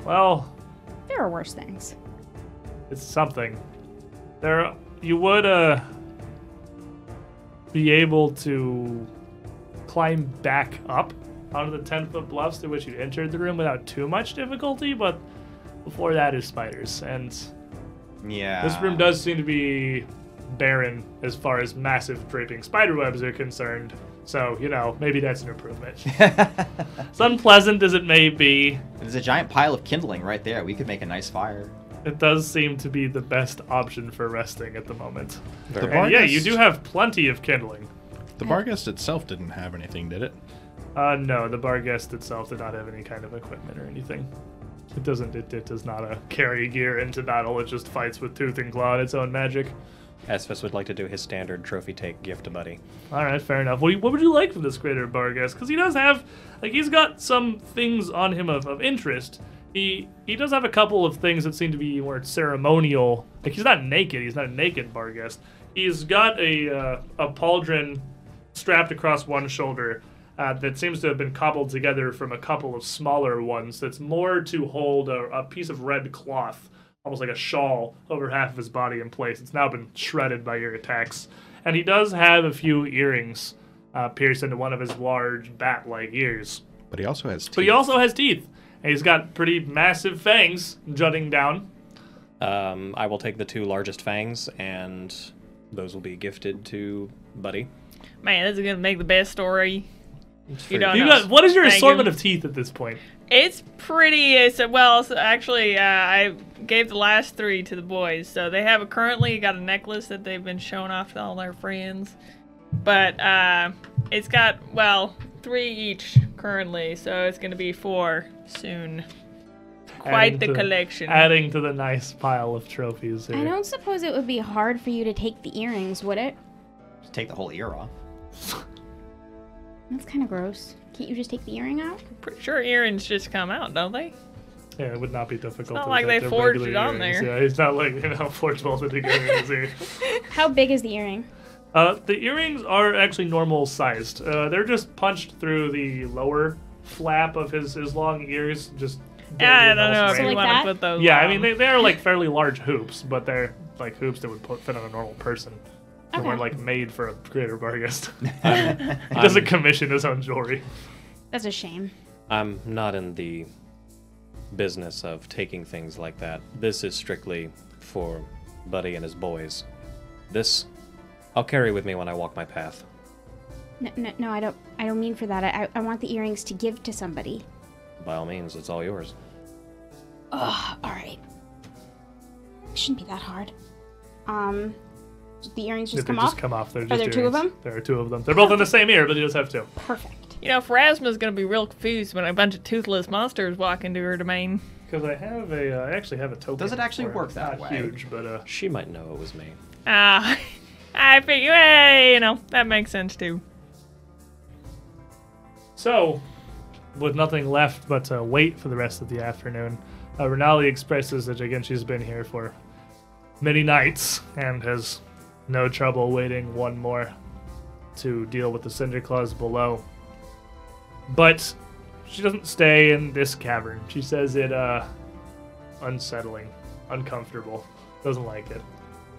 Well, There are worse things. it's something. There, you would uh, be able to climb back up onto the ten foot bluffs through which you entered the room without too much difficulty, but before that is spiders, and Yeah. this room does seem to be barren as far as massive draping spider webs are concerned. So you know, maybe that's an improvement. as unpleasant as it may be, There's a giant pile of kindling right there. We could make a nice fire. It does seem to be the best option for resting at the moment. The And yeah, you Barghest- do have plenty of kindling. The Barghest itself didn't have anything, did it? Uh, no, the bar guest itself did not have any kind of equipment or anything. It doesn't. It, it does not uh, carry gear into battle. It just fights with tooth and claw and its own magic. Esfus would like to do his standard trophy take gift to buddy. All right, fair enough. What, do you- what would you like from this greater bar guest? Because he does have, like, he's got some things on him of, of interest. He he does have a couple of things that seem to be more ceremonial. Like he's not naked. He's not a naked bar guest. He's got a uh, a pauldron strapped across one shoulder uh, that seems to have been cobbled together from a couple of smaller ones. That's more to hold a, a piece of red cloth, almost like a shawl, over half of his body in place. It's now been shredded by your attacks, and he does have a few earrings uh, pierced into one of his large bat-like ears. But he also has teeth. But he also has teeth, and he's got pretty massive fangs jutting down. Um, I will take the two largest fangs, and those will be gifted to Buddy. Man, this is gonna make the best story. You don't You know. got what is your Thank assortment you. of teeth at this point? It's pretty. It's well, it's actually, uh, I gave the last three to the boys, so they have a, currently got a necklace that they've been showing off to all their friends. But uh, it's got well three each currently, so it's gonna be four soon. Quite Adding the to- collection. Adding to the nice pile of trophies here. I don't suppose it would be hard for you to take the earrings, would it? Just take the whole ear off. That's kind of gross. Can't you just take the earring out? Pretty sure earrings just come out, don't they? Yeah, it would not be difficult. It's not like they forged it on there. Yeah, it's not like you know forged bolted together. earrings here. How big is the earring? Uh, the earrings are actually normal sized. Uh, they're just punched through the lower flap of his his long ears. Just Yeah, I with don't know all if So straight. like you want that? to put those. Yeah, I on. mean they, they are like fairly large hoops, but they're like hoops that would put, fit on a normal person. And were Okay. like made for a creator bargist. he doesn't commission his own jewelry. That's a shame. I'm not in the business of taking things like that. This is strictly for Buddy and his boys. This I'll carry with me when I walk my path. No, no, no I don't. I don't mean for that. I, I, I want the earrings to give to somebody. By all means, it's all yours. Ugh. All right. Shouldn't be that hard. Um, the earrings just If they come just off. come off, they're just there two of earrings. them? There are two of them. They're both in the same ear, but he does have two. Perfect. you know, Phrasma's gonna be real confused when a bunch of toothless monsters walk into her domain. Because I have a, uh, I actually have a token. Does it actually for work It's that not way? Huge, but uh, She might know it was me. Ah, I figure, hey, you know, that makes sense too. so with nothing left but to wait for the rest of the afternoon, uh, Renali expresses that again she's been here for many nights and has no trouble waiting one more to deal with the cinder claws below. But she doesn't stay in this cavern. She says it uh unsettling, uncomfortable, doesn't like it.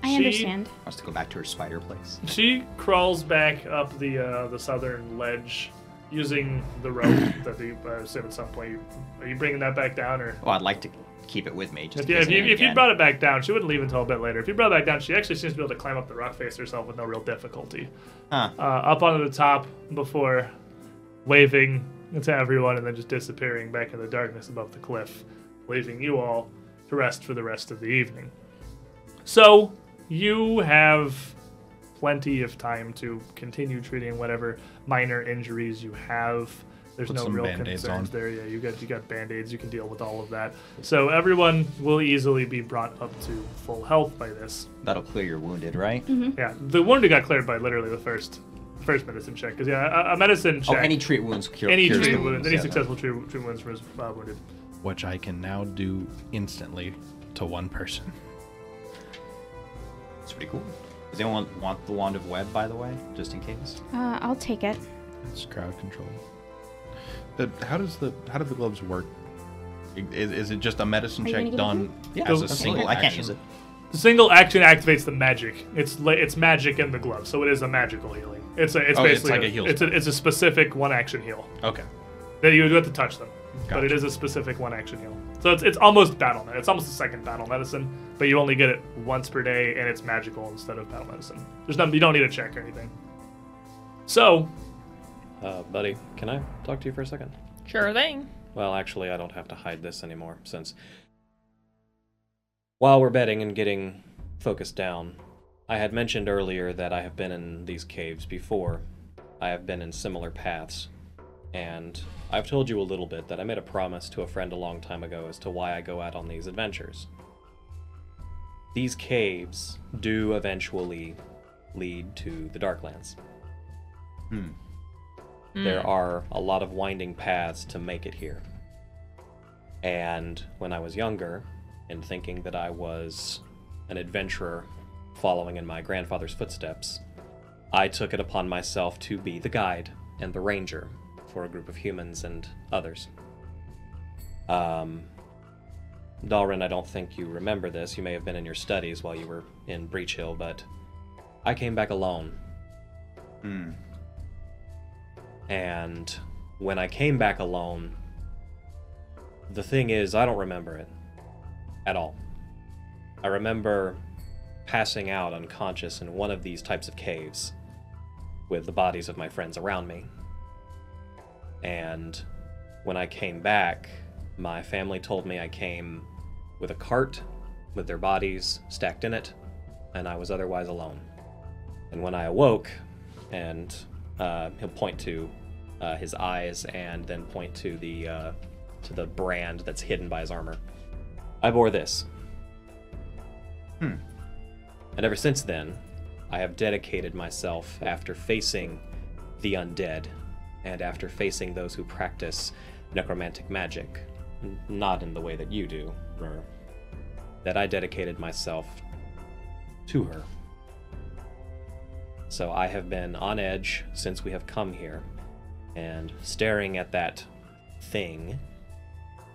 I She- understand. Wants to go back to her spider place. She crawls back up the uh, the southern ledge using the rope that you I assume at some point. You, are you bringing that back down or? Oh, I'd like to keep it with me. Just If you, in if, case I you, need it if you again. brought it back down, she wouldn't leave until a bit later. If you brought it back down, she actually seems to be able to climb up the rock face herself with no real difficulty. Huh. Uh, up onto the top before waving to everyone and then just disappearing back in the darkness above the cliff, leaving you all to rest for the rest of the evening. So you have plenty of time to continue treating whatever minor injuries you have. There's Put no some real Band-Aids concerns on. there. Yeah, you got you got band aids. You can deal with all of that. So everyone will easily be brought up to full health by this. That'll clear your wounded, right? Yeah, the wounded got cleared by literally the first first medicine check. Because yeah, a, a medicine Oh, check. any treat wounds cure, any cures the treat wounds, any yeah. successful treat, treat wounds from uh, wounded. which I can now do instantly to one person. It's pretty cool. Does anyone want the wand of web, by the way, just in case? Uh, I'll take it. It's crowd control. But how does the how do the gloves work? I- Is, is it just a medicine Are you gonna check give it done Yeah, as a absolutely. single I can't action? use it. Single action activates the magic. It's la- it's magic in the glove, so it is a magical healing. It's a it's Oh, it's basically like a heal it's a, it's a specific one action heal. Okay. that you would have to touch them. But it Gotcha. is a specific one action heal. So it's, it's almost battle med- It's almost a second battle medicine, but you only get it once per day and it's magical instead of battle medicine. There's nothing you don't need a check or anything. So Uh, buddy, can I talk to you for a second? Sure thing. Well, actually, I don't have to hide this anymore since while we're betting and getting focused down, I had mentioned earlier that I have been in these caves before. I have been in similar paths. And I've told you a little bit that I made a promise to a friend a long time ago as to why I go out on these adventures. These caves do eventually lead to the Darklands. Hmm. There are a lot of winding paths to make it here. And when I was younger, and thinking that I was an adventurer following in my grandfather's footsteps, I took it upon myself to be the guide and the ranger for a group of humans and others. Um, Dalrin, I don't think you remember this. You may have been in your studies while you were in Breach Hill, but I came back alone Hmm. and when I came back alone, the thing is, I don't remember it at all. I remember passing out unconscious in one of these types of caves with the bodies of my friends around me. And when I came back, my family told me I came with a cart with their bodies stacked in it, and I was otherwise alone. And when I awoke, and uh, he'll point to uh, his eyes and then point to the uh, to the brand that's hidden by his armor. I bore this. Hmm. And ever since then, I have dedicated myself after facing the undead and after facing those who practice necromantic magic, n- not in the way that you do, Rur, that I dedicated myself to her. So I have been on edge since we have come here, and staring at that thing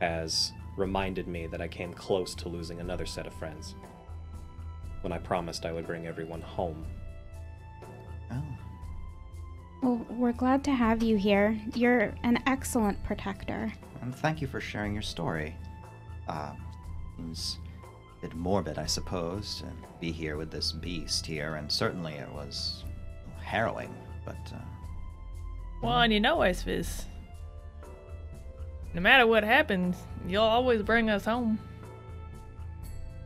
has reminded me that I came close to losing another set of friends when I promised I would bring everyone home. Oh. Well, we're glad to have you here. You're an excellent protector. And thank you for sharing your story. Uh, seems a bit morbid, I suppose, to be here with this beast here, and certainly it was harrowing, but uh, Well, and you know, Esvis, no matter what happens, you'll always bring us home.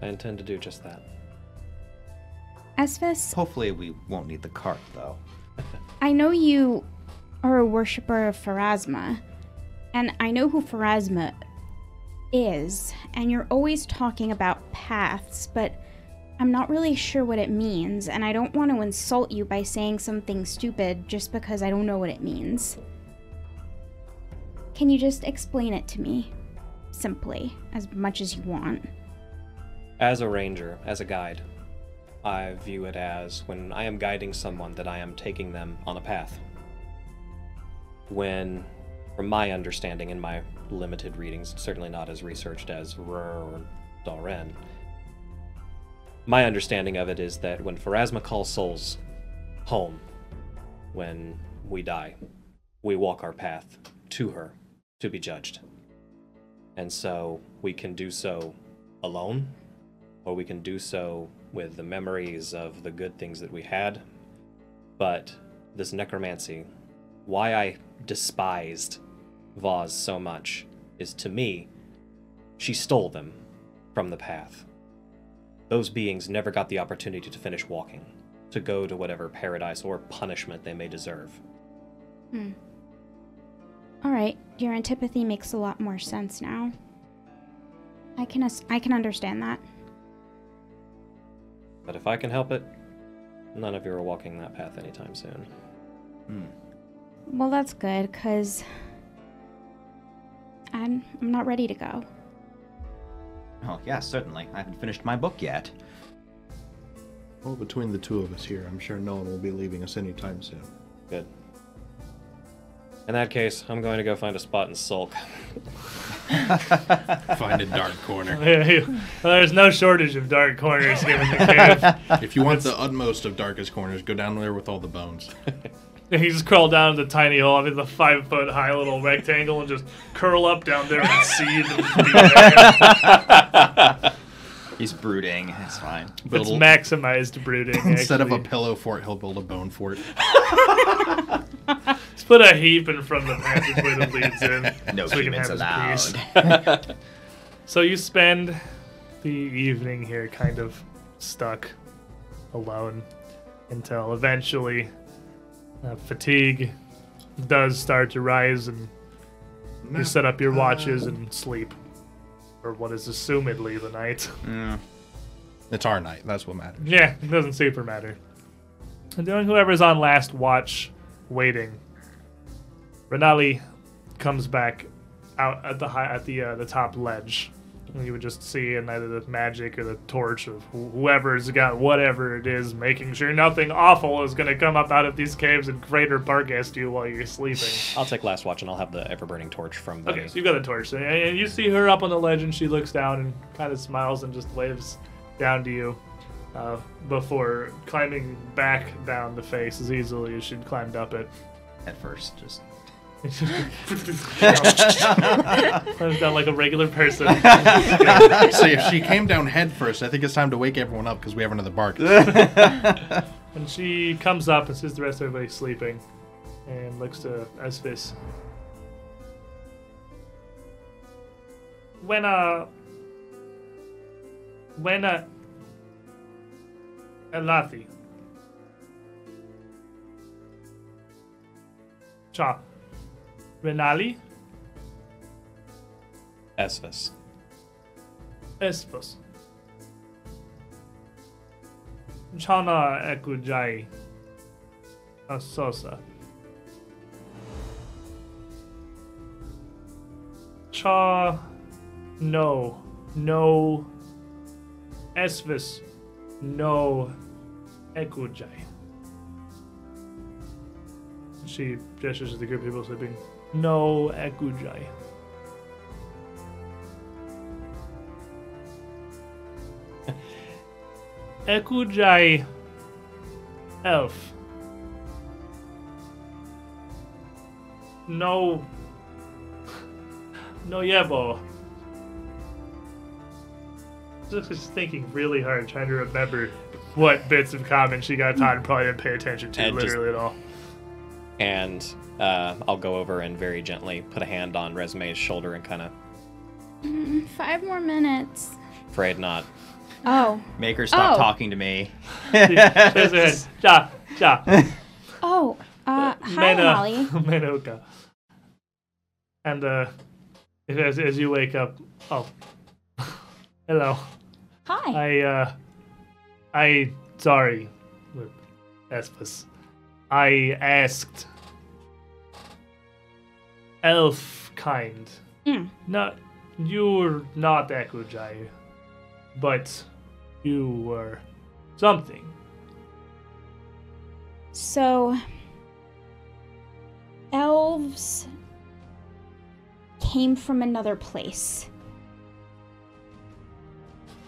I intend to do just that. Esvis, hopefully we won't need the cart, though. I know you are a worshiper of Pharasma, and I know who Pharasma is, and you're always talking about paths, but I'm not really sure what it means, and I don't want to insult you by saying something stupid just because I don't know what it means. Can you just explain it to me? Simply, as much as you want. As a ranger, as a guide, I view it as when I am guiding someone that I am taking them on a path. When, from my understanding and my limited readings, certainly not as researched as Rur or Dalren, my understanding of it is that when Pharasma calls souls home, when we die, we walk our path to her to be judged. And so we can do so alone, or we can do so with the memories of the good things that we had. But this necromancy, why I despised Vaz so much, is to me, she stole them from the path. Those beings never got the opportunity to finish walking, to go to whatever paradise or punishment they may deserve. Hmm. All right, your antipathy makes a lot more sense now. I can as- I can understand that. But if I can help it, none of you are walking that path anytime soon. Well, that's good, cause I'm I'm not ready to go. Oh, yeah, certainly. I haven't finished my book yet. Well, between the two of us here, I'm sure no one will be leaving us anytime soon. Good. In that case, I'm going to go find a spot and sulk. Find a dark corner. There's no shortage of dark corners here in the cave. if you want the utmost of darkest corners, go down there with all the bones. he just crawl down the tiny hole into the five foot high little rectangle and just curl up down there and seethe. and be there. He's brooding. It's fine. It's maximized brooding. Instead of a actually. pillow fort, he'll build a bone fort. Let's put a heap in front of the passageway that leads in. No so we can humans have allowed. his peace. So you spend the evening here kind of stuck alone until eventually uh, fatigue does start to rise and you set up your watches and sleep for what is assumedly the night. It's our night. That's what matters. yeah, it doesn't super matter. And then whoever's on last watch waiting, Renali comes back out at the high, at the uh, the top ledge. And you would just see in either the magic or the torch of wh- whoever's got whatever it is, making sure nothing awful is going to come up out of these caves and greater bargast you while you're sleeping. I'll take last watch and I'll have the ever burning torch from the. Okay, so you've got a torch, and- and you see her up on the ledge, and she looks down and kind of smiles and just waves down to you uh, before climbing back down the face as easily as she'd climbed up it. At first, just. climbs down like a regular person. so if she came down head first, I think it's time to wake everyone up because we have another bark. And she comes up and sees the rest of everybody sleeping and looks to Esfis. When uh when uh Elathi Cha Renali Esvis. Espos Chana Ekujai Asosa Cha No No Esvis No Ekujai She gestures to the group of people sleeping. No Ekujai. Ekujai Elf. No. No Yebo. Just is thinking really hard, trying to remember what bits of common she got taught and probably didn't pay attention to And just- literally at all. And uh, I'll go over and very gently put a hand on Resume's shoulder and kind of Five more minutes. afraid not. Oh, Make her stop Oh. talking to me. There's her head. Ja, ja. oh. Uh, hi, Mena- Molly. Menoka. And uh, as, as you wake up, oh, hello. Hi. I, uh, I, sorry, Espus. I asked Elf kind. Mm. Not you're not Ekujai, but you were something. So, elves came from another place,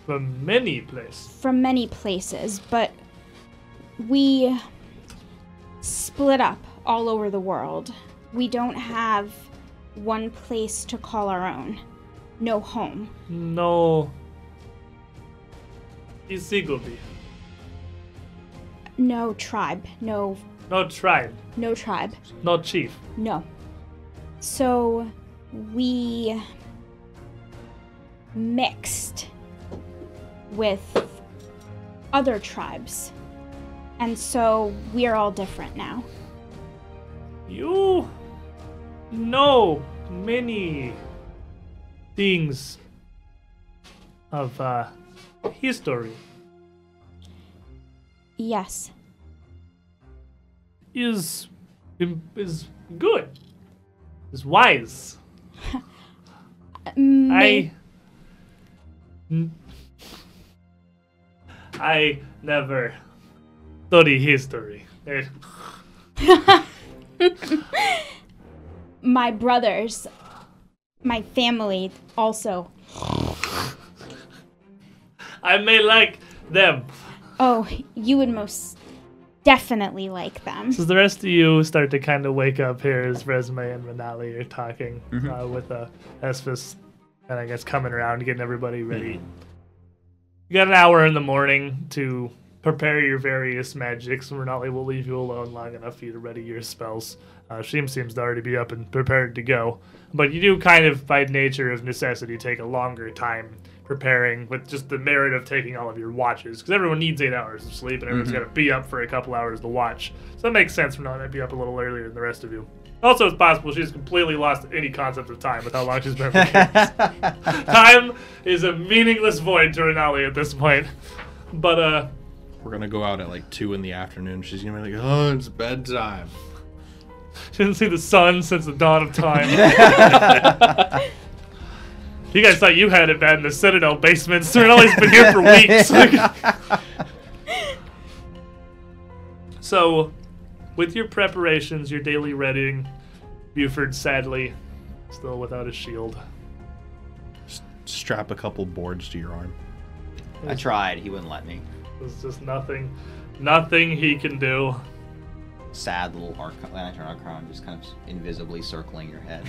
From many places. from many places, but we split up all over the world. We don't have one place to call our own, no home. No. Isigobi. no tribe, no No tribe. no tribe, No chief. no. So we mixed with other tribes. And so we are all different now. You know many things of uh, history. Yes. Is is good. Is wise. I. N- I never study history. Eh, My brothers, my family also. I may like them. Oh, you would most definitely like them. So the rest of you start to kind of wake up here as Resume and Renali are talking uh, with uh, Espus, and I guess coming around getting everybody ready. You got an hour in the morning to prepare your various magics, and Renali will leave you alone long enough for you to ready your spells. Uh, Sheem seems to already be up and prepared to go, but you do kind of, by nature of necessity, take a longer time preparing with just the merit of taking all of your watches because everyone needs eight hours of sleep and everyone's got to be up for a couple hours to watch so that makes sense for not to be up a little earlier than the rest of you also it's possible she's completely lost any concept of time with how long she's been with you. time is a meaningless void to Renali at this point but uh We're gonna go out at like two in the afternoon. She's gonna be like, "Oh, it's bedtime." She didn't see the sun since the dawn of time. you guys thought you had it bad in the Citadel basement. Citadel's been here for weeks. so, with your preparations, your daily readying, Buford sadly still without his shield. Strap a couple boards to your arm. I tried. He wouldn't let me. There's just nothing, nothing he can do. Sad little archon, lantern archon, just kind of invisibly circling your head.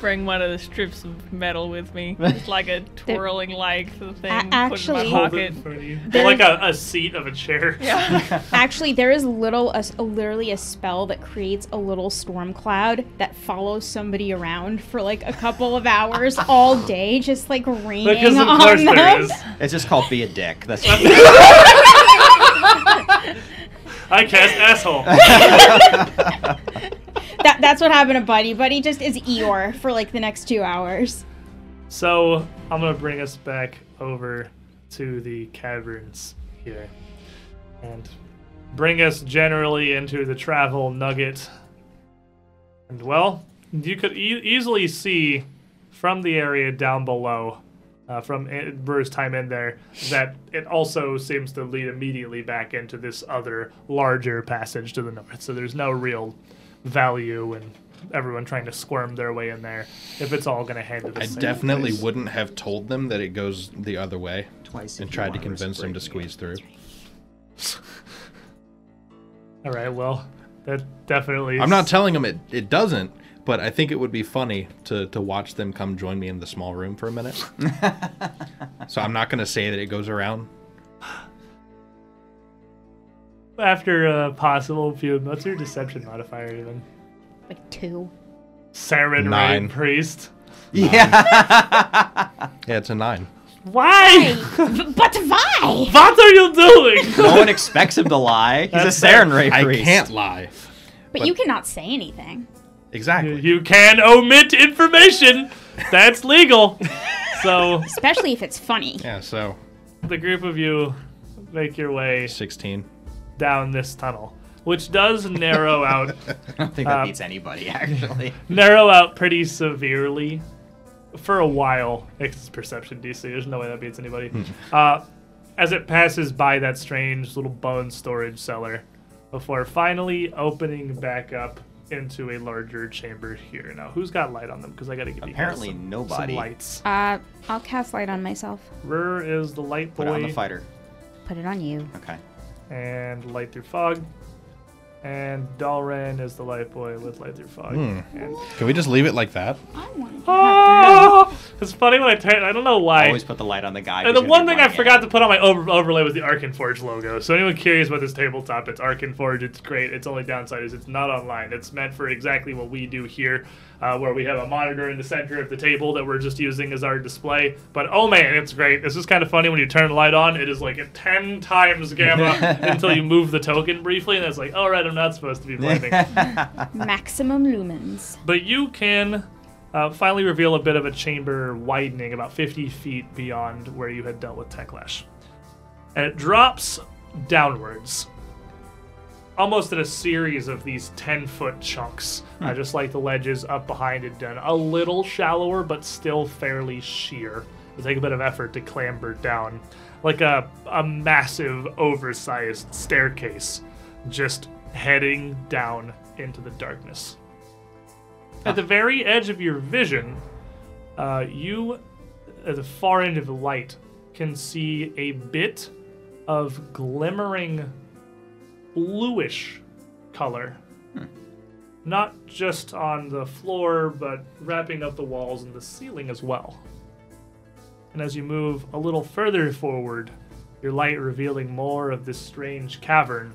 Bring one of the strips of metal with me. It's like a twirling like thing. put actually- in my Hold it pocket. in front of you. There's- like a, a seat of a chair. Yeah. Actually, there is little a, a- literally a spell that creates a little storm cloud that follows somebody around for like a couple of hours all day, just like raining Because of on course them. there is. it's just called be a dick. That's I cast asshole. That, that's what happened to Buddy. Buddy just is Eeyore for like the next two hours. So I'm gonna bring us back over to the caverns here, and bring us generally into the travel nugget. And well, you could e- easily see from the area down below, uh, from I- Brewer's time in there, that it also seems to lead immediately back into this other larger passage to the north. So there's no real value in everyone trying to squirm their way in there if it's all going to head to the I same definitely place. wouldn't have told them that it goes the other way twice. and tried to convince them to squeeze through. All right, well, that definitely. I'm not telling them it, it doesn't, but I think it would be funny to, to watch them come join me in the small room for a minute. so I'm not going to say that it goes around. after a possible few. What's your deception modifier even? Like two. Saren Nine. Raid Priest. Yeah. Yeah, it's a nine. Why? But why? What are you doing? no one expects him to lie. He's That's a Saren Ray I priest. can't lie. But you cannot say anything. Exactly. you can omit information. That's legal. So Especially if it's funny. Yeah, so the group of you make your way 16. down this tunnel. which does narrow out I don't think that Uh, beats anybody, actually. narrow out pretty severely for a while. It's perception DC. There's no way that beats anybody. uh, as it passes by that strange little bone storage cellar, before finally opening back up into a larger chamber here. Now, who's got light on them? Because I got to give you guys Apparently some, nobody. Some lights. Uh, I'll cast light on myself. Rur is the light boy. Put it on the fighter. Put it on you. Okay. and Light Through Fog. And Dalren is the light boy with Light Through Fog. And- Can we just leave it like that? I want to oh! It's funny when I turn, I don't know why. Always put the light on the guy. and who's the gonna one be thing I running it. forgot to put on my over- overlay was the Arcan Forge logo. So anyone curious about this tabletop, it's Arcan Forge. It's great. Its only downside is it's not online. It's meant for exactly what we do here, uh, where we have a monitor in the center of the table that we're just using as our display. But oh man, it's great. This is kind of funny when you turn the light on. It is like at ten times gamma until you move the token briefly, and it's like, all right, I'm not supposed to be blaming. maximum lumens. But you can uh, finally reveal a bit of a chamber widening about 50 feet beyond where you had dealt with Techlash. And it drops downwards, almost in a series of these 10 foot chunks, uh, just like the ledges up behind it done. A little shallower, but still fairly sheer. It'll take a bit of effort to clamber down, like a, a massive, oversized staircase, just heading down into the darkness. At the very edge of your vision, uh, you, at the far end of the light, can see a bit of glimmering bluish color. Not just on the floor, but wrapping up the walls and the ceiling as well. And as you move a little further forward, your light revealing more of this strange cavern,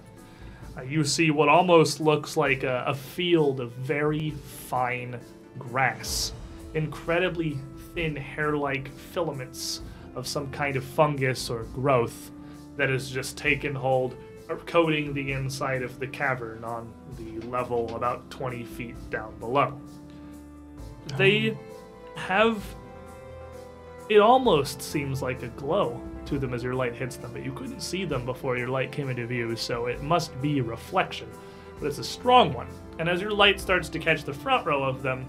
uh, you see what almost looks like a, a field of very fine grass, incredibly thin hair like filaments of some kind of fungus or growth that has just taken hold, uh, coating the inside of the cavern on the level about 20 feet down below. They have. It almost seems like a glow to them as your light hits them, but you couldn't see them before your light came into view, so it must be reflection. But it's a strong one. And as your light starts to catch the front row of them,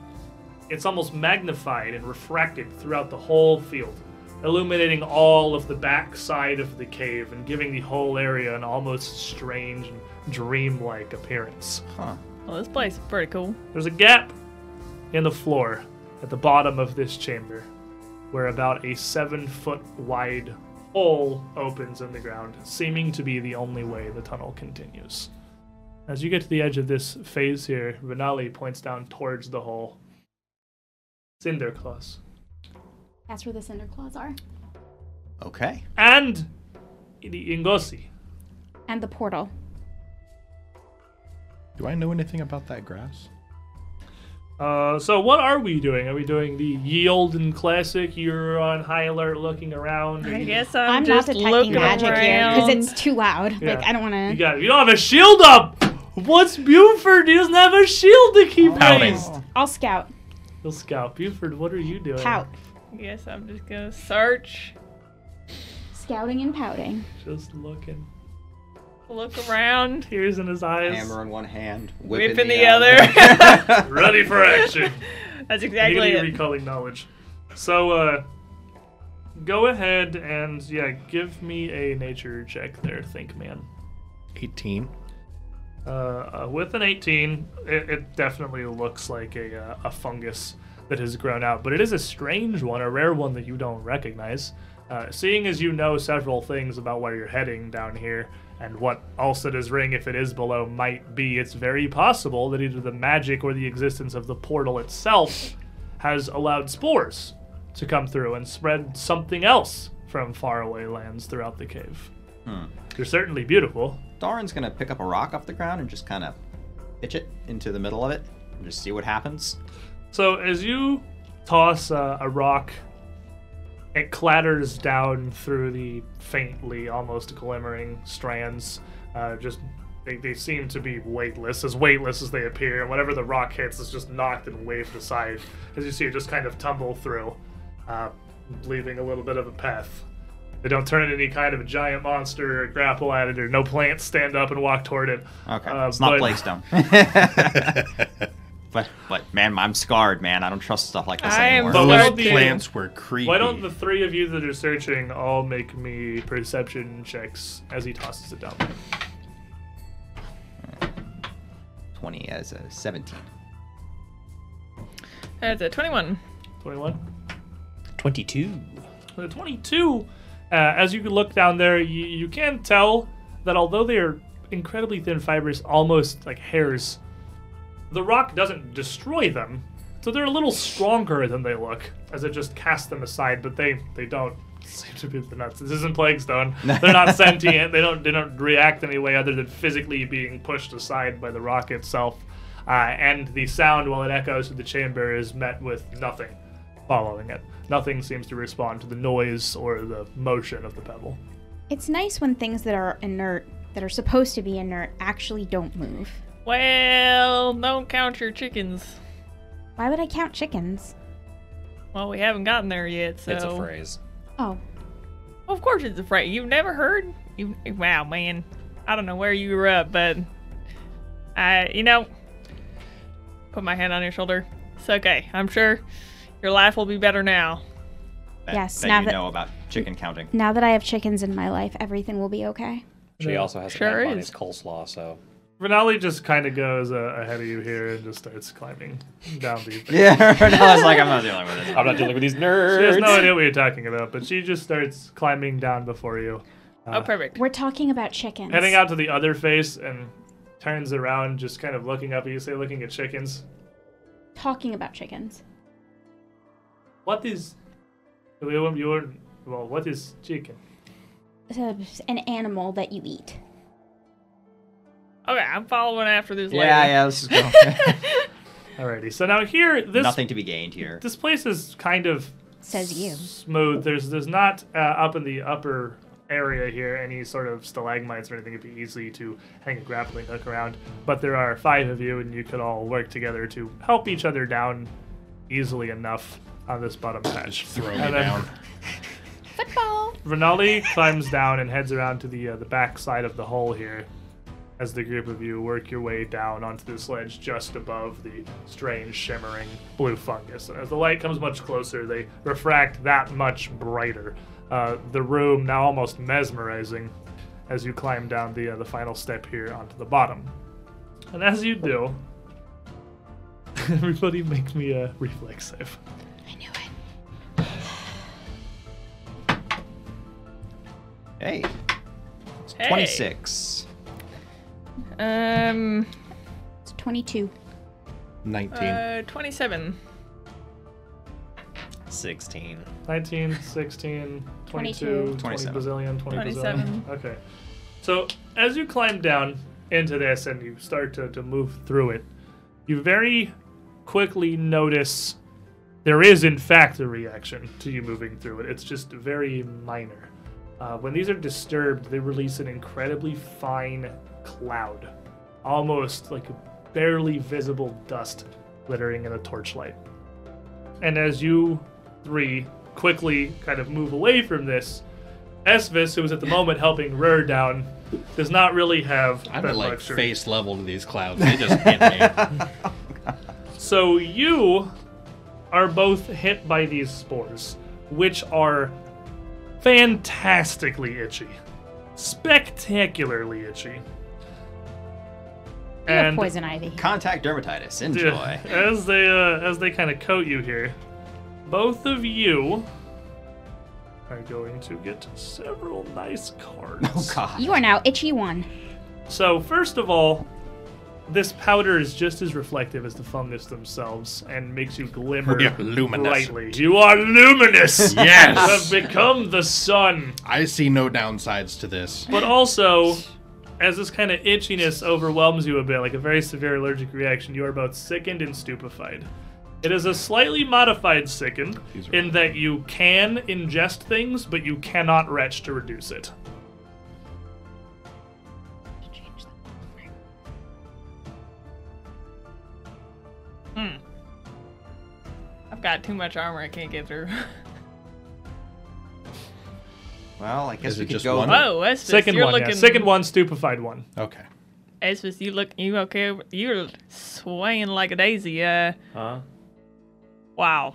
it's almost magnified and refracted throughout the whole field, illuminating all of the back side of the cave and giving the whole area an almost strange and dreamlike appearance. Well, this place is pretty cool. There's a gap in the floor at the bottom of this chamber where about a seven foot wide hole opens in the ground, seeming to be the only way the tunnel continues. As you get to the edge of this phase here, Renali points down towards the hole. Cinderclaws. That's where the cinder claws are. Okay. And the Ingosi. And the portal. Do I know anything about that grass? Uh, so what are we doing? Are we doing the yield and classic? You're on high alert, looking around. I and- guess I'm, I'm not just detecting looking magic here because around. it's too loud. Yeah. Like I don't want You to. got. You don't have a shield up. What's Buford? He doesn't have a shield to keep Pouting. raised. I'll scout. You'll scout Buford. What are you doing? Pout. Yes, I'm just gonna search, Scouting and pouting. Just looking. look around. Tears in his eyes. Hammer in one hand, whip, Whip in the other. Ready for action. That's I'm exactly gonna it. be recalling knowledge. So, uh, go ahead and yeah, give me a nature check there, Think Man. 18. Uh, uh, with an 18, it, it definitely looks like a, uh, a fungus that has grown out, but it is a strange one, a rare one that you don't recognize. Uh, seeing as you know several things about where you're heading down here and what Alcida's ring, if it is below, might be, it's very possible that either the magic or the existence of the portal itself has allowed spores to come through and spread something else from faraway lands throughout the cave. They're certainly beautiful. Darren's gonna pick up a rock off the ground and just kind of pitch it into the middle of it and just see what happens. So as you toss uh, a rock, it clatters down through the faintly, almost glimmering strands. Uh, just they, they seem to be weightless, as weightless as they appear. And whatever the rock hits, is just knocked and waved aside. As you see it just kind of tumble through, uh, leaving a little bit of a path. They don't turn into any kind of a giant monster or grapple at it, or no plants stand up and walk toward it. Okay, Uh, it's not but- plague stone. but but man, I'm scarred, man. I don't trust stuff like this I am anymore. But why Those don't the- plants were creepy. Why don't the three of you that are searching all make me perception checks as he tosses it down? Twenty as a seventeen. That's a 21. 21? 22. The 22, uh, as you look down there, you, you can tell that although they are incredibly thin fibers, almost like hairs, the rock doesn't destroy them. So they're a little stronger than they look, as it just casts them aside. But they, they don't seem to be the nuts. This isn't plague stone. They're not sentient. They don't they don't react in any way other than physically being pushed aside by the rock itself. Uh, and the sound, while it echoes through the chamber, is met with nothing following it. Nothing seems to respond to the noise or the motion of the pebble. It's nice when things that are inert, that are supposed to be inert, actually don't move. Well, don't count your chickens. Why would I count chickens? Well, we haven't gotten there yet, so. It's a phrase. Oh, Of course it's a phrase. You've never heard? You, wow, man. I don't know where you were up, but. I, you know. Put my hand on your shoulder. It's okay. I'm sure your life will be better now. That, Yes, that now you that- know about chicken counting. now that I have chickens in my life, everything will be okay. She also has Sure sure on is. his coleslaw, so Renali just kind of goes uh, ahead of you here and just starts climbing down the. Yeah, I was like, I'm not dealing with it. I'm not dealing with these She has nerds. no idea what you're talking about, but she just starts climbing down before you. Uh, oh, perfect. We're talking about chickens. Heading out to the other face and turns around, just kind of looking up at you, say, looking at chickens. Talking about chickens. What is. You weren't- you weren't- Well, what is chicken? It's a- Uh, An animal that you eat. Okay, I'm following after this lady. Yeah, yeah, let's just go. Alrighty, so now here, this Nothing to be gained here. this place is kind of Says you. smooth. There's there's not uh, up in the upper area here any sort of stalagmites or anything. It'd be easy to hang a grappling hook around, but there are five of you, and you could all work together to help each other down easily enough on this bottom patch. Just throw me And then- down. Football. Renali climbs down and heads around to the uh, the back side of the hole here. As the group of you work your way down onto this ledge just above the strange shimmering blue fungus, and as the light comes much closer, they refract that much brighter. Uh, the room now almost mesmerizing as you climb down the uh, the final step here onto the bottom. And as you do, everybody make me a reflex save. I knew it. Hey, Hey. 26. Um, It's 22. 19. uh, 27. 16. 19, 16, 22, 22, 20 27. bazillion, 20 27. bazillion. Okay. So as you climb down into this and you start to, to move through it, you very quickly notice there is, in fact, a reaction to you moving through it. It's just very minor. Uh, when these are disturbed, they release an incredibly fine cloud, almost like barely visible dust glittering in the torchlight. And as you three quickly kind of move away from this, Esvis, who was at the moment helping Rur down, does not really have I'm that at, like luxury. face level to these clouds. They just hit me. So you are both hit by these spores, which are fantastically itchy, spectacularly itchy. You have poison ivy. Contact dermatitis. Enjoy. Yeah, as they uh, as they kind of coat you here, both of you are going to get several nice cards. Oh, God. You are now itchy one. So first of all, this powder is just as reflective as the fungus themselves and makes you glimmer We are luminous. brightly. You are luminous. you have yes! become the sun. I see no downsides to this. But also, as this kind of itchiness overwhelms you a bit, like a very severe allergic reaction, you are both sickened and stupefied. It is a slightly modified sicken in that you can ingest things, but you cannot retch to reduce it. I've got too much armor I can't get through. Well, I guess Is we it could just go. one? Whoa, Espus, 2nd you're one, looking. yeah. Second one, stupefied one. Okay. Espus, you look. You okay? You're swaying like a daisy. Uh, Huh? wow.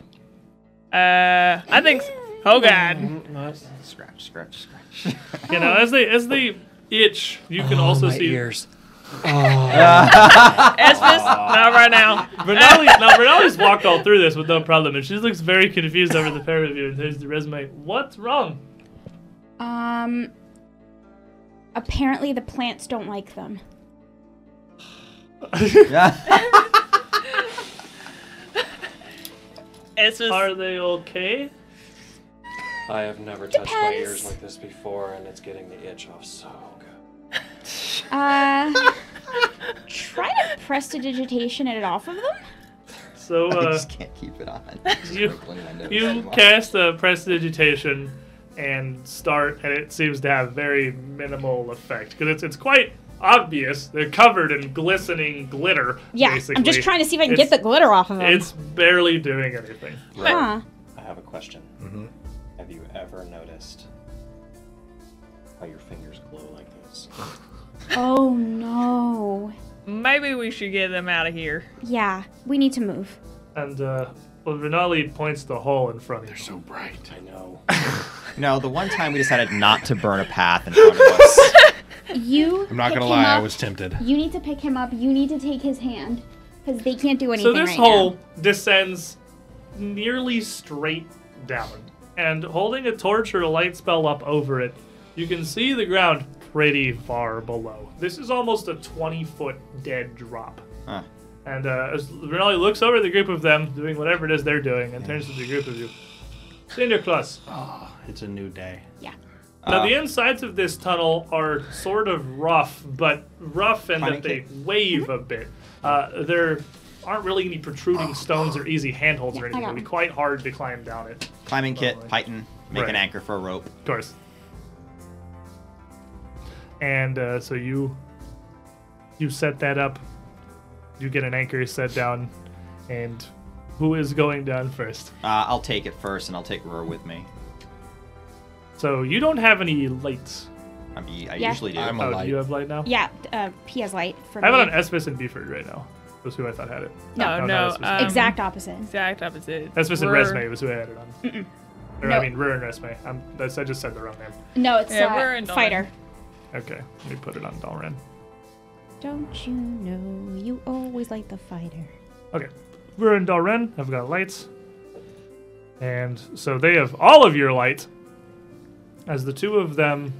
Uh, I think. Oh God. Scratch, scratch, scratch. You Oh. know, as they as they itch, you can also see. ears. Espus, not right now. Renali, now Renali's walked all through this with no problem, and she looks very confused over the pair of you. And there's the resume. What's wrong? Um. Apparently, the plants don't like them. Yeah. Espus, Are they okay? I have never touched my ears like this before, and it's getting the itch off so good. Uh. try to press the digitation it off of them. So I uh, just can't keep it on. you Wiggling my nose you while- cast a prestidigitation and start, and it seems to have very minimal effect because it's it's quite obvious. They're covered in glistening glitter. Yeah, basically. I'm just trying to see if I can It's- get the glitter off of them. It's barely doing anything. huh. I have a question. Have you ever noticed how your fingers glow like this? Oh no. maybe we should get them out of here. Yeah, we need to move. And uh, well, Renali points the hole in front of you. So bright. I know. No, the one time we decided not to burn a path in front of us. You. I'm not pick gonna him lie, I up. was tempted. You need to pick him up. You need to take his hand because they can't do anything. So this right hole Now. descends nearly straight down, and holding a torch or a light spell up over it, you can see the ground pretty far below. This is almost a 20 foot dead drop. Huh. And uh, as Renali looks over at the group of them, doing whatever it is they're doing, and turns to the group of you. Cinderclaws. It's a new day. Now, the insides of this tunnel are sort of rough, but rough in that they Pancake. wave a bit. Uh, there aren't really any protruding stones or easy handholds or anything. got It'd be one. quite hard to climb down it. Climbing kit, python, make Right. an anchor for a rope. Of course. And uh, so you you set that up. You get an anchor set down, and who is going down first? Uh, I'll take it first, and I'll take Roar with me. So you don't have any lights. I, mean, I Yeah. usually do. I'm a Oh, light. do you have light now? Yeah. Uh, P has light for I have me. it on Espis and Beeford right now. Was who I thought had it. not No, no. Espis. um, exact opposite. Exact opposite. That's Mr. We're- Resme was who I had it on. Or No. I mean, Rur and Resme. I'm, that's, I just said the wrong name. No, it's Yeah, uh, we're in Dalren. fighter. Okay, let me put it on Dalren. Don't you know you always like the fighter? Okay, Rur and Dalren have got lights, and so they have all of your light. As the two of them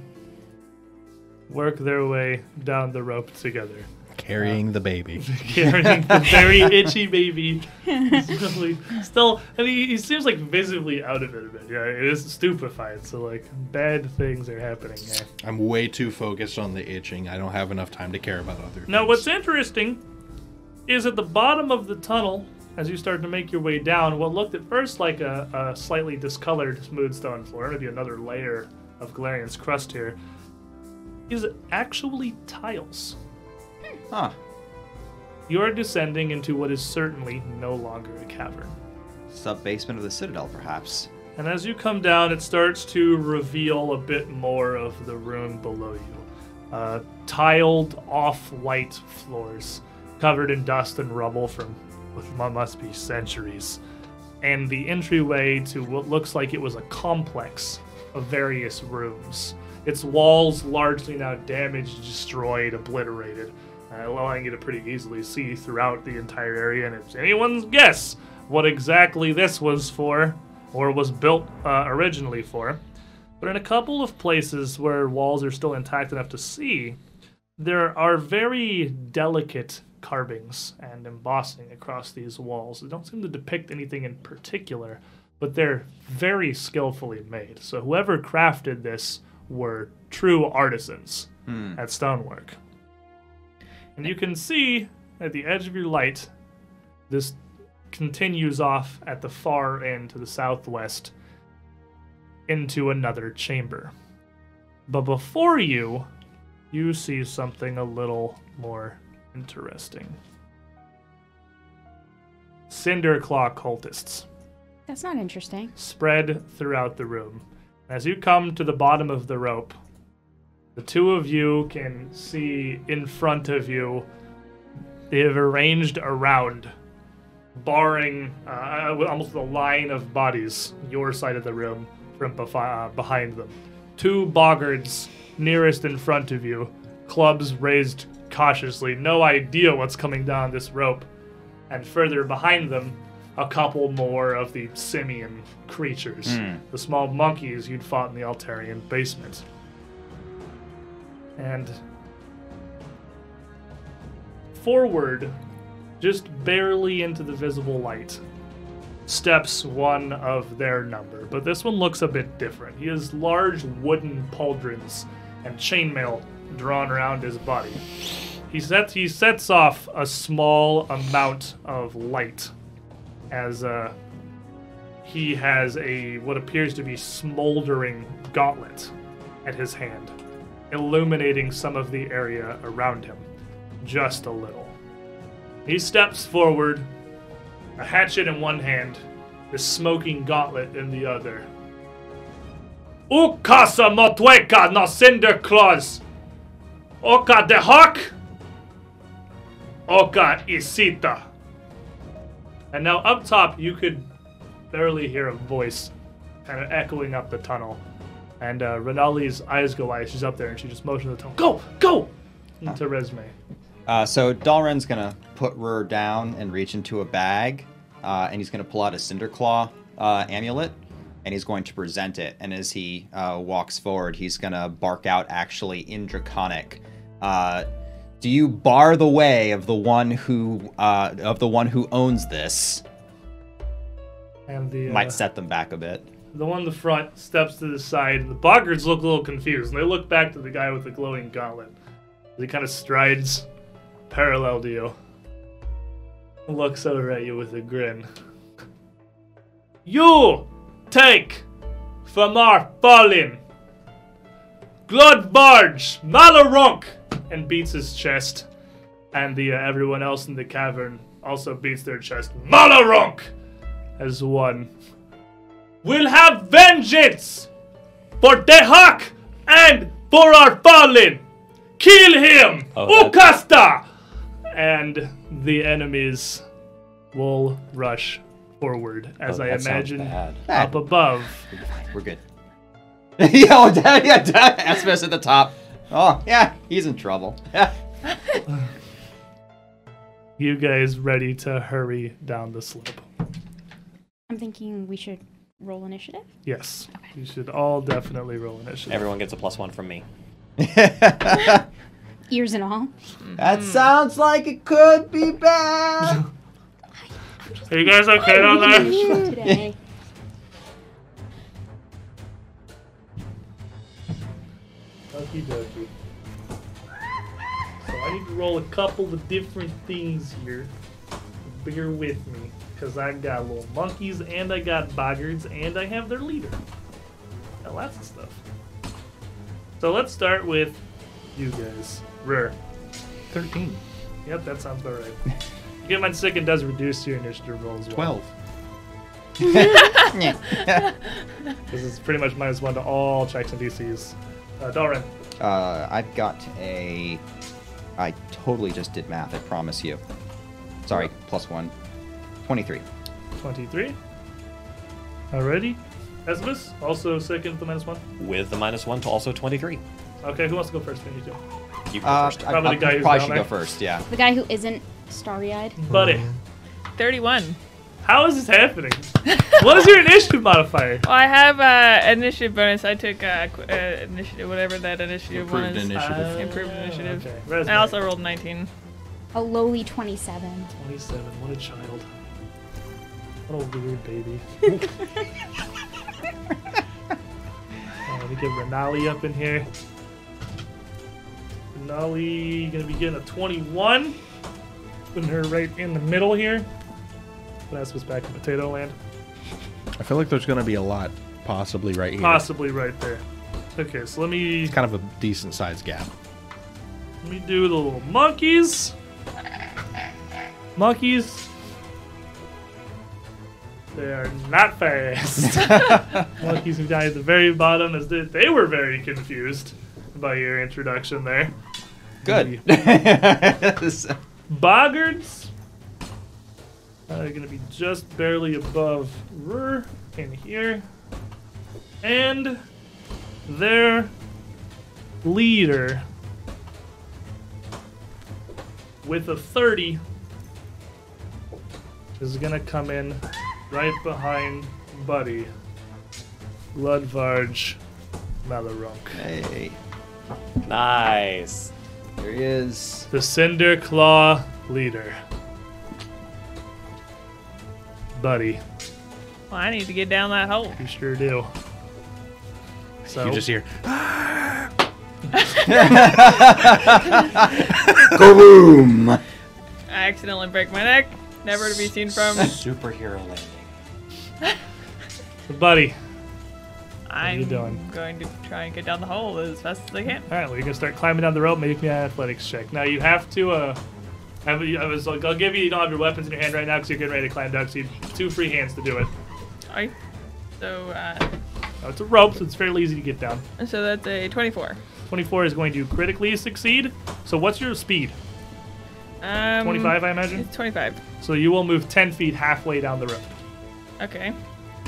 work their way down the rope together, Carrying the baby. carrying the very itchy baby. Still, still, I mean, he seems like visibly out of it a bit. Yeah, it is stupefied. So like, bad things are happening here. I'm way too focused on the itching. I don't have enough time to care about other. Now, things. what's interesting is at the bottom of the tunnel, as you start to make your way down, what looked at first like a, a slightly discolored smooth stone floor, maybe another layer of Galarian's crust here, is actually tiles. Huh. You are descending into what is certainly no longer a cavern. Sub basement of the citadel, perhaps. And as you come down, it starts to reveal a bit more of the room below you. Uh, tiled off white floors, covered in dust and rubble from what mu- must be centuries. And the entryway to what looks like it was a complex of various rooms. Its walls largely now damaged, destroyed, obliterated, uh, allowing you to pretty easily see throughout the entire area. And it's anyone's guess what exactly this was for, or was built uh, originally for. But in a couple of places where walls are still intact enough to see, there are very delicate carvings and embossing across these walls. They don't seem to depict anything in particular, but they're very skillfully made. So whoever crafted this were true artisans at stonework. And you can see at the edge of your light, this continues off at the far end to the southwest into another chamber. But before you, you see something a little more interesting. Cinderclaw cultists That's not interesting. spread throughout the room. As you come to the bottom of the rope, the two of you can see in front of you, they have arranged around, barring uh, almost the line of bodies, your side of the room from befi- uh, behind them. Two boggards nearest in front of you, clubs raised cautiously, no idea what's coming down this rope. And further behind them, a couple more of the simian creatures, the small monkeys you'd fought in the Altarian basement. And forward, just barely into the visible light, steps one of their number. But this one looks a bit different. He has large wooden pauldrons and chainmail drawn around his body. He sets, he sets off a small amount of light as uh, he has a what appears to be smoldering gauntlet at his hand, illuminating some of the area around him just a little. He steps forward, a hatchet in one hand, the smoking gauntlet in the other. Ukasa motweka na cinder claws. Oka de hawk. Oka Oh, isita. And now up top, you could barely hear a voice kind of echoing up the tunnel. And uh, Renali's eyes go wide. She's up there and she just motions to the tunnel. Go, go! To Resme. Uh, so Dalren's gonna put Rur down and reach into a bag, uh, and he's gonna pull out a cinder claw uh, amulet, and he's going to present it. And as he uh, walks forward, he's gonna bark out, actually in Draconic, uh, "Do you bar the way of the one who uh, of the one who owns this?" And the, uh, Might set them back a bit. the one in the front steps to the side. The Boggards look a little confused, and they look back to the guy with the glowing gauntlet. He kind of strides parallel to you. Looks over at you with a grin. You take from our fallen Glodbarge Malarunk! And beats his chest. And the uh, everyone else in the cavern also beats their chest. Malarunk! As one. We'll have vengeance for Dehak and for our fallen! Kill him! Oh, Ukasta! And the enemies will rush forward, as Oh, I that sounds imagine bad. up above. We're good. yeah, oh, da- yeah, da- Asmus at the top. Oh, yeah, he's in trouble. You guys ready to hurry down the slope? I'm thinking we should roll initiative. Yes. You should all definitely roll initiative. Everyone gets a plus one from me. Ears and all. that sounds like it could be bad. Are you guys okay down there? today. Okie dokie. So I need to roll a couple of different things here. Bear with me, because I've got little monkeys, and I got boggards, and I have their leader. Got lots of stuff. So let's start with you guys. Rare. 13. Yep, that sounds about right. You get mine sick and does reduce your initiative roll as well. 12. Uh, This is pretty much minus one to all checks and DCs. Uh, Dalren, Uh, I've got a. I totally just did math, I promise you. Sorry, plus one. 23. 23. Alrighty. Esmus, also second to minus one. With the minus one to also 23. Okay, who wants to go first? Me, you two. You go Uh, first. I, Probably I the guy who's probably down should there. go first, yeah. The guy who isn't starry-eyed. Buddy, 31. how is this happening? what is your initiative modifier? Well, I have uh, initiative bonus. I took uh, qu- uh, initiative, whatever that initiative one Approved is. uh, initiative. Improved initiative. Okay. I also rolled 19. A lowly 27. 27. What a child. What a weird baby. Uh, we get Renali up in here. Renali gonna be getting a 21. Putting her right in the middle here. Vanessa's back in potato land. I feel like there's going to be a lot possibly right here. Possibly right there. Okay, so let me It's kind of a decent sized gap. let me do the little monkeys. Monkeys. They are not fast. Lucky's guy at the very bottom is that they were very confused by your introduction there. Good. Boggards are going to be just barely above Rur in here. And their leader with a 30 is going to come in right behind Buddy. Ludvarge Malarunk. hey, Nice. there he is. The Cinder Claw leader. Buddy, Well, I need to get down that hole. you sure do. So You just hear. Kaboom! I accidentally break my neck, never to be seen from. Superhero landing. Buddy. I'm you doing? going to try and get down the hole as fast as I can. All right, well, you're gonna start climbing down the rope. Make me an athletics check. Now you have to. uh have, I was like, I'll give you. You don't have your weapons in your hand right now because you're getting ready to climb down. So you have two free hands to do it. I, so, uh, Now, it's a rope, so it's fairly easy to get down. so that's a 24. 24 is going to critically succeed. So what's your speed? Um, 25, I imagine. It's 25. So you will move 10 feet halfway down the rope. Okay.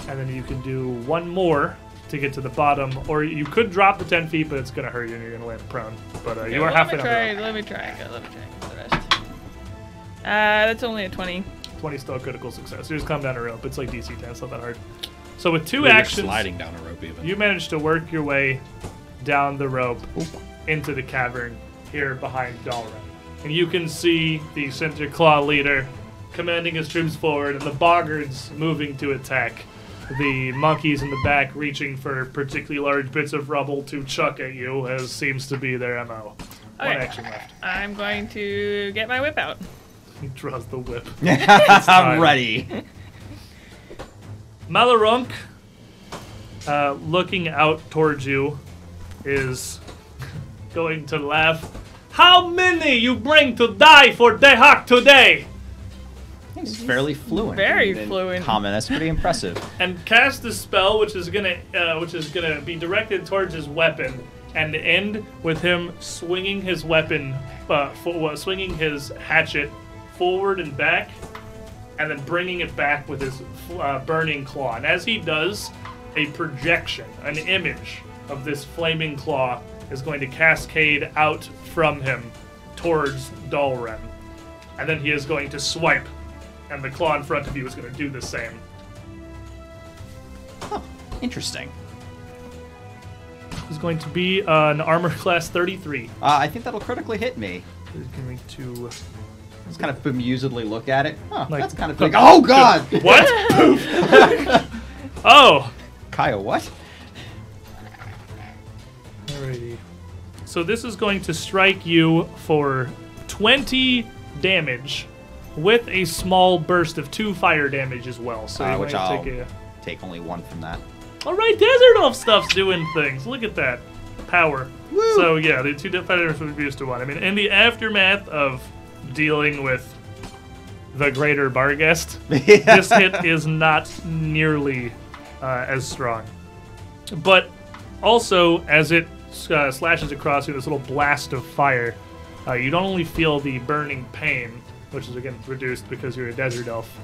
and then you can do one more to get to the bottom, or you could drop the 10 feet, but it's going to hurt you and you're going to land prone. But uh, you are let halfway me down try, the Let me try. go, Let me try. The rest. Uh, that's only a 20. rope. 20 still critical success. You just come down a rope. It's like DC 10, it's not that hard. So with two You're actions, sliding down a rope even. you manage to work your way down the rope into the cavern here behind Dalren. And you can see the center claw leader commanding his troops forward and the boggards moving to attack. The monkeys in the back reaching for particularly large bits of rubble to chuck at you, as seems to be their MO. One Okay. action left. I'm going to get my whip out. He draws the whip. I'm ready. Malarunk, uh, looking out towards you, is going to laugh. How many you bring to die for Dehak today? He's fairly fluent. very and- and fluent. Common. That's pretty impressive. And cast a spell which is gonna uh, which is gonna be directed towards his weapon and end with him swinging his weapon, uh, for, uh, swinging his hatchet forward and back, and then bringing it back with his uh, burning claw. And as he does, a projection, an image of this flaming claw is going to cascade out from him towards Dalren. And then he is going to swipe, and the claw in front of you is going to do the same. Interesting. Is going to be uh, an armor class 33. Uh, I think that'll critically hit me. Is going to Just kind of bemusedly look at it. Huh, Like- that's kind of big. Oh God! what? Poof. oh, Kaya, what? Alrighty. So this is going to strike you for 20 damage with a small burst of two fire damage as well. So Uh, you which might I'll- take a. Take only one from that. Alright, Desert Elf stuff's doing things. Look at that. Power. So yeah, the two death fighters would reduced to one. I mean, in the aftermath of dealing with the greater Barghest, this hit is not nearly uh, as strong. But also, as it uh, slashes across you, this little blast of fire, uh, you don't only feel the burning pain, which is again reduced because you're a desert elf,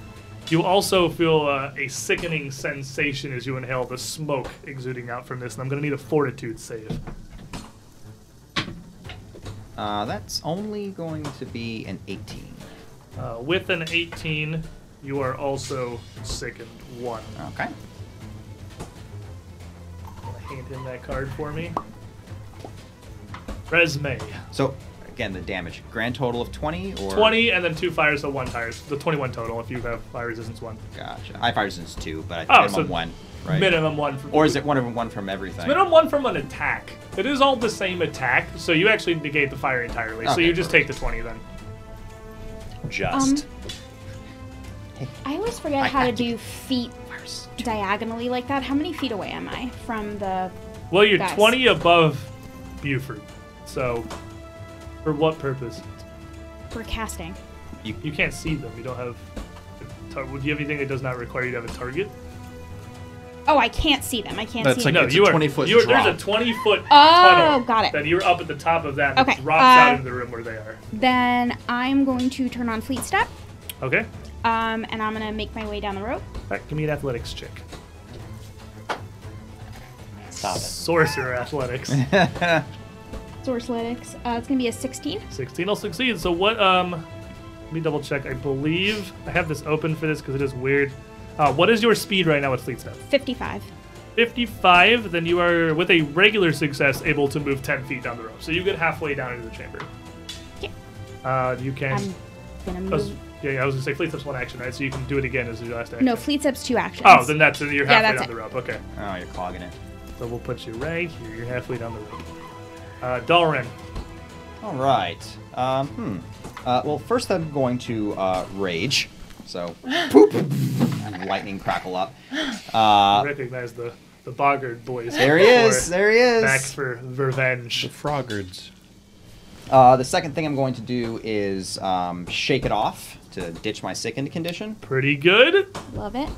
you also feel uh, a sickening sensation as you inhale the smoke exuding out from this. And I'm going to need a fortitude save. Uh, that's only going to be an 18. Uh, with an 18, you are also sickened one. Okay. Hand him that card for me. Resume. So again, the damage grand total of 20 or 20 and then two fires, so one tires. The 21 total if you have fire resistance one. Gotcha. I fire resistance two, but I think Oh, minimum so one, right? Minimum one from Or is it one of one from everything? minimum one from an attack. It is all the same attack, so you actually negate the fire entirely. so Okay, you just take the 20 then. Just. Um, I always forget how to do feet diagonally like that. How many feet away am I from the? Well, you're Guys. 20 above Buford. So, for what purpose? For casting. You can't see them. You don't have tar- would you have anything that does not require you to have a target? Oh, I can't see them. I can't That's see like- them. No, It's a you are. 20 foot you are- drop. There's a 20 foot Oh, tunnel. got it. That you're up at the top of that. And Okay, it drops uh, out of the room where they are. Then I'm going to turn on Fleet Step, Okay. um, and I'm gonna make my way down the rope. All right, give me an athletics check. Stop it. Sorcerer athletics. Sourceletics. Uh, it's gonna be a 16. 16 will succeed. So what? Um, let me double check. I believe I have this open for this because it is weird. Uh, what is your speed right now with Fleet Step? 55. 55. Then you are with a regular success able to move 10 feet down the rope. So you get halfway down into the chamber. Yeah. Um, Uh, you can. I'm gonna I was- move. yeah, yeah, I was gonna say Fleet Step's one action, right? So you can do it again as your last action. No, Fleet Step's two actions. Oh, then that's you're halfway Yeah, that's down it. the rope. Okay. Oh, you're clogging it. So we'll put you right here. You're halfway down the rope. Uh, Dalren. All right. Um, hmm. Uh, well, first I'm going to uh, rage. So, poop. And lightning crackle up. Oh. Uh, recognize the the Boggard boys. there he is. before There he Back is. for revenge. Froggards. Uh, the second thing I'm going to do is um, shake it off to ditch my sickened condition. Pretty good. Love it.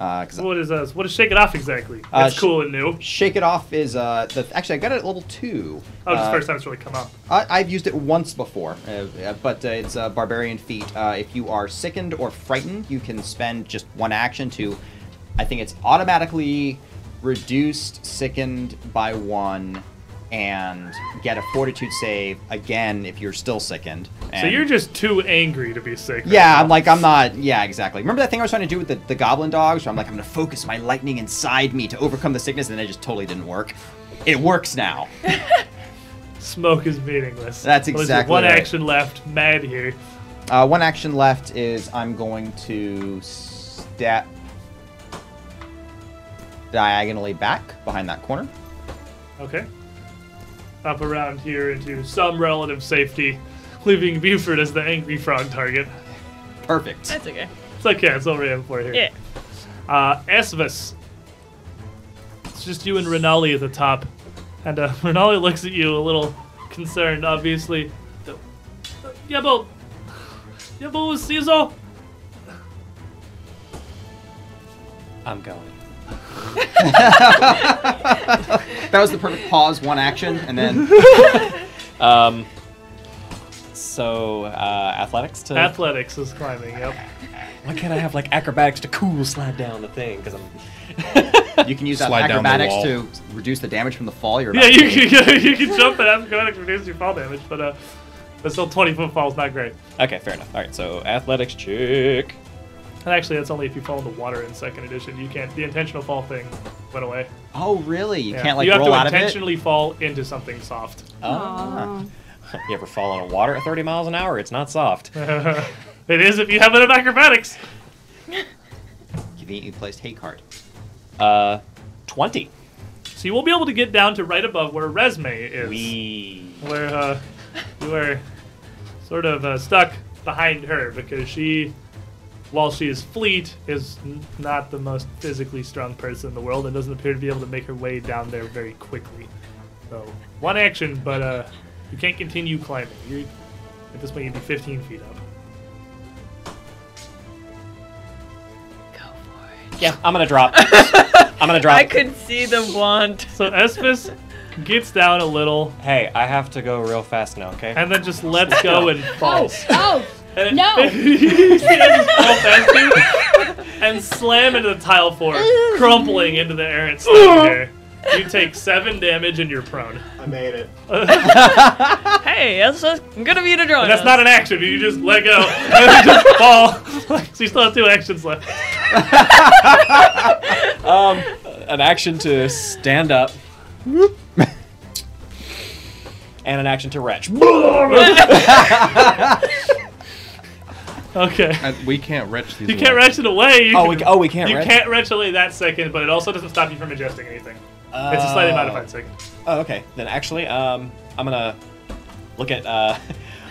Uh 'cause What is us? What is shake it off exactly? Uh, That's sh- cool and new. shake it off is uh, the actually I got it at level two. Oh, just Uh, first time it's really come up. I, I've used it once before, uh, uh, but uh, it's a barbarian feat. Uh, if you are sickened or frightened, you can spend just one action to, I think it's automatically reduced sickened by one, and get a fortitude save again if you're still sickened. So And- you're just too angry to be sick. right yeah, now. I'm like, I'm not. Yeah, exactly. Remember that thing I was trying to do with the, the goblin dogs? Where I'm like, I'm gonna focus my lightning inside me to overcome the sickness, and it just totally didn't work. It works now. Smoke is meaningless. That's Well, there's exactly one right. action left. Mad here. Uh, one action left is I'm going to step diagonally back behind that corner. Okay. Up around here into some relative safety, leaving Buford as the angry frog target. Perfect. That's okay. It's okay. It's all we have for here. Yeah. Uh, Esvis. It's just you and Renali at the top. And uh, Renali looks at you a little concerned, obviously. Yeah, but. Yeah, but with Caesar? I'm going. That was the perfect pause, one action, and then Um, so uh, athletics to. Athletics is climbing, yep. Why can't I have like acrobatics to cool slide down the thing? Because I'm. you can use Slide down the acrobatics wall. to reduce the damage from the fall. You're Yeah, about you to take. can, you can jump and acrobatics reduce your fall damage, but uh, but still 20 foot fall is not great. Okay, fair enough. All right, so athletics check. And actually, that's only if you fall in the water in second edition. You can't. The intentional fall thing went away. Oh, really? You Yeah. can't like you have roll to out of it. intentionally fall into something soft. Ah. You ever fall in water at 30 miles an hour? It's not soft. it is if you have enough acrobatics. Conveniently placed hay cart. Uh, 20. So you won't be able to get down to right above where resume is, We. where uh, you are sort of uh, stuck behind her because she, while she is fleet, is n- not the most physically strong person in the world and doesn't appear to be able to make her way down there very quickly. So one action, but uh, you can't continue climbing. You at this point you'd be 15 feet up. Yeah, I'm gonna drop. I'm gonna drop. I could see the want. So Espis gets down a little Hey, I have to go real fast now, okay? and then just lets go and falls. Oh, And it- No. You see it just fall past you and slam into the tile floor, crumpling into the air and staying there. You take seven damage and you're prone. I made it. Hey, that's just good of you to join And that's us. not an action. You just let go and you just fall. so you still have two actions left. Um, an action to stand up. and an action to retch. Okay. Uh, we can't retch these. You can't ones. retch it away. You Oh, we, can- oh, we can't you retch. can't retch away that second, but it also doesn't stop you from adjusting anything. It's a slightly Oh. modified second. Oh, okay. Then actually, um, I'm gonna look at uh,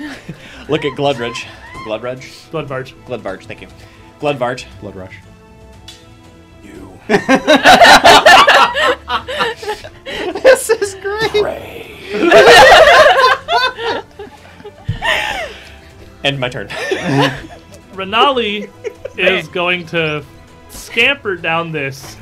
look at Gludridge. Gludridge? Blood barge. Gludvarge, thank you. Gludvarge. Blood rush. You this is great. end my turn. Renali is going to scamper down this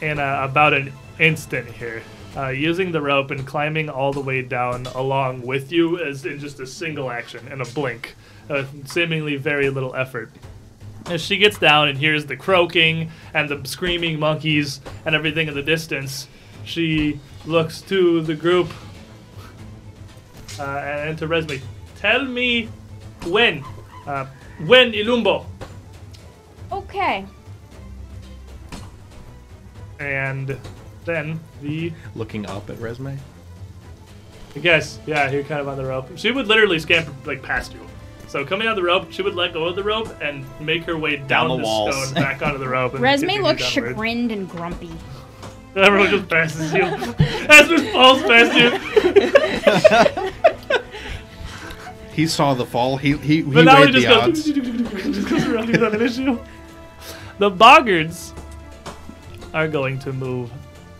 in uh, about an instant here, uh, using the rope and climbing all the way down along with you as in just a single action and a blink, uh, seemingly very little effort. As she gets down and hears the croaking and the screaming monkeys and everything in the distance, she looks to the group uh, and to Resme. Tell me when, uh, when Ilumbo, Okay. and then the Looking up at resume. I guess, yeah, you're kind of on the rope. She would literally scamper like past you. So coming out of the rope, she would let go of the rope and make her way down, the the, walls. stone back onto the rope. And Resme continue looks downward. chagrined and grumpy. Everyone just passes you. Asmus falls past you, He saw the fall. He he, he but now he weighed just the goes, odds. just goes around you without an issue. The boggards are going to move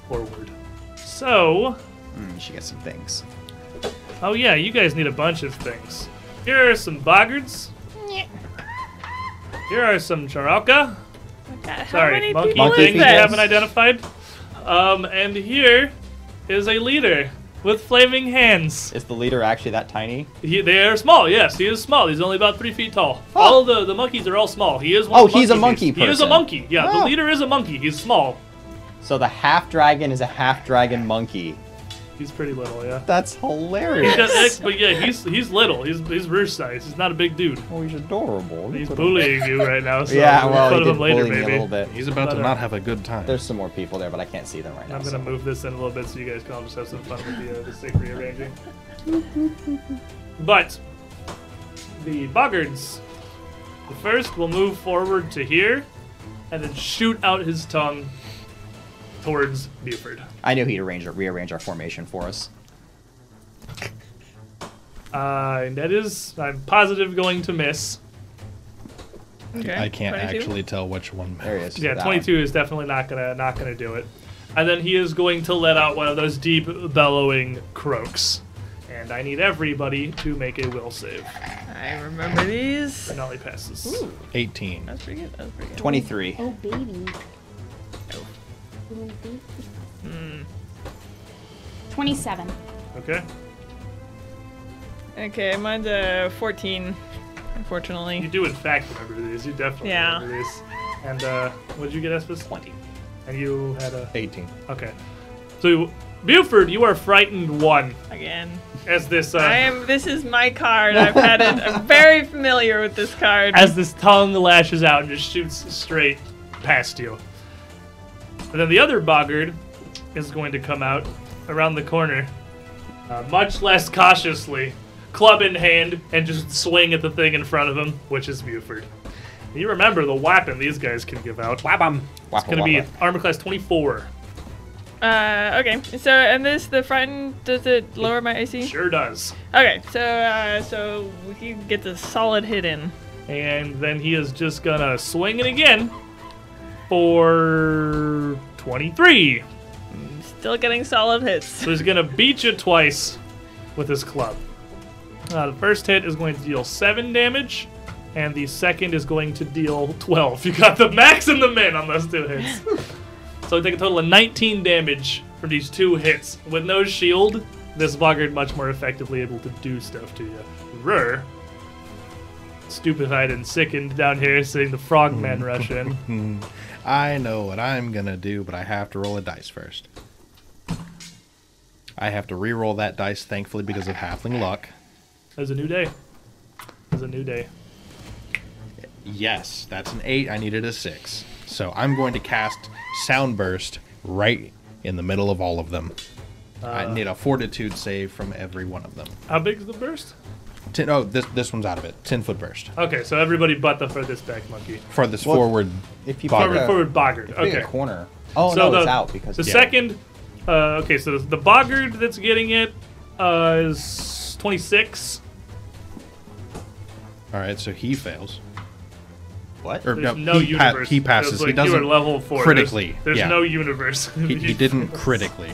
forward. So, Mm, she gets some things. oh yeah, you guys need a bunch of things. Here are some boggards. Here are some charalka. God, how Sorry, many monkey people thing is you this? haven't identified. Um, and here is a leader with flaming hands. Is the leader actually that tiny? He, they are small. Yes, he is small. He's only about three feet tall. All of the, the monkeys are all small. He is. one Oh, he's a monkey He is a person. monkey. Yeah, the Oh. leader is a monkey. He's small. So the half dragon is a half dragon monkey. He's pretty little. Yeah. That's He does hilarious. but yeah, he's he's little. He's he's roost size. He's not a big dude. oh, he's adorable. You He's put him- bullying you right now. So yeah, we'll well, put he him did later, bully me a baby. little bit. He's about But, to uh, not have a good time. There's some more people there, but I can't see them right now. I'm so- gonna move this in a little bit so you guys can all just have some fun with the, uh, the stick rearranging. but the buggards, the first will move forward to here, and then shoot out his tongue towards Buford. I knew he'd arrange or rearrange our formation for us. Uh, and that is, I'm positive, going to miss. Okay, I can't 22. actually tell which one. There he is. Yeah, That 22 is definitely not gonna not gonna do it. And then he is going to let out one of those deep bellowing croaks. And I need everybody to make a will save. I remember these. Finale passes. 18. That's pretty good. That's pretty good. 23. Oh, baby. Oh. Little baby. 27. Okay. Okay, mine's a 14, You unfortunately. do in fact remember these. You definitely Yeah. remember these. And uh, what did you get, Espus? Twenty. And you had a 18. okay. So Buford, you are frightened one Again. as this uh, I am. This is my card. I've had it. I'm very familiar with this card. as this tongue lashes out and just shoots straight past you. And then the other boggard is going to come out around the corner, uh, much less cautiously, club in hand, and just swing at the thing in front of him, which is Buford. You remember the weapon these guys can give out. It's going to be armor class 24. uh, okay. So, and this the frightened does it lower my AC? Sure does. Okay. So, uh, so he gets a solid hit in. And then he is just going to swing it again for 23. Still getting solid hits. So he's going to beat you twice with his club. Uh, the first hit is going to deal 7 damage, and the second is going to deal 12. You got the max and the min on those two hits. so we take a total of 19 damage from these two hits. With no shield, this boggard much more effectively able to do stuff to you. Rur, stupefied and sickened down here, seeing the frogmen rush in. I know what I'm gonna do, but I have to roll a dice first. I have to re-roll that dice, thankfully, because of halfling luck. There's a new day. There's a new day. Yes, that's an eight. I needed a six, so I'm going to cast Sound Burst right in the middle of all of them. Uh, I need a Fortitude save from every one of them. How big is the burst? Ten, oh, this this one's out of it. Ten foot burst Okay, so everybody but the furthest back monkey. for this Well, forward. If you Bogger. Forward, forward boggard. pick Okay. a corner. Oh, So no, the, it's out because the yeah. second. Uh, okay, so the, the boggard that's getting it uh, is 26. All right, so he fails. What? Or There's no, no he, pa- universe. he It's passes. Like he doesn't. You are level four. critically, There's, there's yeah. no universe. he, he didn't critically.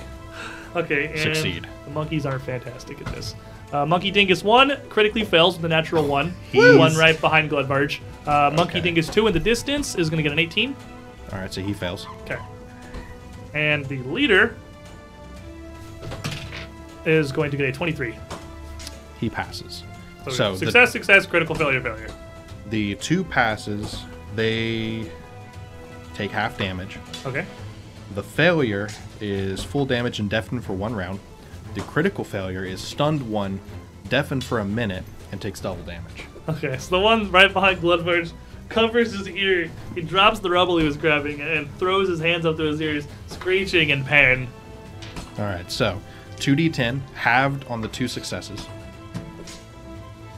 Okay, and succeed. The monkeys aren't fantastic at this. Uh, Monkey Dingus 1 critically fails with a natural Oh, 1. He's- One right behind Bloodbarge. Uh, Monkey Dingus 2 in the distance is going to get an 18. All right, so he fails. Okay. And the leader is going to get a 23. He passes. So, So the- success, success, critical failure, failure. The two passes, they take half damage. Okay. The failure is full damage and deafened for one round. The critical failure is stunned one, deafened for a minute, and takes double damage. Okay, so the one right behind Bloodbarge covers his ear. He drops the rubble he was grabbing and throws his hands up to his ears, screeching in pain. All right, so 2d10 halved on the two successes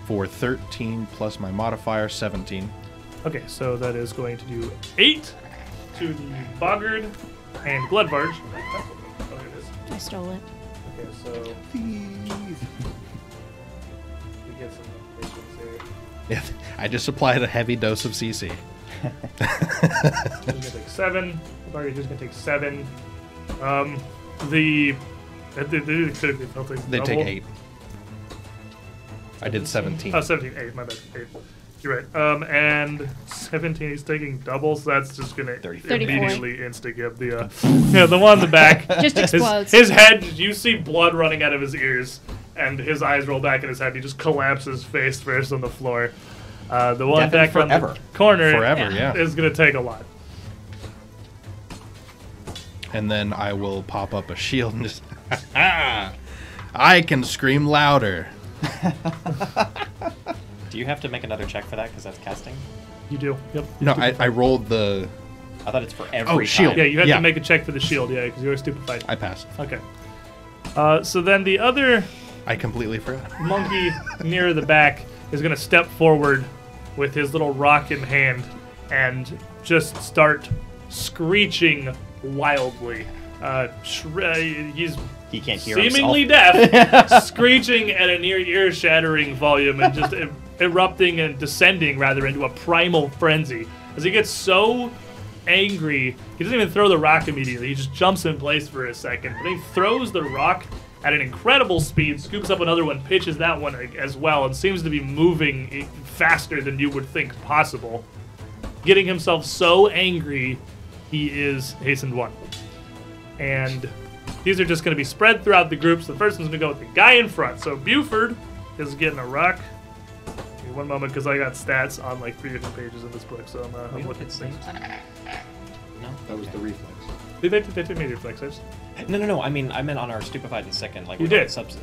for 13 plus my modifier 17. Okay, so that is going to do 8 to the Boggard and Bloodbarge. Oh, here it is. I stole it. Okay, so. We get some patience here. Yeah, I just applied a heavy dose of He's CC. gonna take seven. Bargain's just gonna take seven. Um, the. They, they, they, they, They take eight. I did 17. Oh, 17, eight, my bad. Eight. You're right. Um, and 17, he's taking double, so that's just gonna 34. immediately insta give the uh, yeah, the one in the back. Just His- explodes. His, head, you see blood running out of his ears, and his eyes roll back in his head. He just collapses face first on the floor. Uh, the one Deafened back on forever. the corner Forever, yeah. is gonna take a lot. And then I will pop up a shield and just. I can scream louder. Do you have to make another check for that because that's casting? You do. Yep. No, I, I rolled the. I thought it's for every. Oh, shield. Yeah, you have Yeah. to make a check for the shield, yeah, because you were stupefied. I passed. Okay. Uh, so then the other I completely forgot. monkey near the back is going to step forward with his little rock in hand and just start screeching wildly. Uh, shri- uh, he's He can't hear seemingly himself. deaf, screeching at a near ear shattering volume and just e- erupting and descending rather into a primal frenzy. As he gets so angry, he doesn't even throw the rock immediately. He just jumps in place for a second, but he throws the rock at an incredible speed, scoops up another one, pitches that one a- as well, and seems to be moving i- faster than you would think possible. Getting himself so angry, he is hastened one and these are just going to be spread throughout the groups. the first one's going to go with the guy in front. So Buford is getting a rock. Give me one moment, because I got stats on like three different pages of this book, so I'm, uh, I'm looking at things. No. was the reflex. Did they, they, they made reflex saves? No, no, no. I mean, I meant on our stupefied and second. Like You we don't did. subs-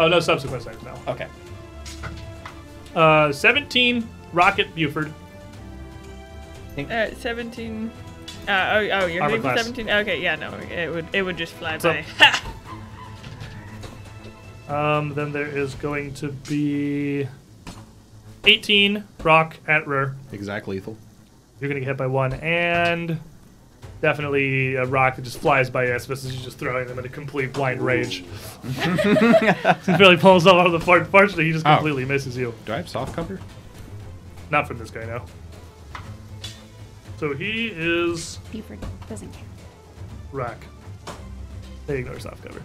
Oh no, subsequent saves now. Okay. Uh, 17 Rocket Buford. Uh, 17. Uh, oh, oh, you're Armor hitting class. 17. Okay, yeah, no, it would it would just fly up? by. Ha! Um, then there is going to be 18 Rock Atrer. Exact lethal. You're gonna get hit by one, and definitely a rock that just flies by you, especially as you just throwing them in a complete blind rage. he really pulls himself out of the fort. Fortunately, he just Oh. completely misses you. Do I have soft cover? Not from this guy, no. So he is Buford doesn't care. rock. They ignore soft cover.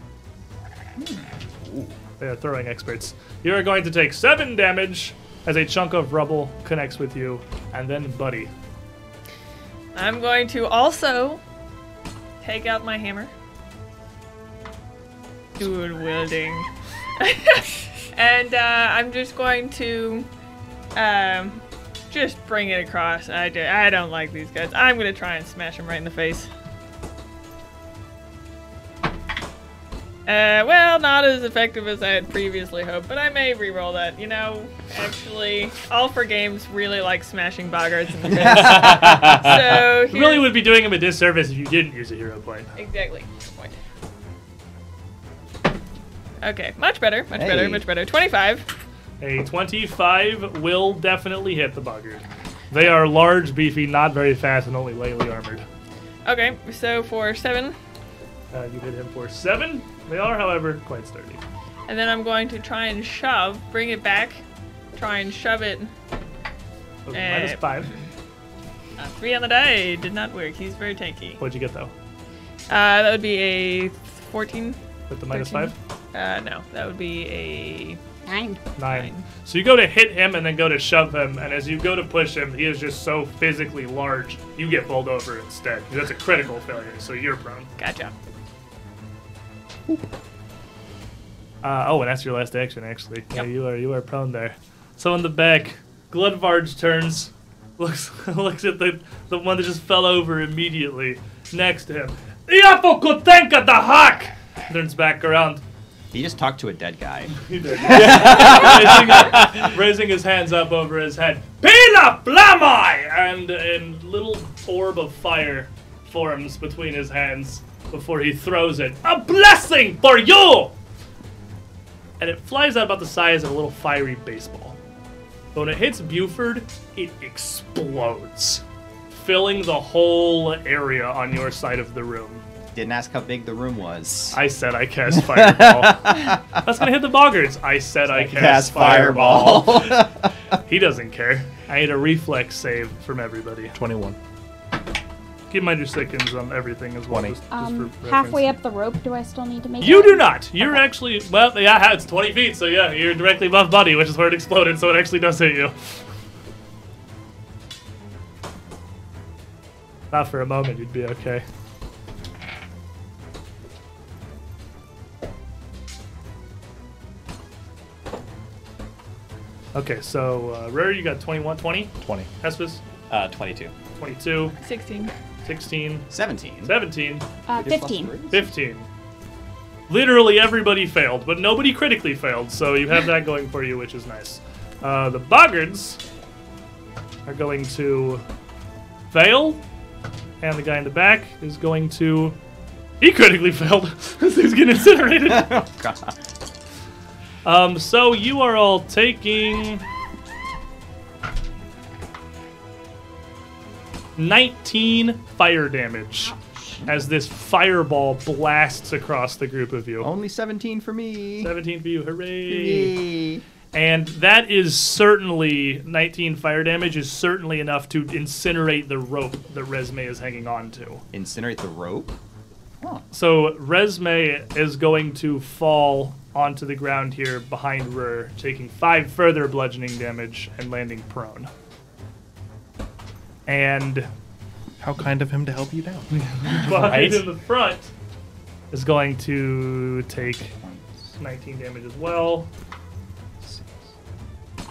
They are throwing experts. You are going to take seven damage as a chunk of rubble connects with you, and then Buddy. I'm going to also take out my hammer. Dual wielding. and uh, I'm just going to um, just bring it across. I, do, I don't like these guys. I'm going to try and smash them right in the face. Uh, well, not as effective as I had previously hoped, but I may re-roll that. You know, actually, all for games really like smashing boggarts in the face. Uh, so You really here's- would be doing him a disservice if you didn't use a hero point. Exactly. Good point. Okay, much better, much better, Hey. much better. 25. A 25 will definitely hit the buggers. They are large, beefy, not very fast, and only lightly armored. Okay, so for 7. Uh, you hit him for 7. They are, however, quite sturdy. And then I'm going to try and shove, bring it back, try and shove it. So minus Eh. 5. Uh, 3 on the die. Did not work. He's very tanky. What'd you get, though? Uh, that would be a 14. With the minus 5? 13? Uh, no, that would be a Nine. Nine. So you go to hit him and then go to shove him, and as you go to push him, he is just so physically large, you get bowled over instead. That's a critical failure, so you're prone. Gotcha. Uh, oh, and that's your last action, actually. Yeah, you are you are prone there. So in the back, Gludvarge turns, looks looks at the the one that just fell over immediately next to him. Iapo Kotenka the Hawk turns back around. He just talked to a dead guy. He did. raising, raising his hands up over his head. Pila flamai! And a little orb of fire forms between his hands before he throws it. A blessing for you! And it flies out about the size of a little fiery baseball. But when it hits Buford, it explodes, filling the whole area on your side of the room. Didn't ask how big the room was. I said I cast fireball. That's gonna hit the boggards. I said I cast, fireball. he doesn't care. I need a reflex save from everybody. 21. Keep in mind your seconds on everything as well. 20. just- just Um, for halfway reference. up the rope, do I still need to make You it? Uh, do not. You're actually well. Yeah, it's 20 feet. So yeah, you're directly above Buddy, which is where it exploded. So it actually does hit you. Not for a moment, you'd be okay. Okay, so uh, Rare, you got 21, 20. 20. Hespus, Uh, 22. 22, 16. 16, 17. 17, Uh, Your plus 15. three? 15. Literally everybody failed, but nobody critically failed, so you have that going for you, which is nice. Uh, the Boggards are going to fail, and the guy in the back is going to. He critically failed. this thing's getting incinerated. um, so you are all taking. 19 fire damage as this fireball blasts across the group of you. Only 17 for me. 17 for you, hooray! Yay. And that is certainly 19 fire damage is certainly enough to incinerate the rope that Resme is hanging on to. Incinerate the rope. Huh. So Resme is going to fall onto the ground here behind Rur, taking five further bludgeoning damage and landing prone. And How kind of him to help you down. behind Right. in the front is going to take 19 damage as well. The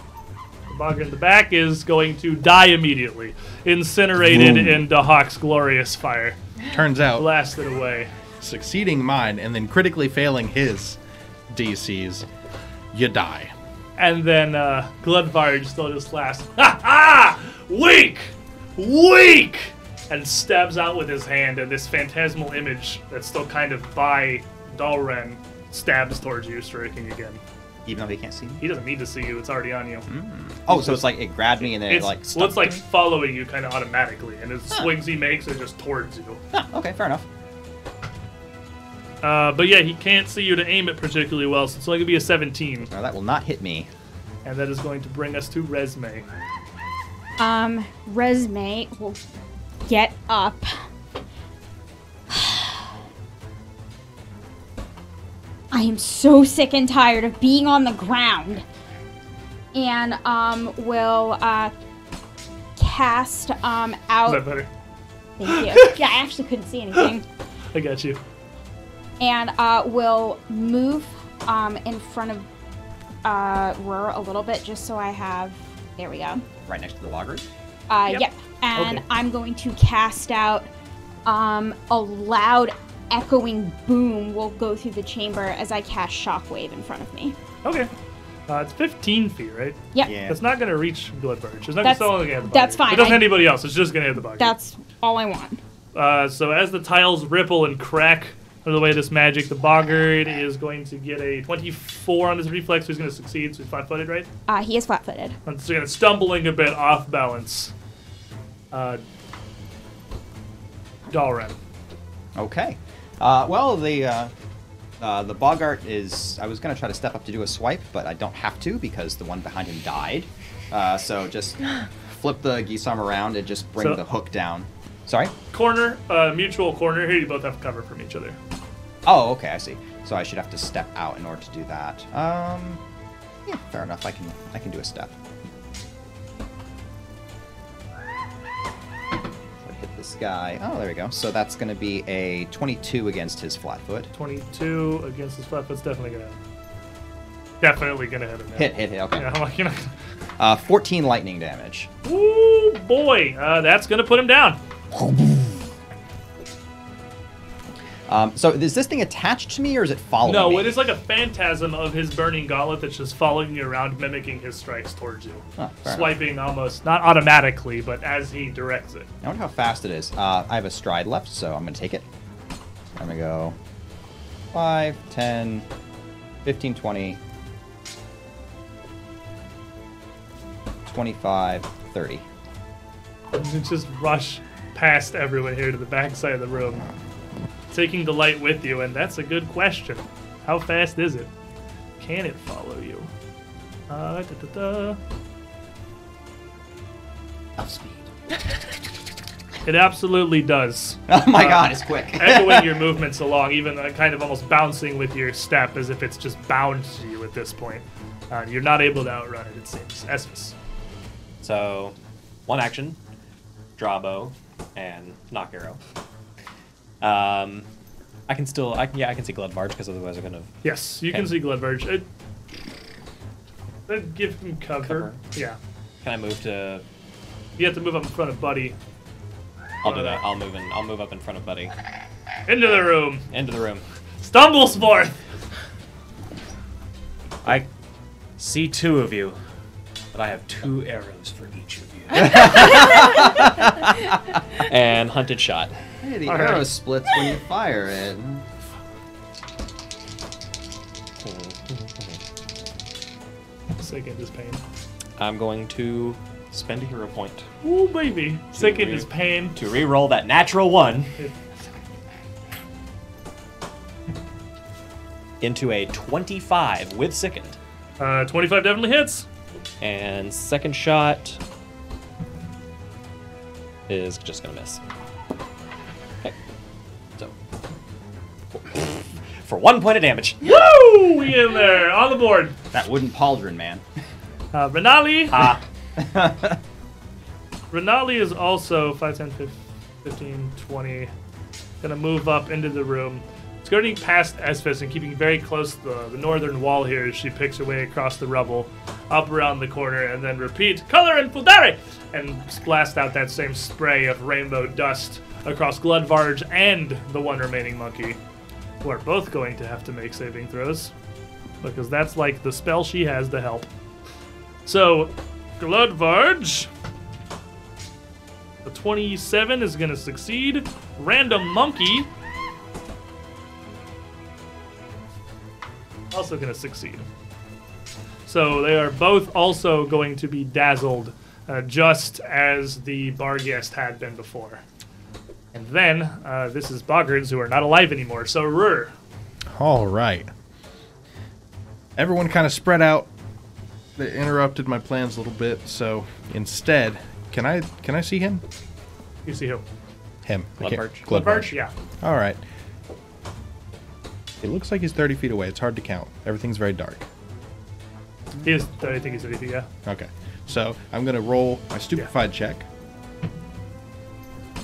bugger in the back is going to die immediately, incinerated in Dahawk's glorious fire, Turns out, blasted away. succeeding mine and then critically failing his DCs, you die. And then uh, Gludvarge still just laughs, ha ha! Weak! Weak! And stabs out with his hand, and this phantasmal image that's still kind of by Dalren stabs towards you, striking again. Even though he can't see me. He doesn't need to see you. It's already on you. Oh, so it's like it grabbed me and then it It's, like well, stuck. it's like following you kind of automatically, and his swings he makes are just towards you. Huh, Ah, okay, fair enough. Uh, but yeah, he can't see you to aim it particularly well, so it's only gonna be a 17, Now that will not hit me. and that is going to bring us to Resme. Um, resume will get up. I am so sick and tired of being on the ground. And um, will uh, cast um Is out. that better? Thank you. Yeah, I actually couldn't see anything. I got you. And uh, will move um in front of uh Rur a little bit just so I have. There we go. Right next to the logger. Uh, Yep. yep. And Okay. I'm going to cast out um, a loud echoing boom will go through the chamber as I cast shockwave in front of me. Okay. Uh, it's 15 feet, right? Yep. Yeah. It's not gonna reach Bloodbirch. It's not That's- it's only gonna hit the that's bugger. fine. It doesn't I- hit anybody else. It's just gonna hit the bugger. That's all I want. Uh, so as the tiles ripple and crack under the way of this magic, the boggard is going to get a 24 on his reflex. Who's going to succeed? So he's flat-footed, right? Uh, he is flat footed. And so again, it's stumbling a bit off balance. Uh, Dalren. Okay. Uh, well, the uh, uh, the Bogart is. I was gonna try to step up to do a swipe, but I don't have to because the one behind him died. Uh, so just flip the Gisam around and just bring So- the hook down. Sorry. Corner, uh, mutual corner. Here you both have cover from each other. Oh, okay, I see. So I should have to step out in order to do that. Um, Yeah, fair enough. I can I can do a step. So hit this guy. Oh, there we go. So that's going to be a 22 against his flat foot. 22 against his flat foot's definitely gonna definitely gonna hit him. now. Hit, hit, hit. Okay. Yeah, I'm like, you know, Uh, 14 lightning damage. ooh boy, uh, that's gonna put him down. Um, so is this thing attached to me or is it following me? No, it is like a phantasm of his burning gauntlet that's just following you around, mimicking his strikes towards you, Oh, fair enough. swiping almost not automatically, but as he directs it. I wonder how fast it is. Uh, I have a stride left, so I'm going to take it. I'm going to go 5, 10, 15, 20, 25, 30. You just rush past everyone here to the backside of the room, taking the light with you, and that's a good question. How fast is it? Can it follow you? Uh, da, da, da. Up speed. It absolutely does. Oh my Uh, god, it's quick. Echoing your movements along, even uh, kind of almost bouncing with your step as if it's just bound to you at this point. Uh, you're not able to outrun it, it seems. Esmus. So, one action, draw bow, and knock arrow. Um, I can still, I can, yeah, I can see Glad Barge because otherwise I'm gonna. Yes, you Okay. can see Glenverge. It, it give him cover. Cover. Yeah. Can I move to? You have to move up in front of Buddy. I'll do that. I'll move in. I'll move up in front of Buddy. Into the room. Into the room. Stumbles forth. I see two of you, but I have two arrows for each of you. and hunted shot. Hey, the All arrow right. splits when you fire it. Second is pain. I'm going to spend a hero point Ooh, baby. Second is re- pain. to re-roll that natural one into a 25 with second. Uh, 25 definitely hits. And second shot is just gonna miss. Okay. So for one point of damage. Woo! We in there. On the board. That wooden pauldron, man. Uh, Renali. Ah, Renali is also 5, 10, 15, 15, 20. Gonna move up into the room. Skirting past Esfis and keeping very close to the, the northern wall here as she picks her way across the rubble, up around the corner, and then repeat color and Fuldari! And blast out that same spray of rainbow dust across Gludvarge and the one remaining monkey, who are both going to have to make saving throws, because that's like the spell she has to help. So, Gludvarge. The 27 is going to succeed. Random monkey. Also going to succeed. So they are both also going to be dazzled, uh, just as the bar guest had been before. And then uh, this is Boggards, who are not alive anymore. So Rur, All right. Everyone kind of spread out. They interrupted my plans a little bit, so instead, can I can I see him? you see who? Him. I can't- Bloodbarge. Bloodbarge. Birch, yeah. All right. It looks like he's 30 feet away. It's hard to count. Everything's very dark. He is. I think he's anything. Yeah. Okay. So I'm gonna roll my stupefied check.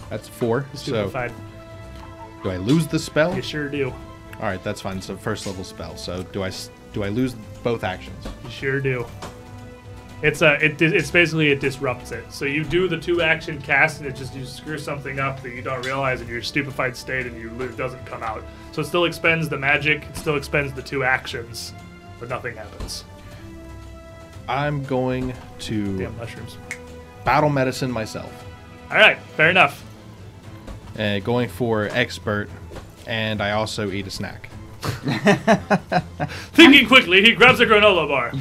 That's four. Stupefied. So do I lose the spell? you sure do. All right, that's fine. It's a first level spell. So do I s- do I lose both actions? You sure do. It's a it, dis- it's basically it disrupts it. So you do the two action cast and it just you screw something up that you don't realize in your stupefied state and you lo- doesn't come out. So it still expends the magic, it still expends the two actions, but nothing happens. I'm going to Damn mushrooms. battle medicine myself, All right, fair enough. uh, going for expert, and I also eat a snack. Thinking quickly, he grabs a granola bar.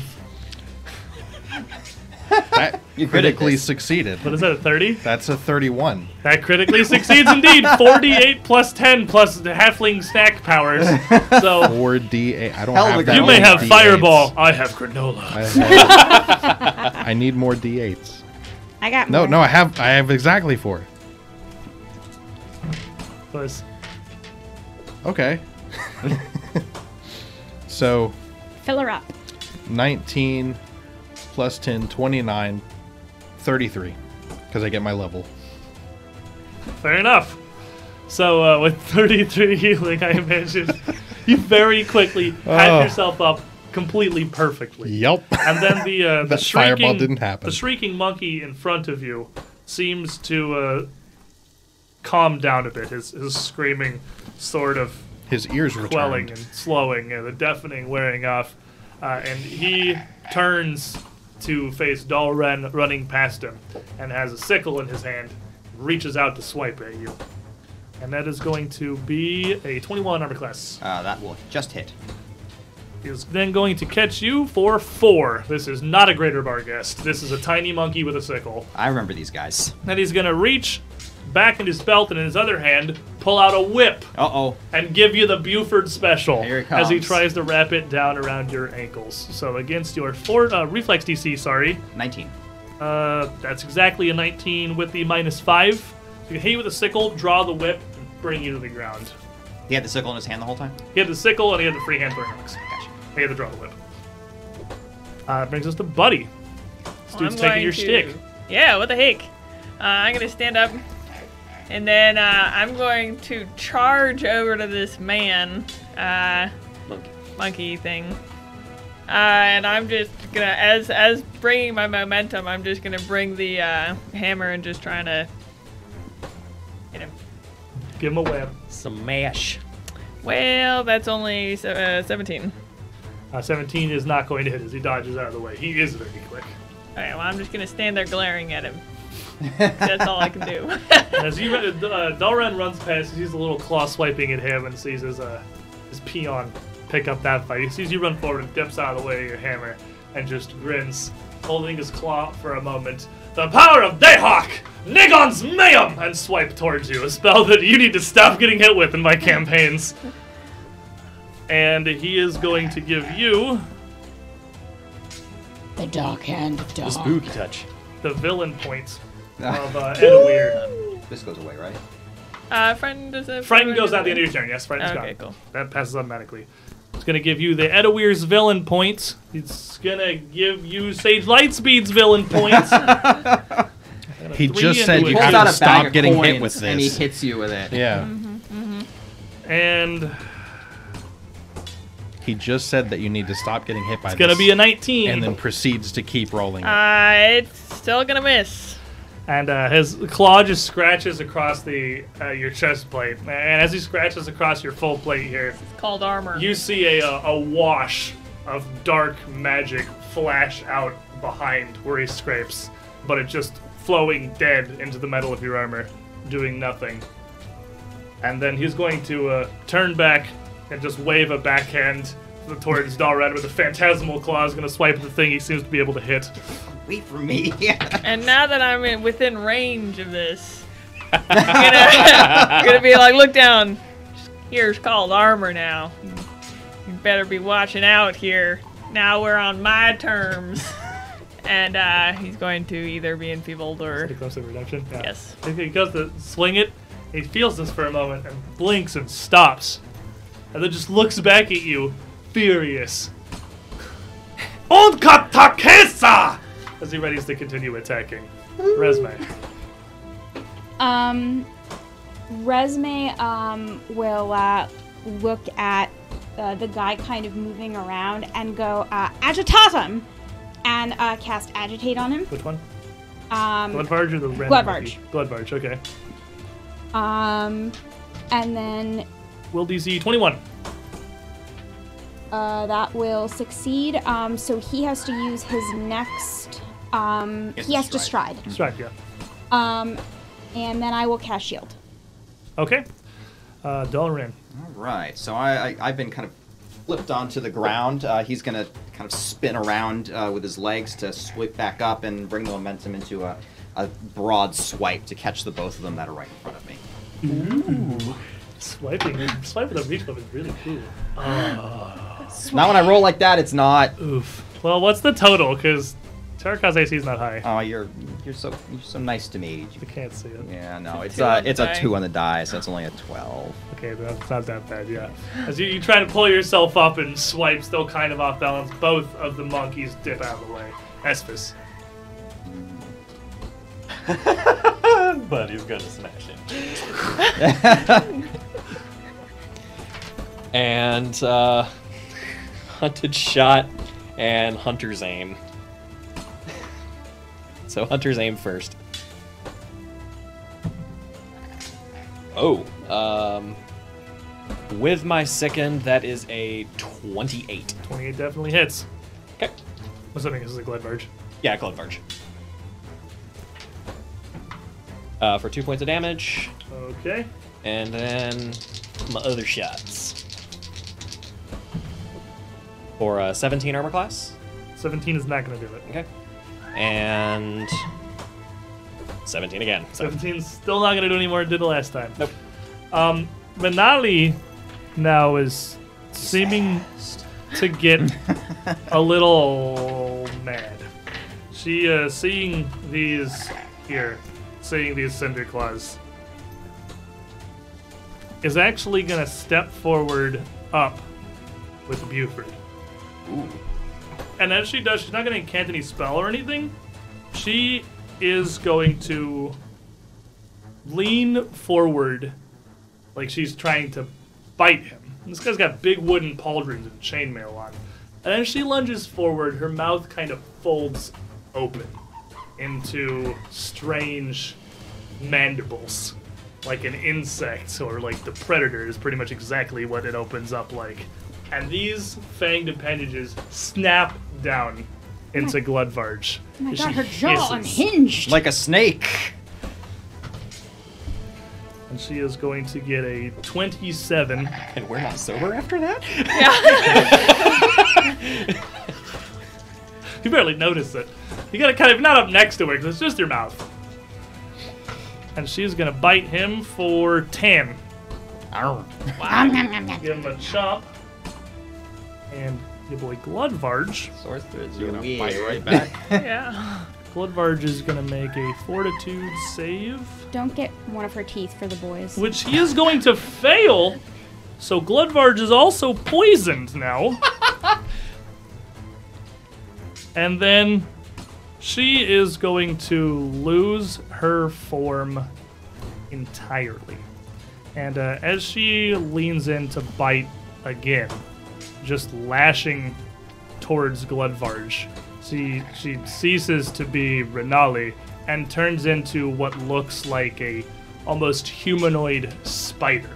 That You're good at critically this. succeeded. What is that? A thirty? That's a 31. That critically succeeds indeed. Forty-eight plus ten plus the halfling snack powers. So 4d8. I don't Hell of have a guy. that. you may many have D8s. fireball. I have granola. I, have- I need more d8s. I got No, more. no, I have I have exactly 4. Plus- Okay. so Fill her up. 19 plus 10, 29, 33. Because I get my level. Fair enough. So uh, with 33 healing, I imagine you very quickly had Oh. yourself up completely perfectly. Yep. And then the uh, the That fireball shrieking, didn't happen. The shrieking monkey in front of you seems to uh, calm down a bit. His his screaming sort of His ears returned. quelling and slowing and the deafening wearing off. Uh, and he turns to face Dalren running past him and has a sickle in his hand, reaches out to swipe at you. And that is going to be a 21 armor class. Uh, that will just hit. He is then going to catch you for four. This is not a greater barghest. This is a tiny monkey with a sickle. I remember these guys. Then he's going to reach back in his belt and in his other hand, pull out a whip Uh oh. and give you the Buford special Here it as he comes. tries to wrap it down around your ankles. So against your four uh, reflex DC, sorry, 19. uh, that's exactly a 19 with the minus five. So you hit you with a sickle, draw the whip, and bring you to the ground. He had the sickle in his hand the whole time? He had the sickle and he had the free hand throwing axe. Gotcha. He had the draw the whip. Uh, brings us to Buddy. This Well, dude's I'm taking going your to- shtick. Yeah, what the heck? Uh, I'm gonna stand up, and then uh, I'm going to charge over to this man, uh, Monkey. monkey thing, uh, and I'm just gonna as as bringing my momentum, I'm just gonna bring the uh, hammer and just trying to hit him. Give him a whip. Smash. Well, that's only se- uh, 17. Uh, 17 is not going to hit as he dodges out of the way. He is very quick. All right, well, I'm just gonna stand there glaring at him. That's all I can do. As you, uh, Dalren runs past, he's a little claw swiping at him and sees his, uh, his peon pick up that fight. He sees you run forward and dips out of the way of your hammer and just grins, holding his claw for a moment. The power of Dayhawk! Niggon's Mayhem! And swipe towards you, a spell that you need to stop getting hit with in my campaigns. And he is going to give you The dark hand of dark. Spooky touch. the villain point of uh, Edwir. This goes away, right? Uh, friend does a Frightened goes out the end of your turn. Yes, frightened Okay, gone. cool. That passes automatically. It's gonna give you the Edowir's villain points. It's gonna give you Sage Lightspeed's villain points. He Three just and said two. you Pulls have out to stop of getting hit coins, with And he this. hits you with it. yeah. and He just said that you need to stop getting hit by it's gonna this. be a Ah. 19. and then proceeds to keep rolling. it. Uh, it's still gonna miss. and uh, his claw just scratches across the uh, your chest plate. And as he scratches across your full plate here, It's called armor. you see a, a wash of dark magic flash out behind where he scrapes, but it just flowing dead into the metal of your armor, doing nothing. And then he's going to uh, turn back and just wave a backhand towards Dalred with a phantasmal claw. Is going to swipe at the thing he seems to be able to hit. Wait for me. and now that I'm in, within range of this, I'm gonna, I'm gonna be like, look down. Here's called armor now. You better be watching out here. Now we're on my terms. and uh, he's going to either be enfeebled or. Eclipse of Redemption. Yeah. Yes. He goes to swing it. He feels this for a moment and blinks and stops, and then just looks back at you, furious. Onkatakesa! As he readies to continue attacking. Resume. Um, Resume um, will uh, look at uh, the guy kind of moving around and go, uh, agitatum! And uh, cast agitate on him. Which one? Um, Blood Barge or the random Blood monkey? Blood Barge, okay. um, and then Will DC 21. uh, that will succeed. Um, so he has to use his next. Um, Yes, he has to stride. stride. Strike, yeah. Um, and then I will cast shield. Okay. Uh, Dalrin. All right. So I, I I've been kind of flipped onto the ground. Uh, he's gonna kind of spin around uh, with his legs to sweep back up and bring the momentum into a, a broad swipe to catch the both of them that are right in front of me. Swiping. Swiping the reach club is really cool. Now when I roll like that, it's not. Oof. Well, what's the total? Because Sharkaw's AC is not high. Oh, you're you're so you're so nice to me. You can't see it. Yeah, no, it's two a on the it's a die. two on the die, so that's only a twelve. Okay, that's not that bad, yeah. As you, you try to pull yourself up and swipe, still kind of off balance, both of the monkeys dip out of the way. Espus. but he's gonna smash it. and uh, hunted shot and hunter's aim. So hunter's aim first. Oh, um, with my second, that is a twenty-eight. 28 definitely hits. Okay, I'm assuming this is a glide barge. yeah, club barge. Uh, for two points of damage. Okay. And then my other shots. For a 17 armor class. 17 is not going to do it. Okay. And 17 again. So 17's still not going to do any more than it did the last time. Nope. Um, Manali now is seeming to get a little mad. She uh, seeing these here, seeing these cinder claws, is actually gonna step forward up with Buford. And as she does, she's not gonna incant any spell or anything. She is going to lean forward like she's trying to bite him. And This guy's got big wooden pauldrons and chainmail on. And as she lunges forward, her mouth kind of folds open into strange mandibles, like an insect or like the predator is pretty much exactly what it opens up like. And these fanged appendages snap down into Gludvarge. Oh my as god, she her jaw hisses. unhinged. Like a snake. And she is going to get a 27. and we're not sober after that? You barely notice it. You gotta kind of not up next to her because it's just your mouth. And she's gonna bite him for 10. Give him a chomp. And your boy Gludvarge. Sorcerers You're are gonna fight weird. right back. Yeah. Gludvarge is gonna make a fortitude save, Don't get one of her teeth for the boys. which he is going to fail. So Gludvarge is also poisoned now. and then she is going to lose her form entirely. And uh, as she leans in to bite again, just lashing towards Gludvarge, she, she ceases to be Renali and turns into what looks like a almost humanoid spider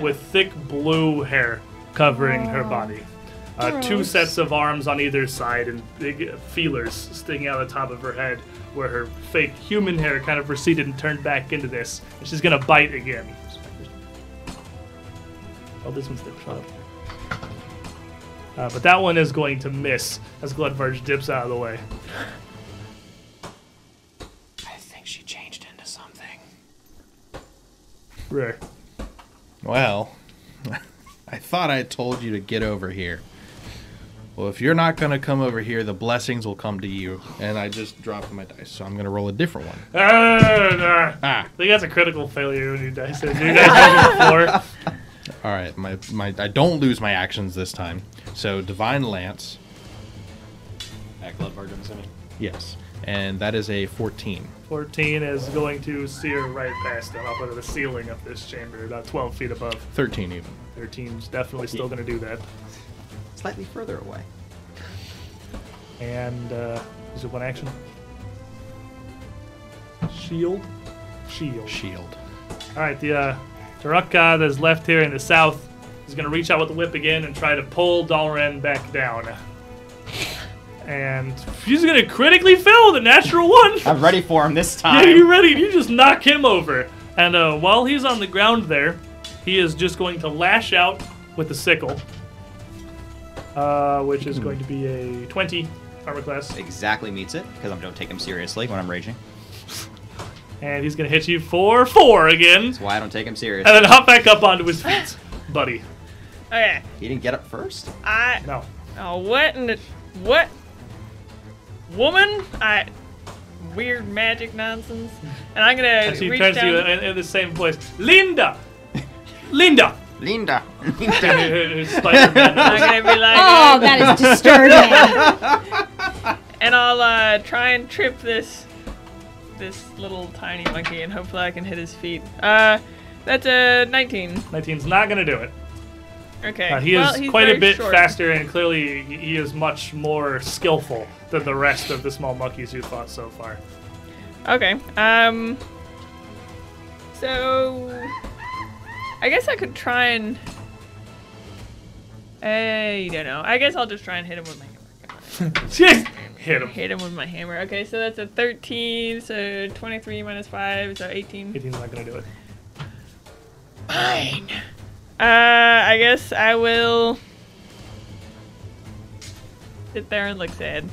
with thick blue hair covering her body. Uh, two sets of arms on either side and big feelers sticking out the top of her head where her fake human hair kind of receded and turned back into this. And she's going to bite again. Oh, this one's different. Uh, but that one is going to miss as Gludvarge dips out of the way. I think she changed into something. Rare. Well, I thought I told you to get over here. Well, if you're not gonna come over here, the blessings will come to you. And I just dropped my dice, so I'm gonna roll a different one. Ah, ah. Ah, I think that's a critical failure when you dice it. You dice it on the floor. all right. My my, I don't lose my actions this time. So divine lance, That glove barge, I'm assuming. yes, and that is a 14. 14 is going to sear right past them up into the ceiling of this chamber, about 12 feet above. 13 even. 13's definitely still going to do that. Slightly further away. And uh, is it one action? Shield? Shield. Shield. All right, the uh, Tarukka that's left here in the south is going to reach out with the whip again and try to pull Dalren back down. And she's going to critically fail the natural one. I'm ready for him this Yeah, time. you ready? You just knock him over. And uh, while he's on the ground there, he is just going to lash out with the sickle, uh, which is Hmm. going to be a 20 armor class. Exactly meets it because I don't take him seriously when I'm raging. And he's going to hit you for four again, That's why I don't take him serious. and then hop back up onto his feet, buddy. Okay. He didn't get up first. I. No. Oh, what in the. What? woman, I weird magic nonsense, and I'm gonna And she reach turns to down. you in, in the same voice. Linda! Linda! Linda. And Linda. her- her spider man- I'm gonna be like, Oh, that is disturbing. and I'll uh, try and trip this this little tiny monkey, and hopefully I can hit his feet. Uh, that's a 19. 19's not gonna do it. Okay. Uh, he well, is he's quite a very bit short. faster, and clearly he is much more skillful than the rest of the small monkeys you fought so far. Okay. Um. So, I guess I could try and. I don't know. I guess I'll just try and hit him with my hammer. Yes! Hit him. Hit him with my hammer. Okay, so that's a 13. So 23 minus 5, so 18. 18's not gonna do it. Fine. Uh, I guess I will sit there and look sad.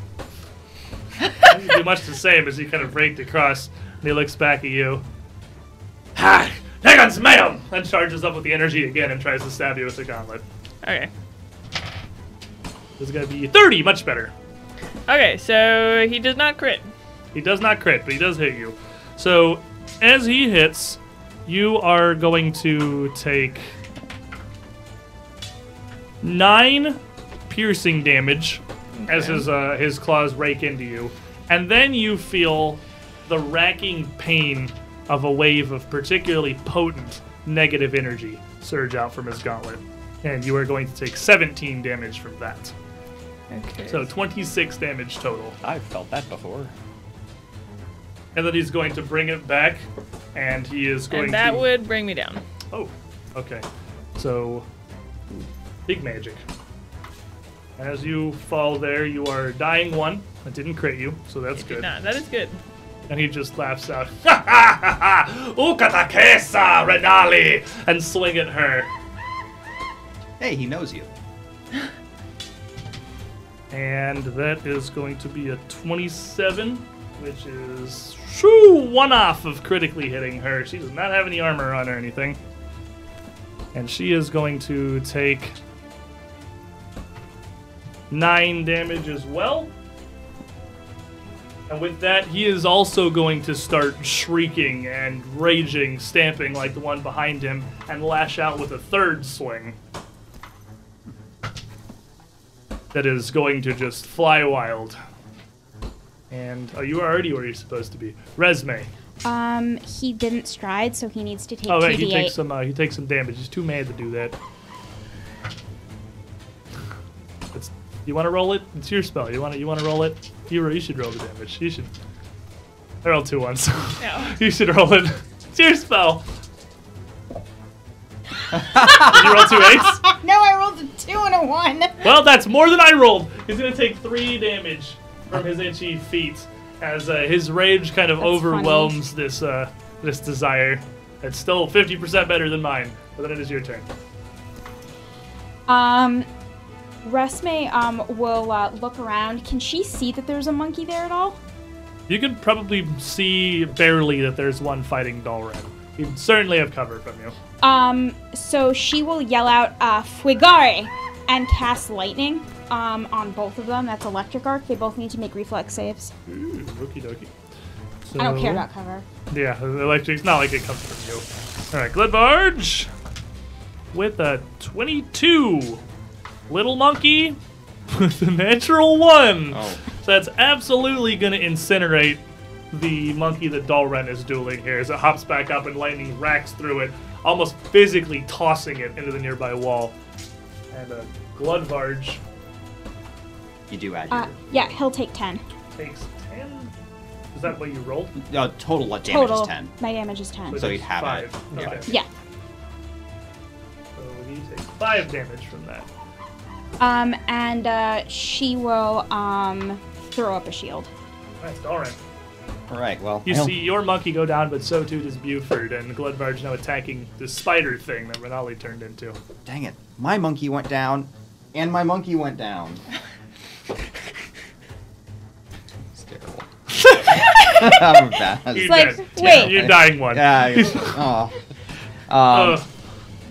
Doesn't do much the same as he kind of raked across, and he looks back at you. Ha! That gun's ma'am! And charges up with the energy again and tries to stab you with the gauntlet. Okay. This is gonna be 30, much better. Okay, so he does not crit. He does not crit, but he does hit you. So, as he hits, you are going to take nine piercing damage as his uh, his claws rake into you, and then you feel the racking pain of a wave of particularly potent negative energy surge out from his gauntlet, and you are going to take 17 damage from that. Okay. So 26 damage total. I've felt that before. and then he's going to bring it back, and he is going and that to. would bring me down. Oh, okay. So, big magic. As you fall there, you are dying one. It didn't crit you, so that's Did good. not. That is good. And he just laughs out, ha ha ha ha, Ukatakesa Renali, and swing at her. hey, he knows you. And that is going to be a 27, which is shoo, one off of critically hitting her. She does not have any armor on or anything. And she is going to take nine damage as well. And with that, he is also going to start shrieking and raging, stamping like the one behind him, and lash out with a third swing that is going to just fly wild. And oh, you are already where you're supposed to be. Resume. um, he didn't stride, so he needs to take Oh 2d8. right, he takes some. Uh, he takes some damage. He's too mad to do that. It's, you want to roll it? It's your spell. You want to? You want to roll it? You, you should roll the damage. You should. I rolled two ones. No. you should roll it. It's your spell. Did you roll two eights? No, I rolled a two and a one. Well, that's more than I rolled. He's gonna take three damage from his itchy feet as uh, his rage kind of That's overwhelms this uh, this desire. It's still 50% better than mine, but then it is your turn. Um, Resme um will uh, look around. Can she see that there's a monkey there at all? You can probably see barely that there's one fighting Dalren. You certainly have cover from you. Um, so she will yell out uh, "Fuigare" and cast lightning um on both of them. That's electric arc. They both need to make reflex saves. Ooh, okie dokie. I don't care So- about cover. Yeah, the electric's not like it comes from you. Alright, Glidbarge! With a 22. Little Monkey with a natural one. Oh. So that's absolutely going to incinerate the monkey that Dalren is dueling here as it hops back up and lightning racks through it, almost physically tossing it into the nearby wall. And uh, a Gludvarge You do add your Uh, yeah, he'll take ten takes 10. Is that what you rolled? uh, total damage total. is ten. My damage is ten. So he'd have five. it. Okay. Yeah. So he takes five damage from that. Um, and uh, she will um throw up a shield. Nice, Dalren. All right. Well, You I don't- see your monkey go down, but so too does Buford, and Gludvarge now attacking the spider thing that Renali turned into. Dang it! My monkey went down, and my monkey went down. it's terrible. I'm bad. You're like, dead. wait. You're dying one. Yeah. I- Oh. Um, Ugh.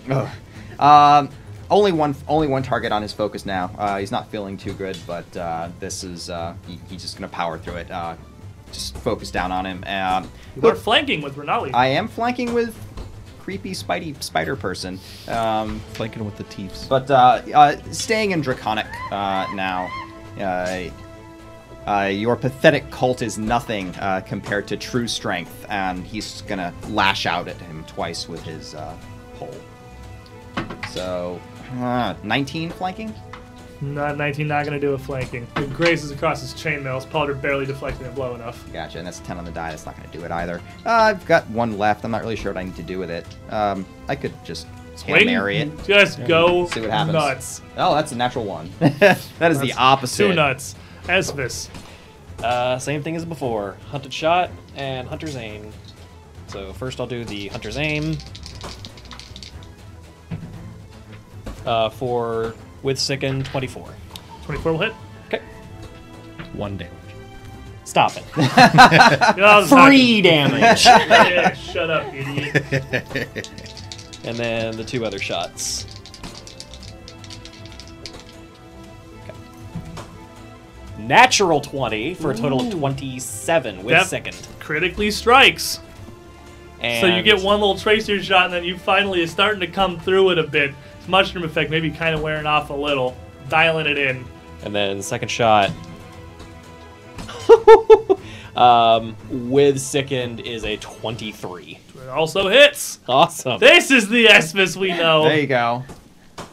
ugh. Um, Only one, only one target on his focus now. Uh, he's not feeling too good, but uh, this is uh, he, he's just gonna power through it. Uh, just focus down on him. Um, We're flanking with Renali. I am flanking with creepy Spidey spider person, um, Flanking with the teeps. but uh, uh, staying in draconic uh, now. Uh, uh, your pathetic cult is nothing uh, compared to true strength, and he's gonna lash out at him twice with his uh, pole. So, uh, 19 flanking. Not 19, not gonna do a flanking. It grazes across his chainmail. His powder barely deflecting a blow enough. Gotcha, and that's 10 on the die. That's not going to do it either. Uh, I've got one left. I'm not really sure what I need to do with it. Um, I could just Hail Wait, Mary it. Just go See what happens. nuts. Oh, that's a natural one. that is the opposite. Two nuts. Esvis. Uh, same thing as before. Hunted shot and hunter's aim. So first I'll do the hunter's aim. Uh, for with sicken 24. 24 will hit. Okay. One damage. Stop it. Yeah, Three damage. yeah, shut up, idiot. and then the two other shots. Okay. Natural 20 for a total of 27 with That second. Critically strikes. And So you get one little tracer shot, and then you finally is starting to come through it a bit. It's mushroom effect, maybe kind of wearing off a little, dialing it in. And then second shot. um, with sickened is a 23. It also hits. Awesome. This is the Esvis we know. There you go.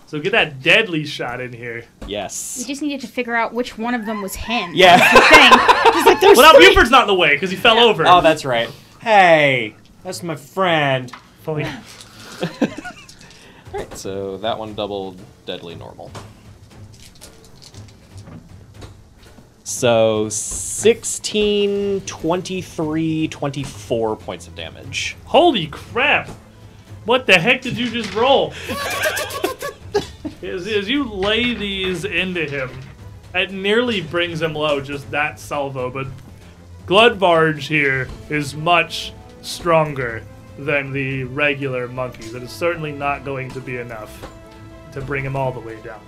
So get that deadly shot in here. We Yes. just needed to figure out which one of them was him. Yeah. Thing. Just like, there's Well, now three. Buford's not in the way because he fell over. oh, that's right. Hey, that's my friend. Fully- All right, so that one doubled deadly normal. So 16, 23, 24 points of damage. Holy crap! What the heck did you just roll? as, as you lay these into him, it nearly brings him low, just that salvo, but Gludvarge here is much stronger than the regular monkeys. It is certainly not going to be enough to bring him all the way down.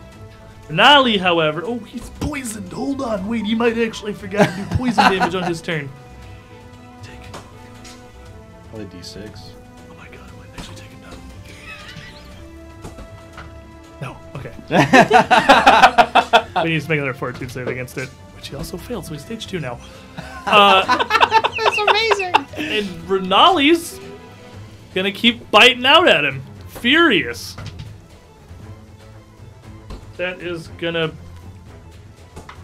Nali, however, oh, he's poisoned. Hold on, wait, he might actually forget to do poison damage on his turn. Take Probably D6. Oh my god, I might actually take a nap. No, okay. we need to make another fortitude save against it, which he also failed, so he's stage two now. That's amazing! And Renali's gonna keep biting out at him, furious. That is gonna.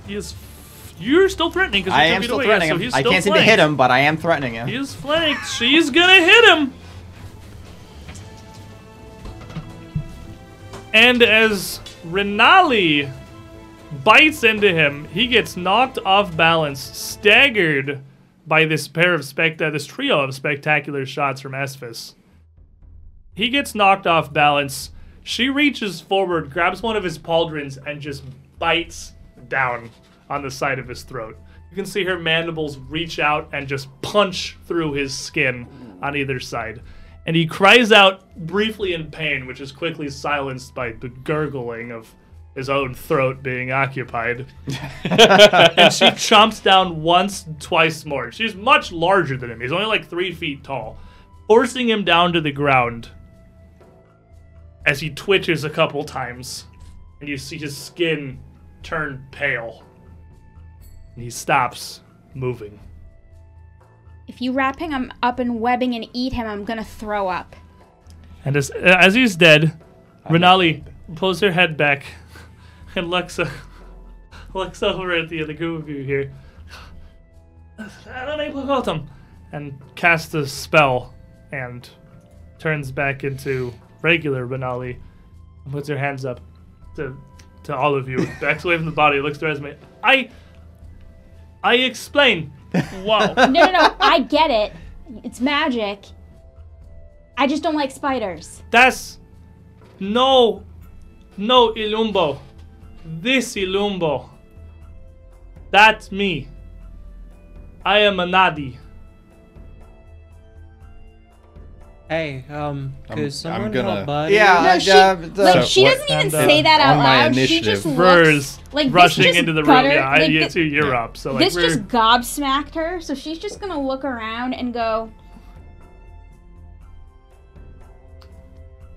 He is. You're still threatening because I am still threatening so him. he's I still can't seem to flanked. hit him, but I am threatening him. He's flanked. She's gonna hit him. And as Renali bites into him, he gets knocked off balance, staggered by this pair of spect uh, this trio of spectacular shots from Esphis. He gets knocked off balance. She reaches forward, grabs one of his pauldrons, and just bites down on the side of his throat. You can see her mandibles reach out and just punch through his skin on either side. And he cries out briefly in pain, which is quickly silenced by the gurgling of his own throat being occupied. and she chomps down once, twice more. She's much larger than him. He's only like three feet tall, forcing him down to the ground as he twitches a couple times. And you see his skin turn pale. And he stops moving. If you wrap him up in webbing and eat him, I'm gonna throw up. And as, uh, as he's dead, Renali pulls her head back and looks, uh, looks over at the other group of you here. Anonymous And casts a spell and turns back into regular Renali and puts her hands up to to all of you. Backs away from the body, looks to Esme. I I explain. Wow. No, no, no. I get it. It's magic. I just don't like spiders. That's no, no Ilumbo. This Ilumbo. That's me. I am a Nadi. Hey, um, I'm- could I'm someone gonna- help Buddy? No, Yeah, she- uh, the- like So she what- doesn't even and, uh, say that out on my loud. She initiative, just looks Vers like this rushing just into the butter- room. Yeah, I, like, you thi- two, you're up. So like this we're just gobsmacked her, so she's just gonna look around and go.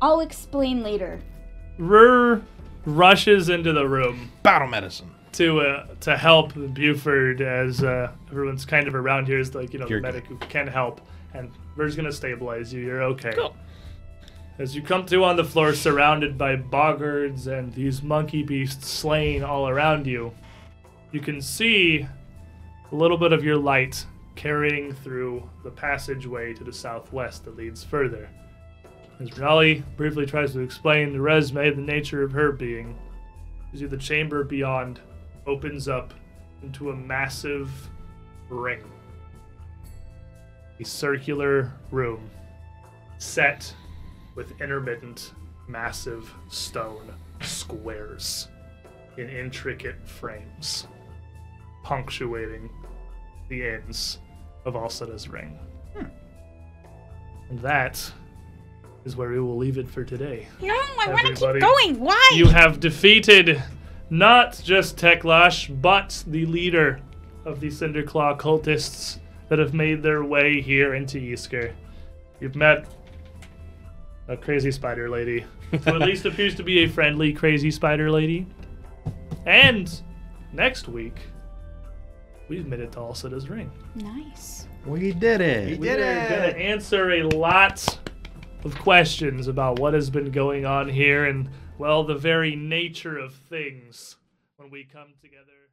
I'll explain later. Rur rushes into the room Battle medicine. to uh, to help Buford as uh, everyone's kind of around here is like you know You're the medic who can help and Rur's gonna stabilize you. You're okay. Cool. As you come to on the floor, surrounded by boggards and these monkey beasts slain all around you, you can see a little bit of your light carrying through the passageway to the southwest that leads further. As Raleigh briefly tries to explain to Resme the nature of her being, you see the chamber beyond opens up into a massive ring. A circular room set with intermittent, massive stone squares in intricate frames, punctuating the ends of Alcetta's ring. And that is where we will leave it for today. No, I want to Everybody- keep going. Why? You have defeated not just Teklash, but the leader of the Cinderclaw cultists that have made their way here into Easker. You've met a crazy spider lady, who at least appears to be a friendly crazy spider lady. And next week, we've made it to Alcida's ring. nice. We did it. We We did are going it. to answer a lot of questions about what has been going on here and, well, the very nature of things when we come together.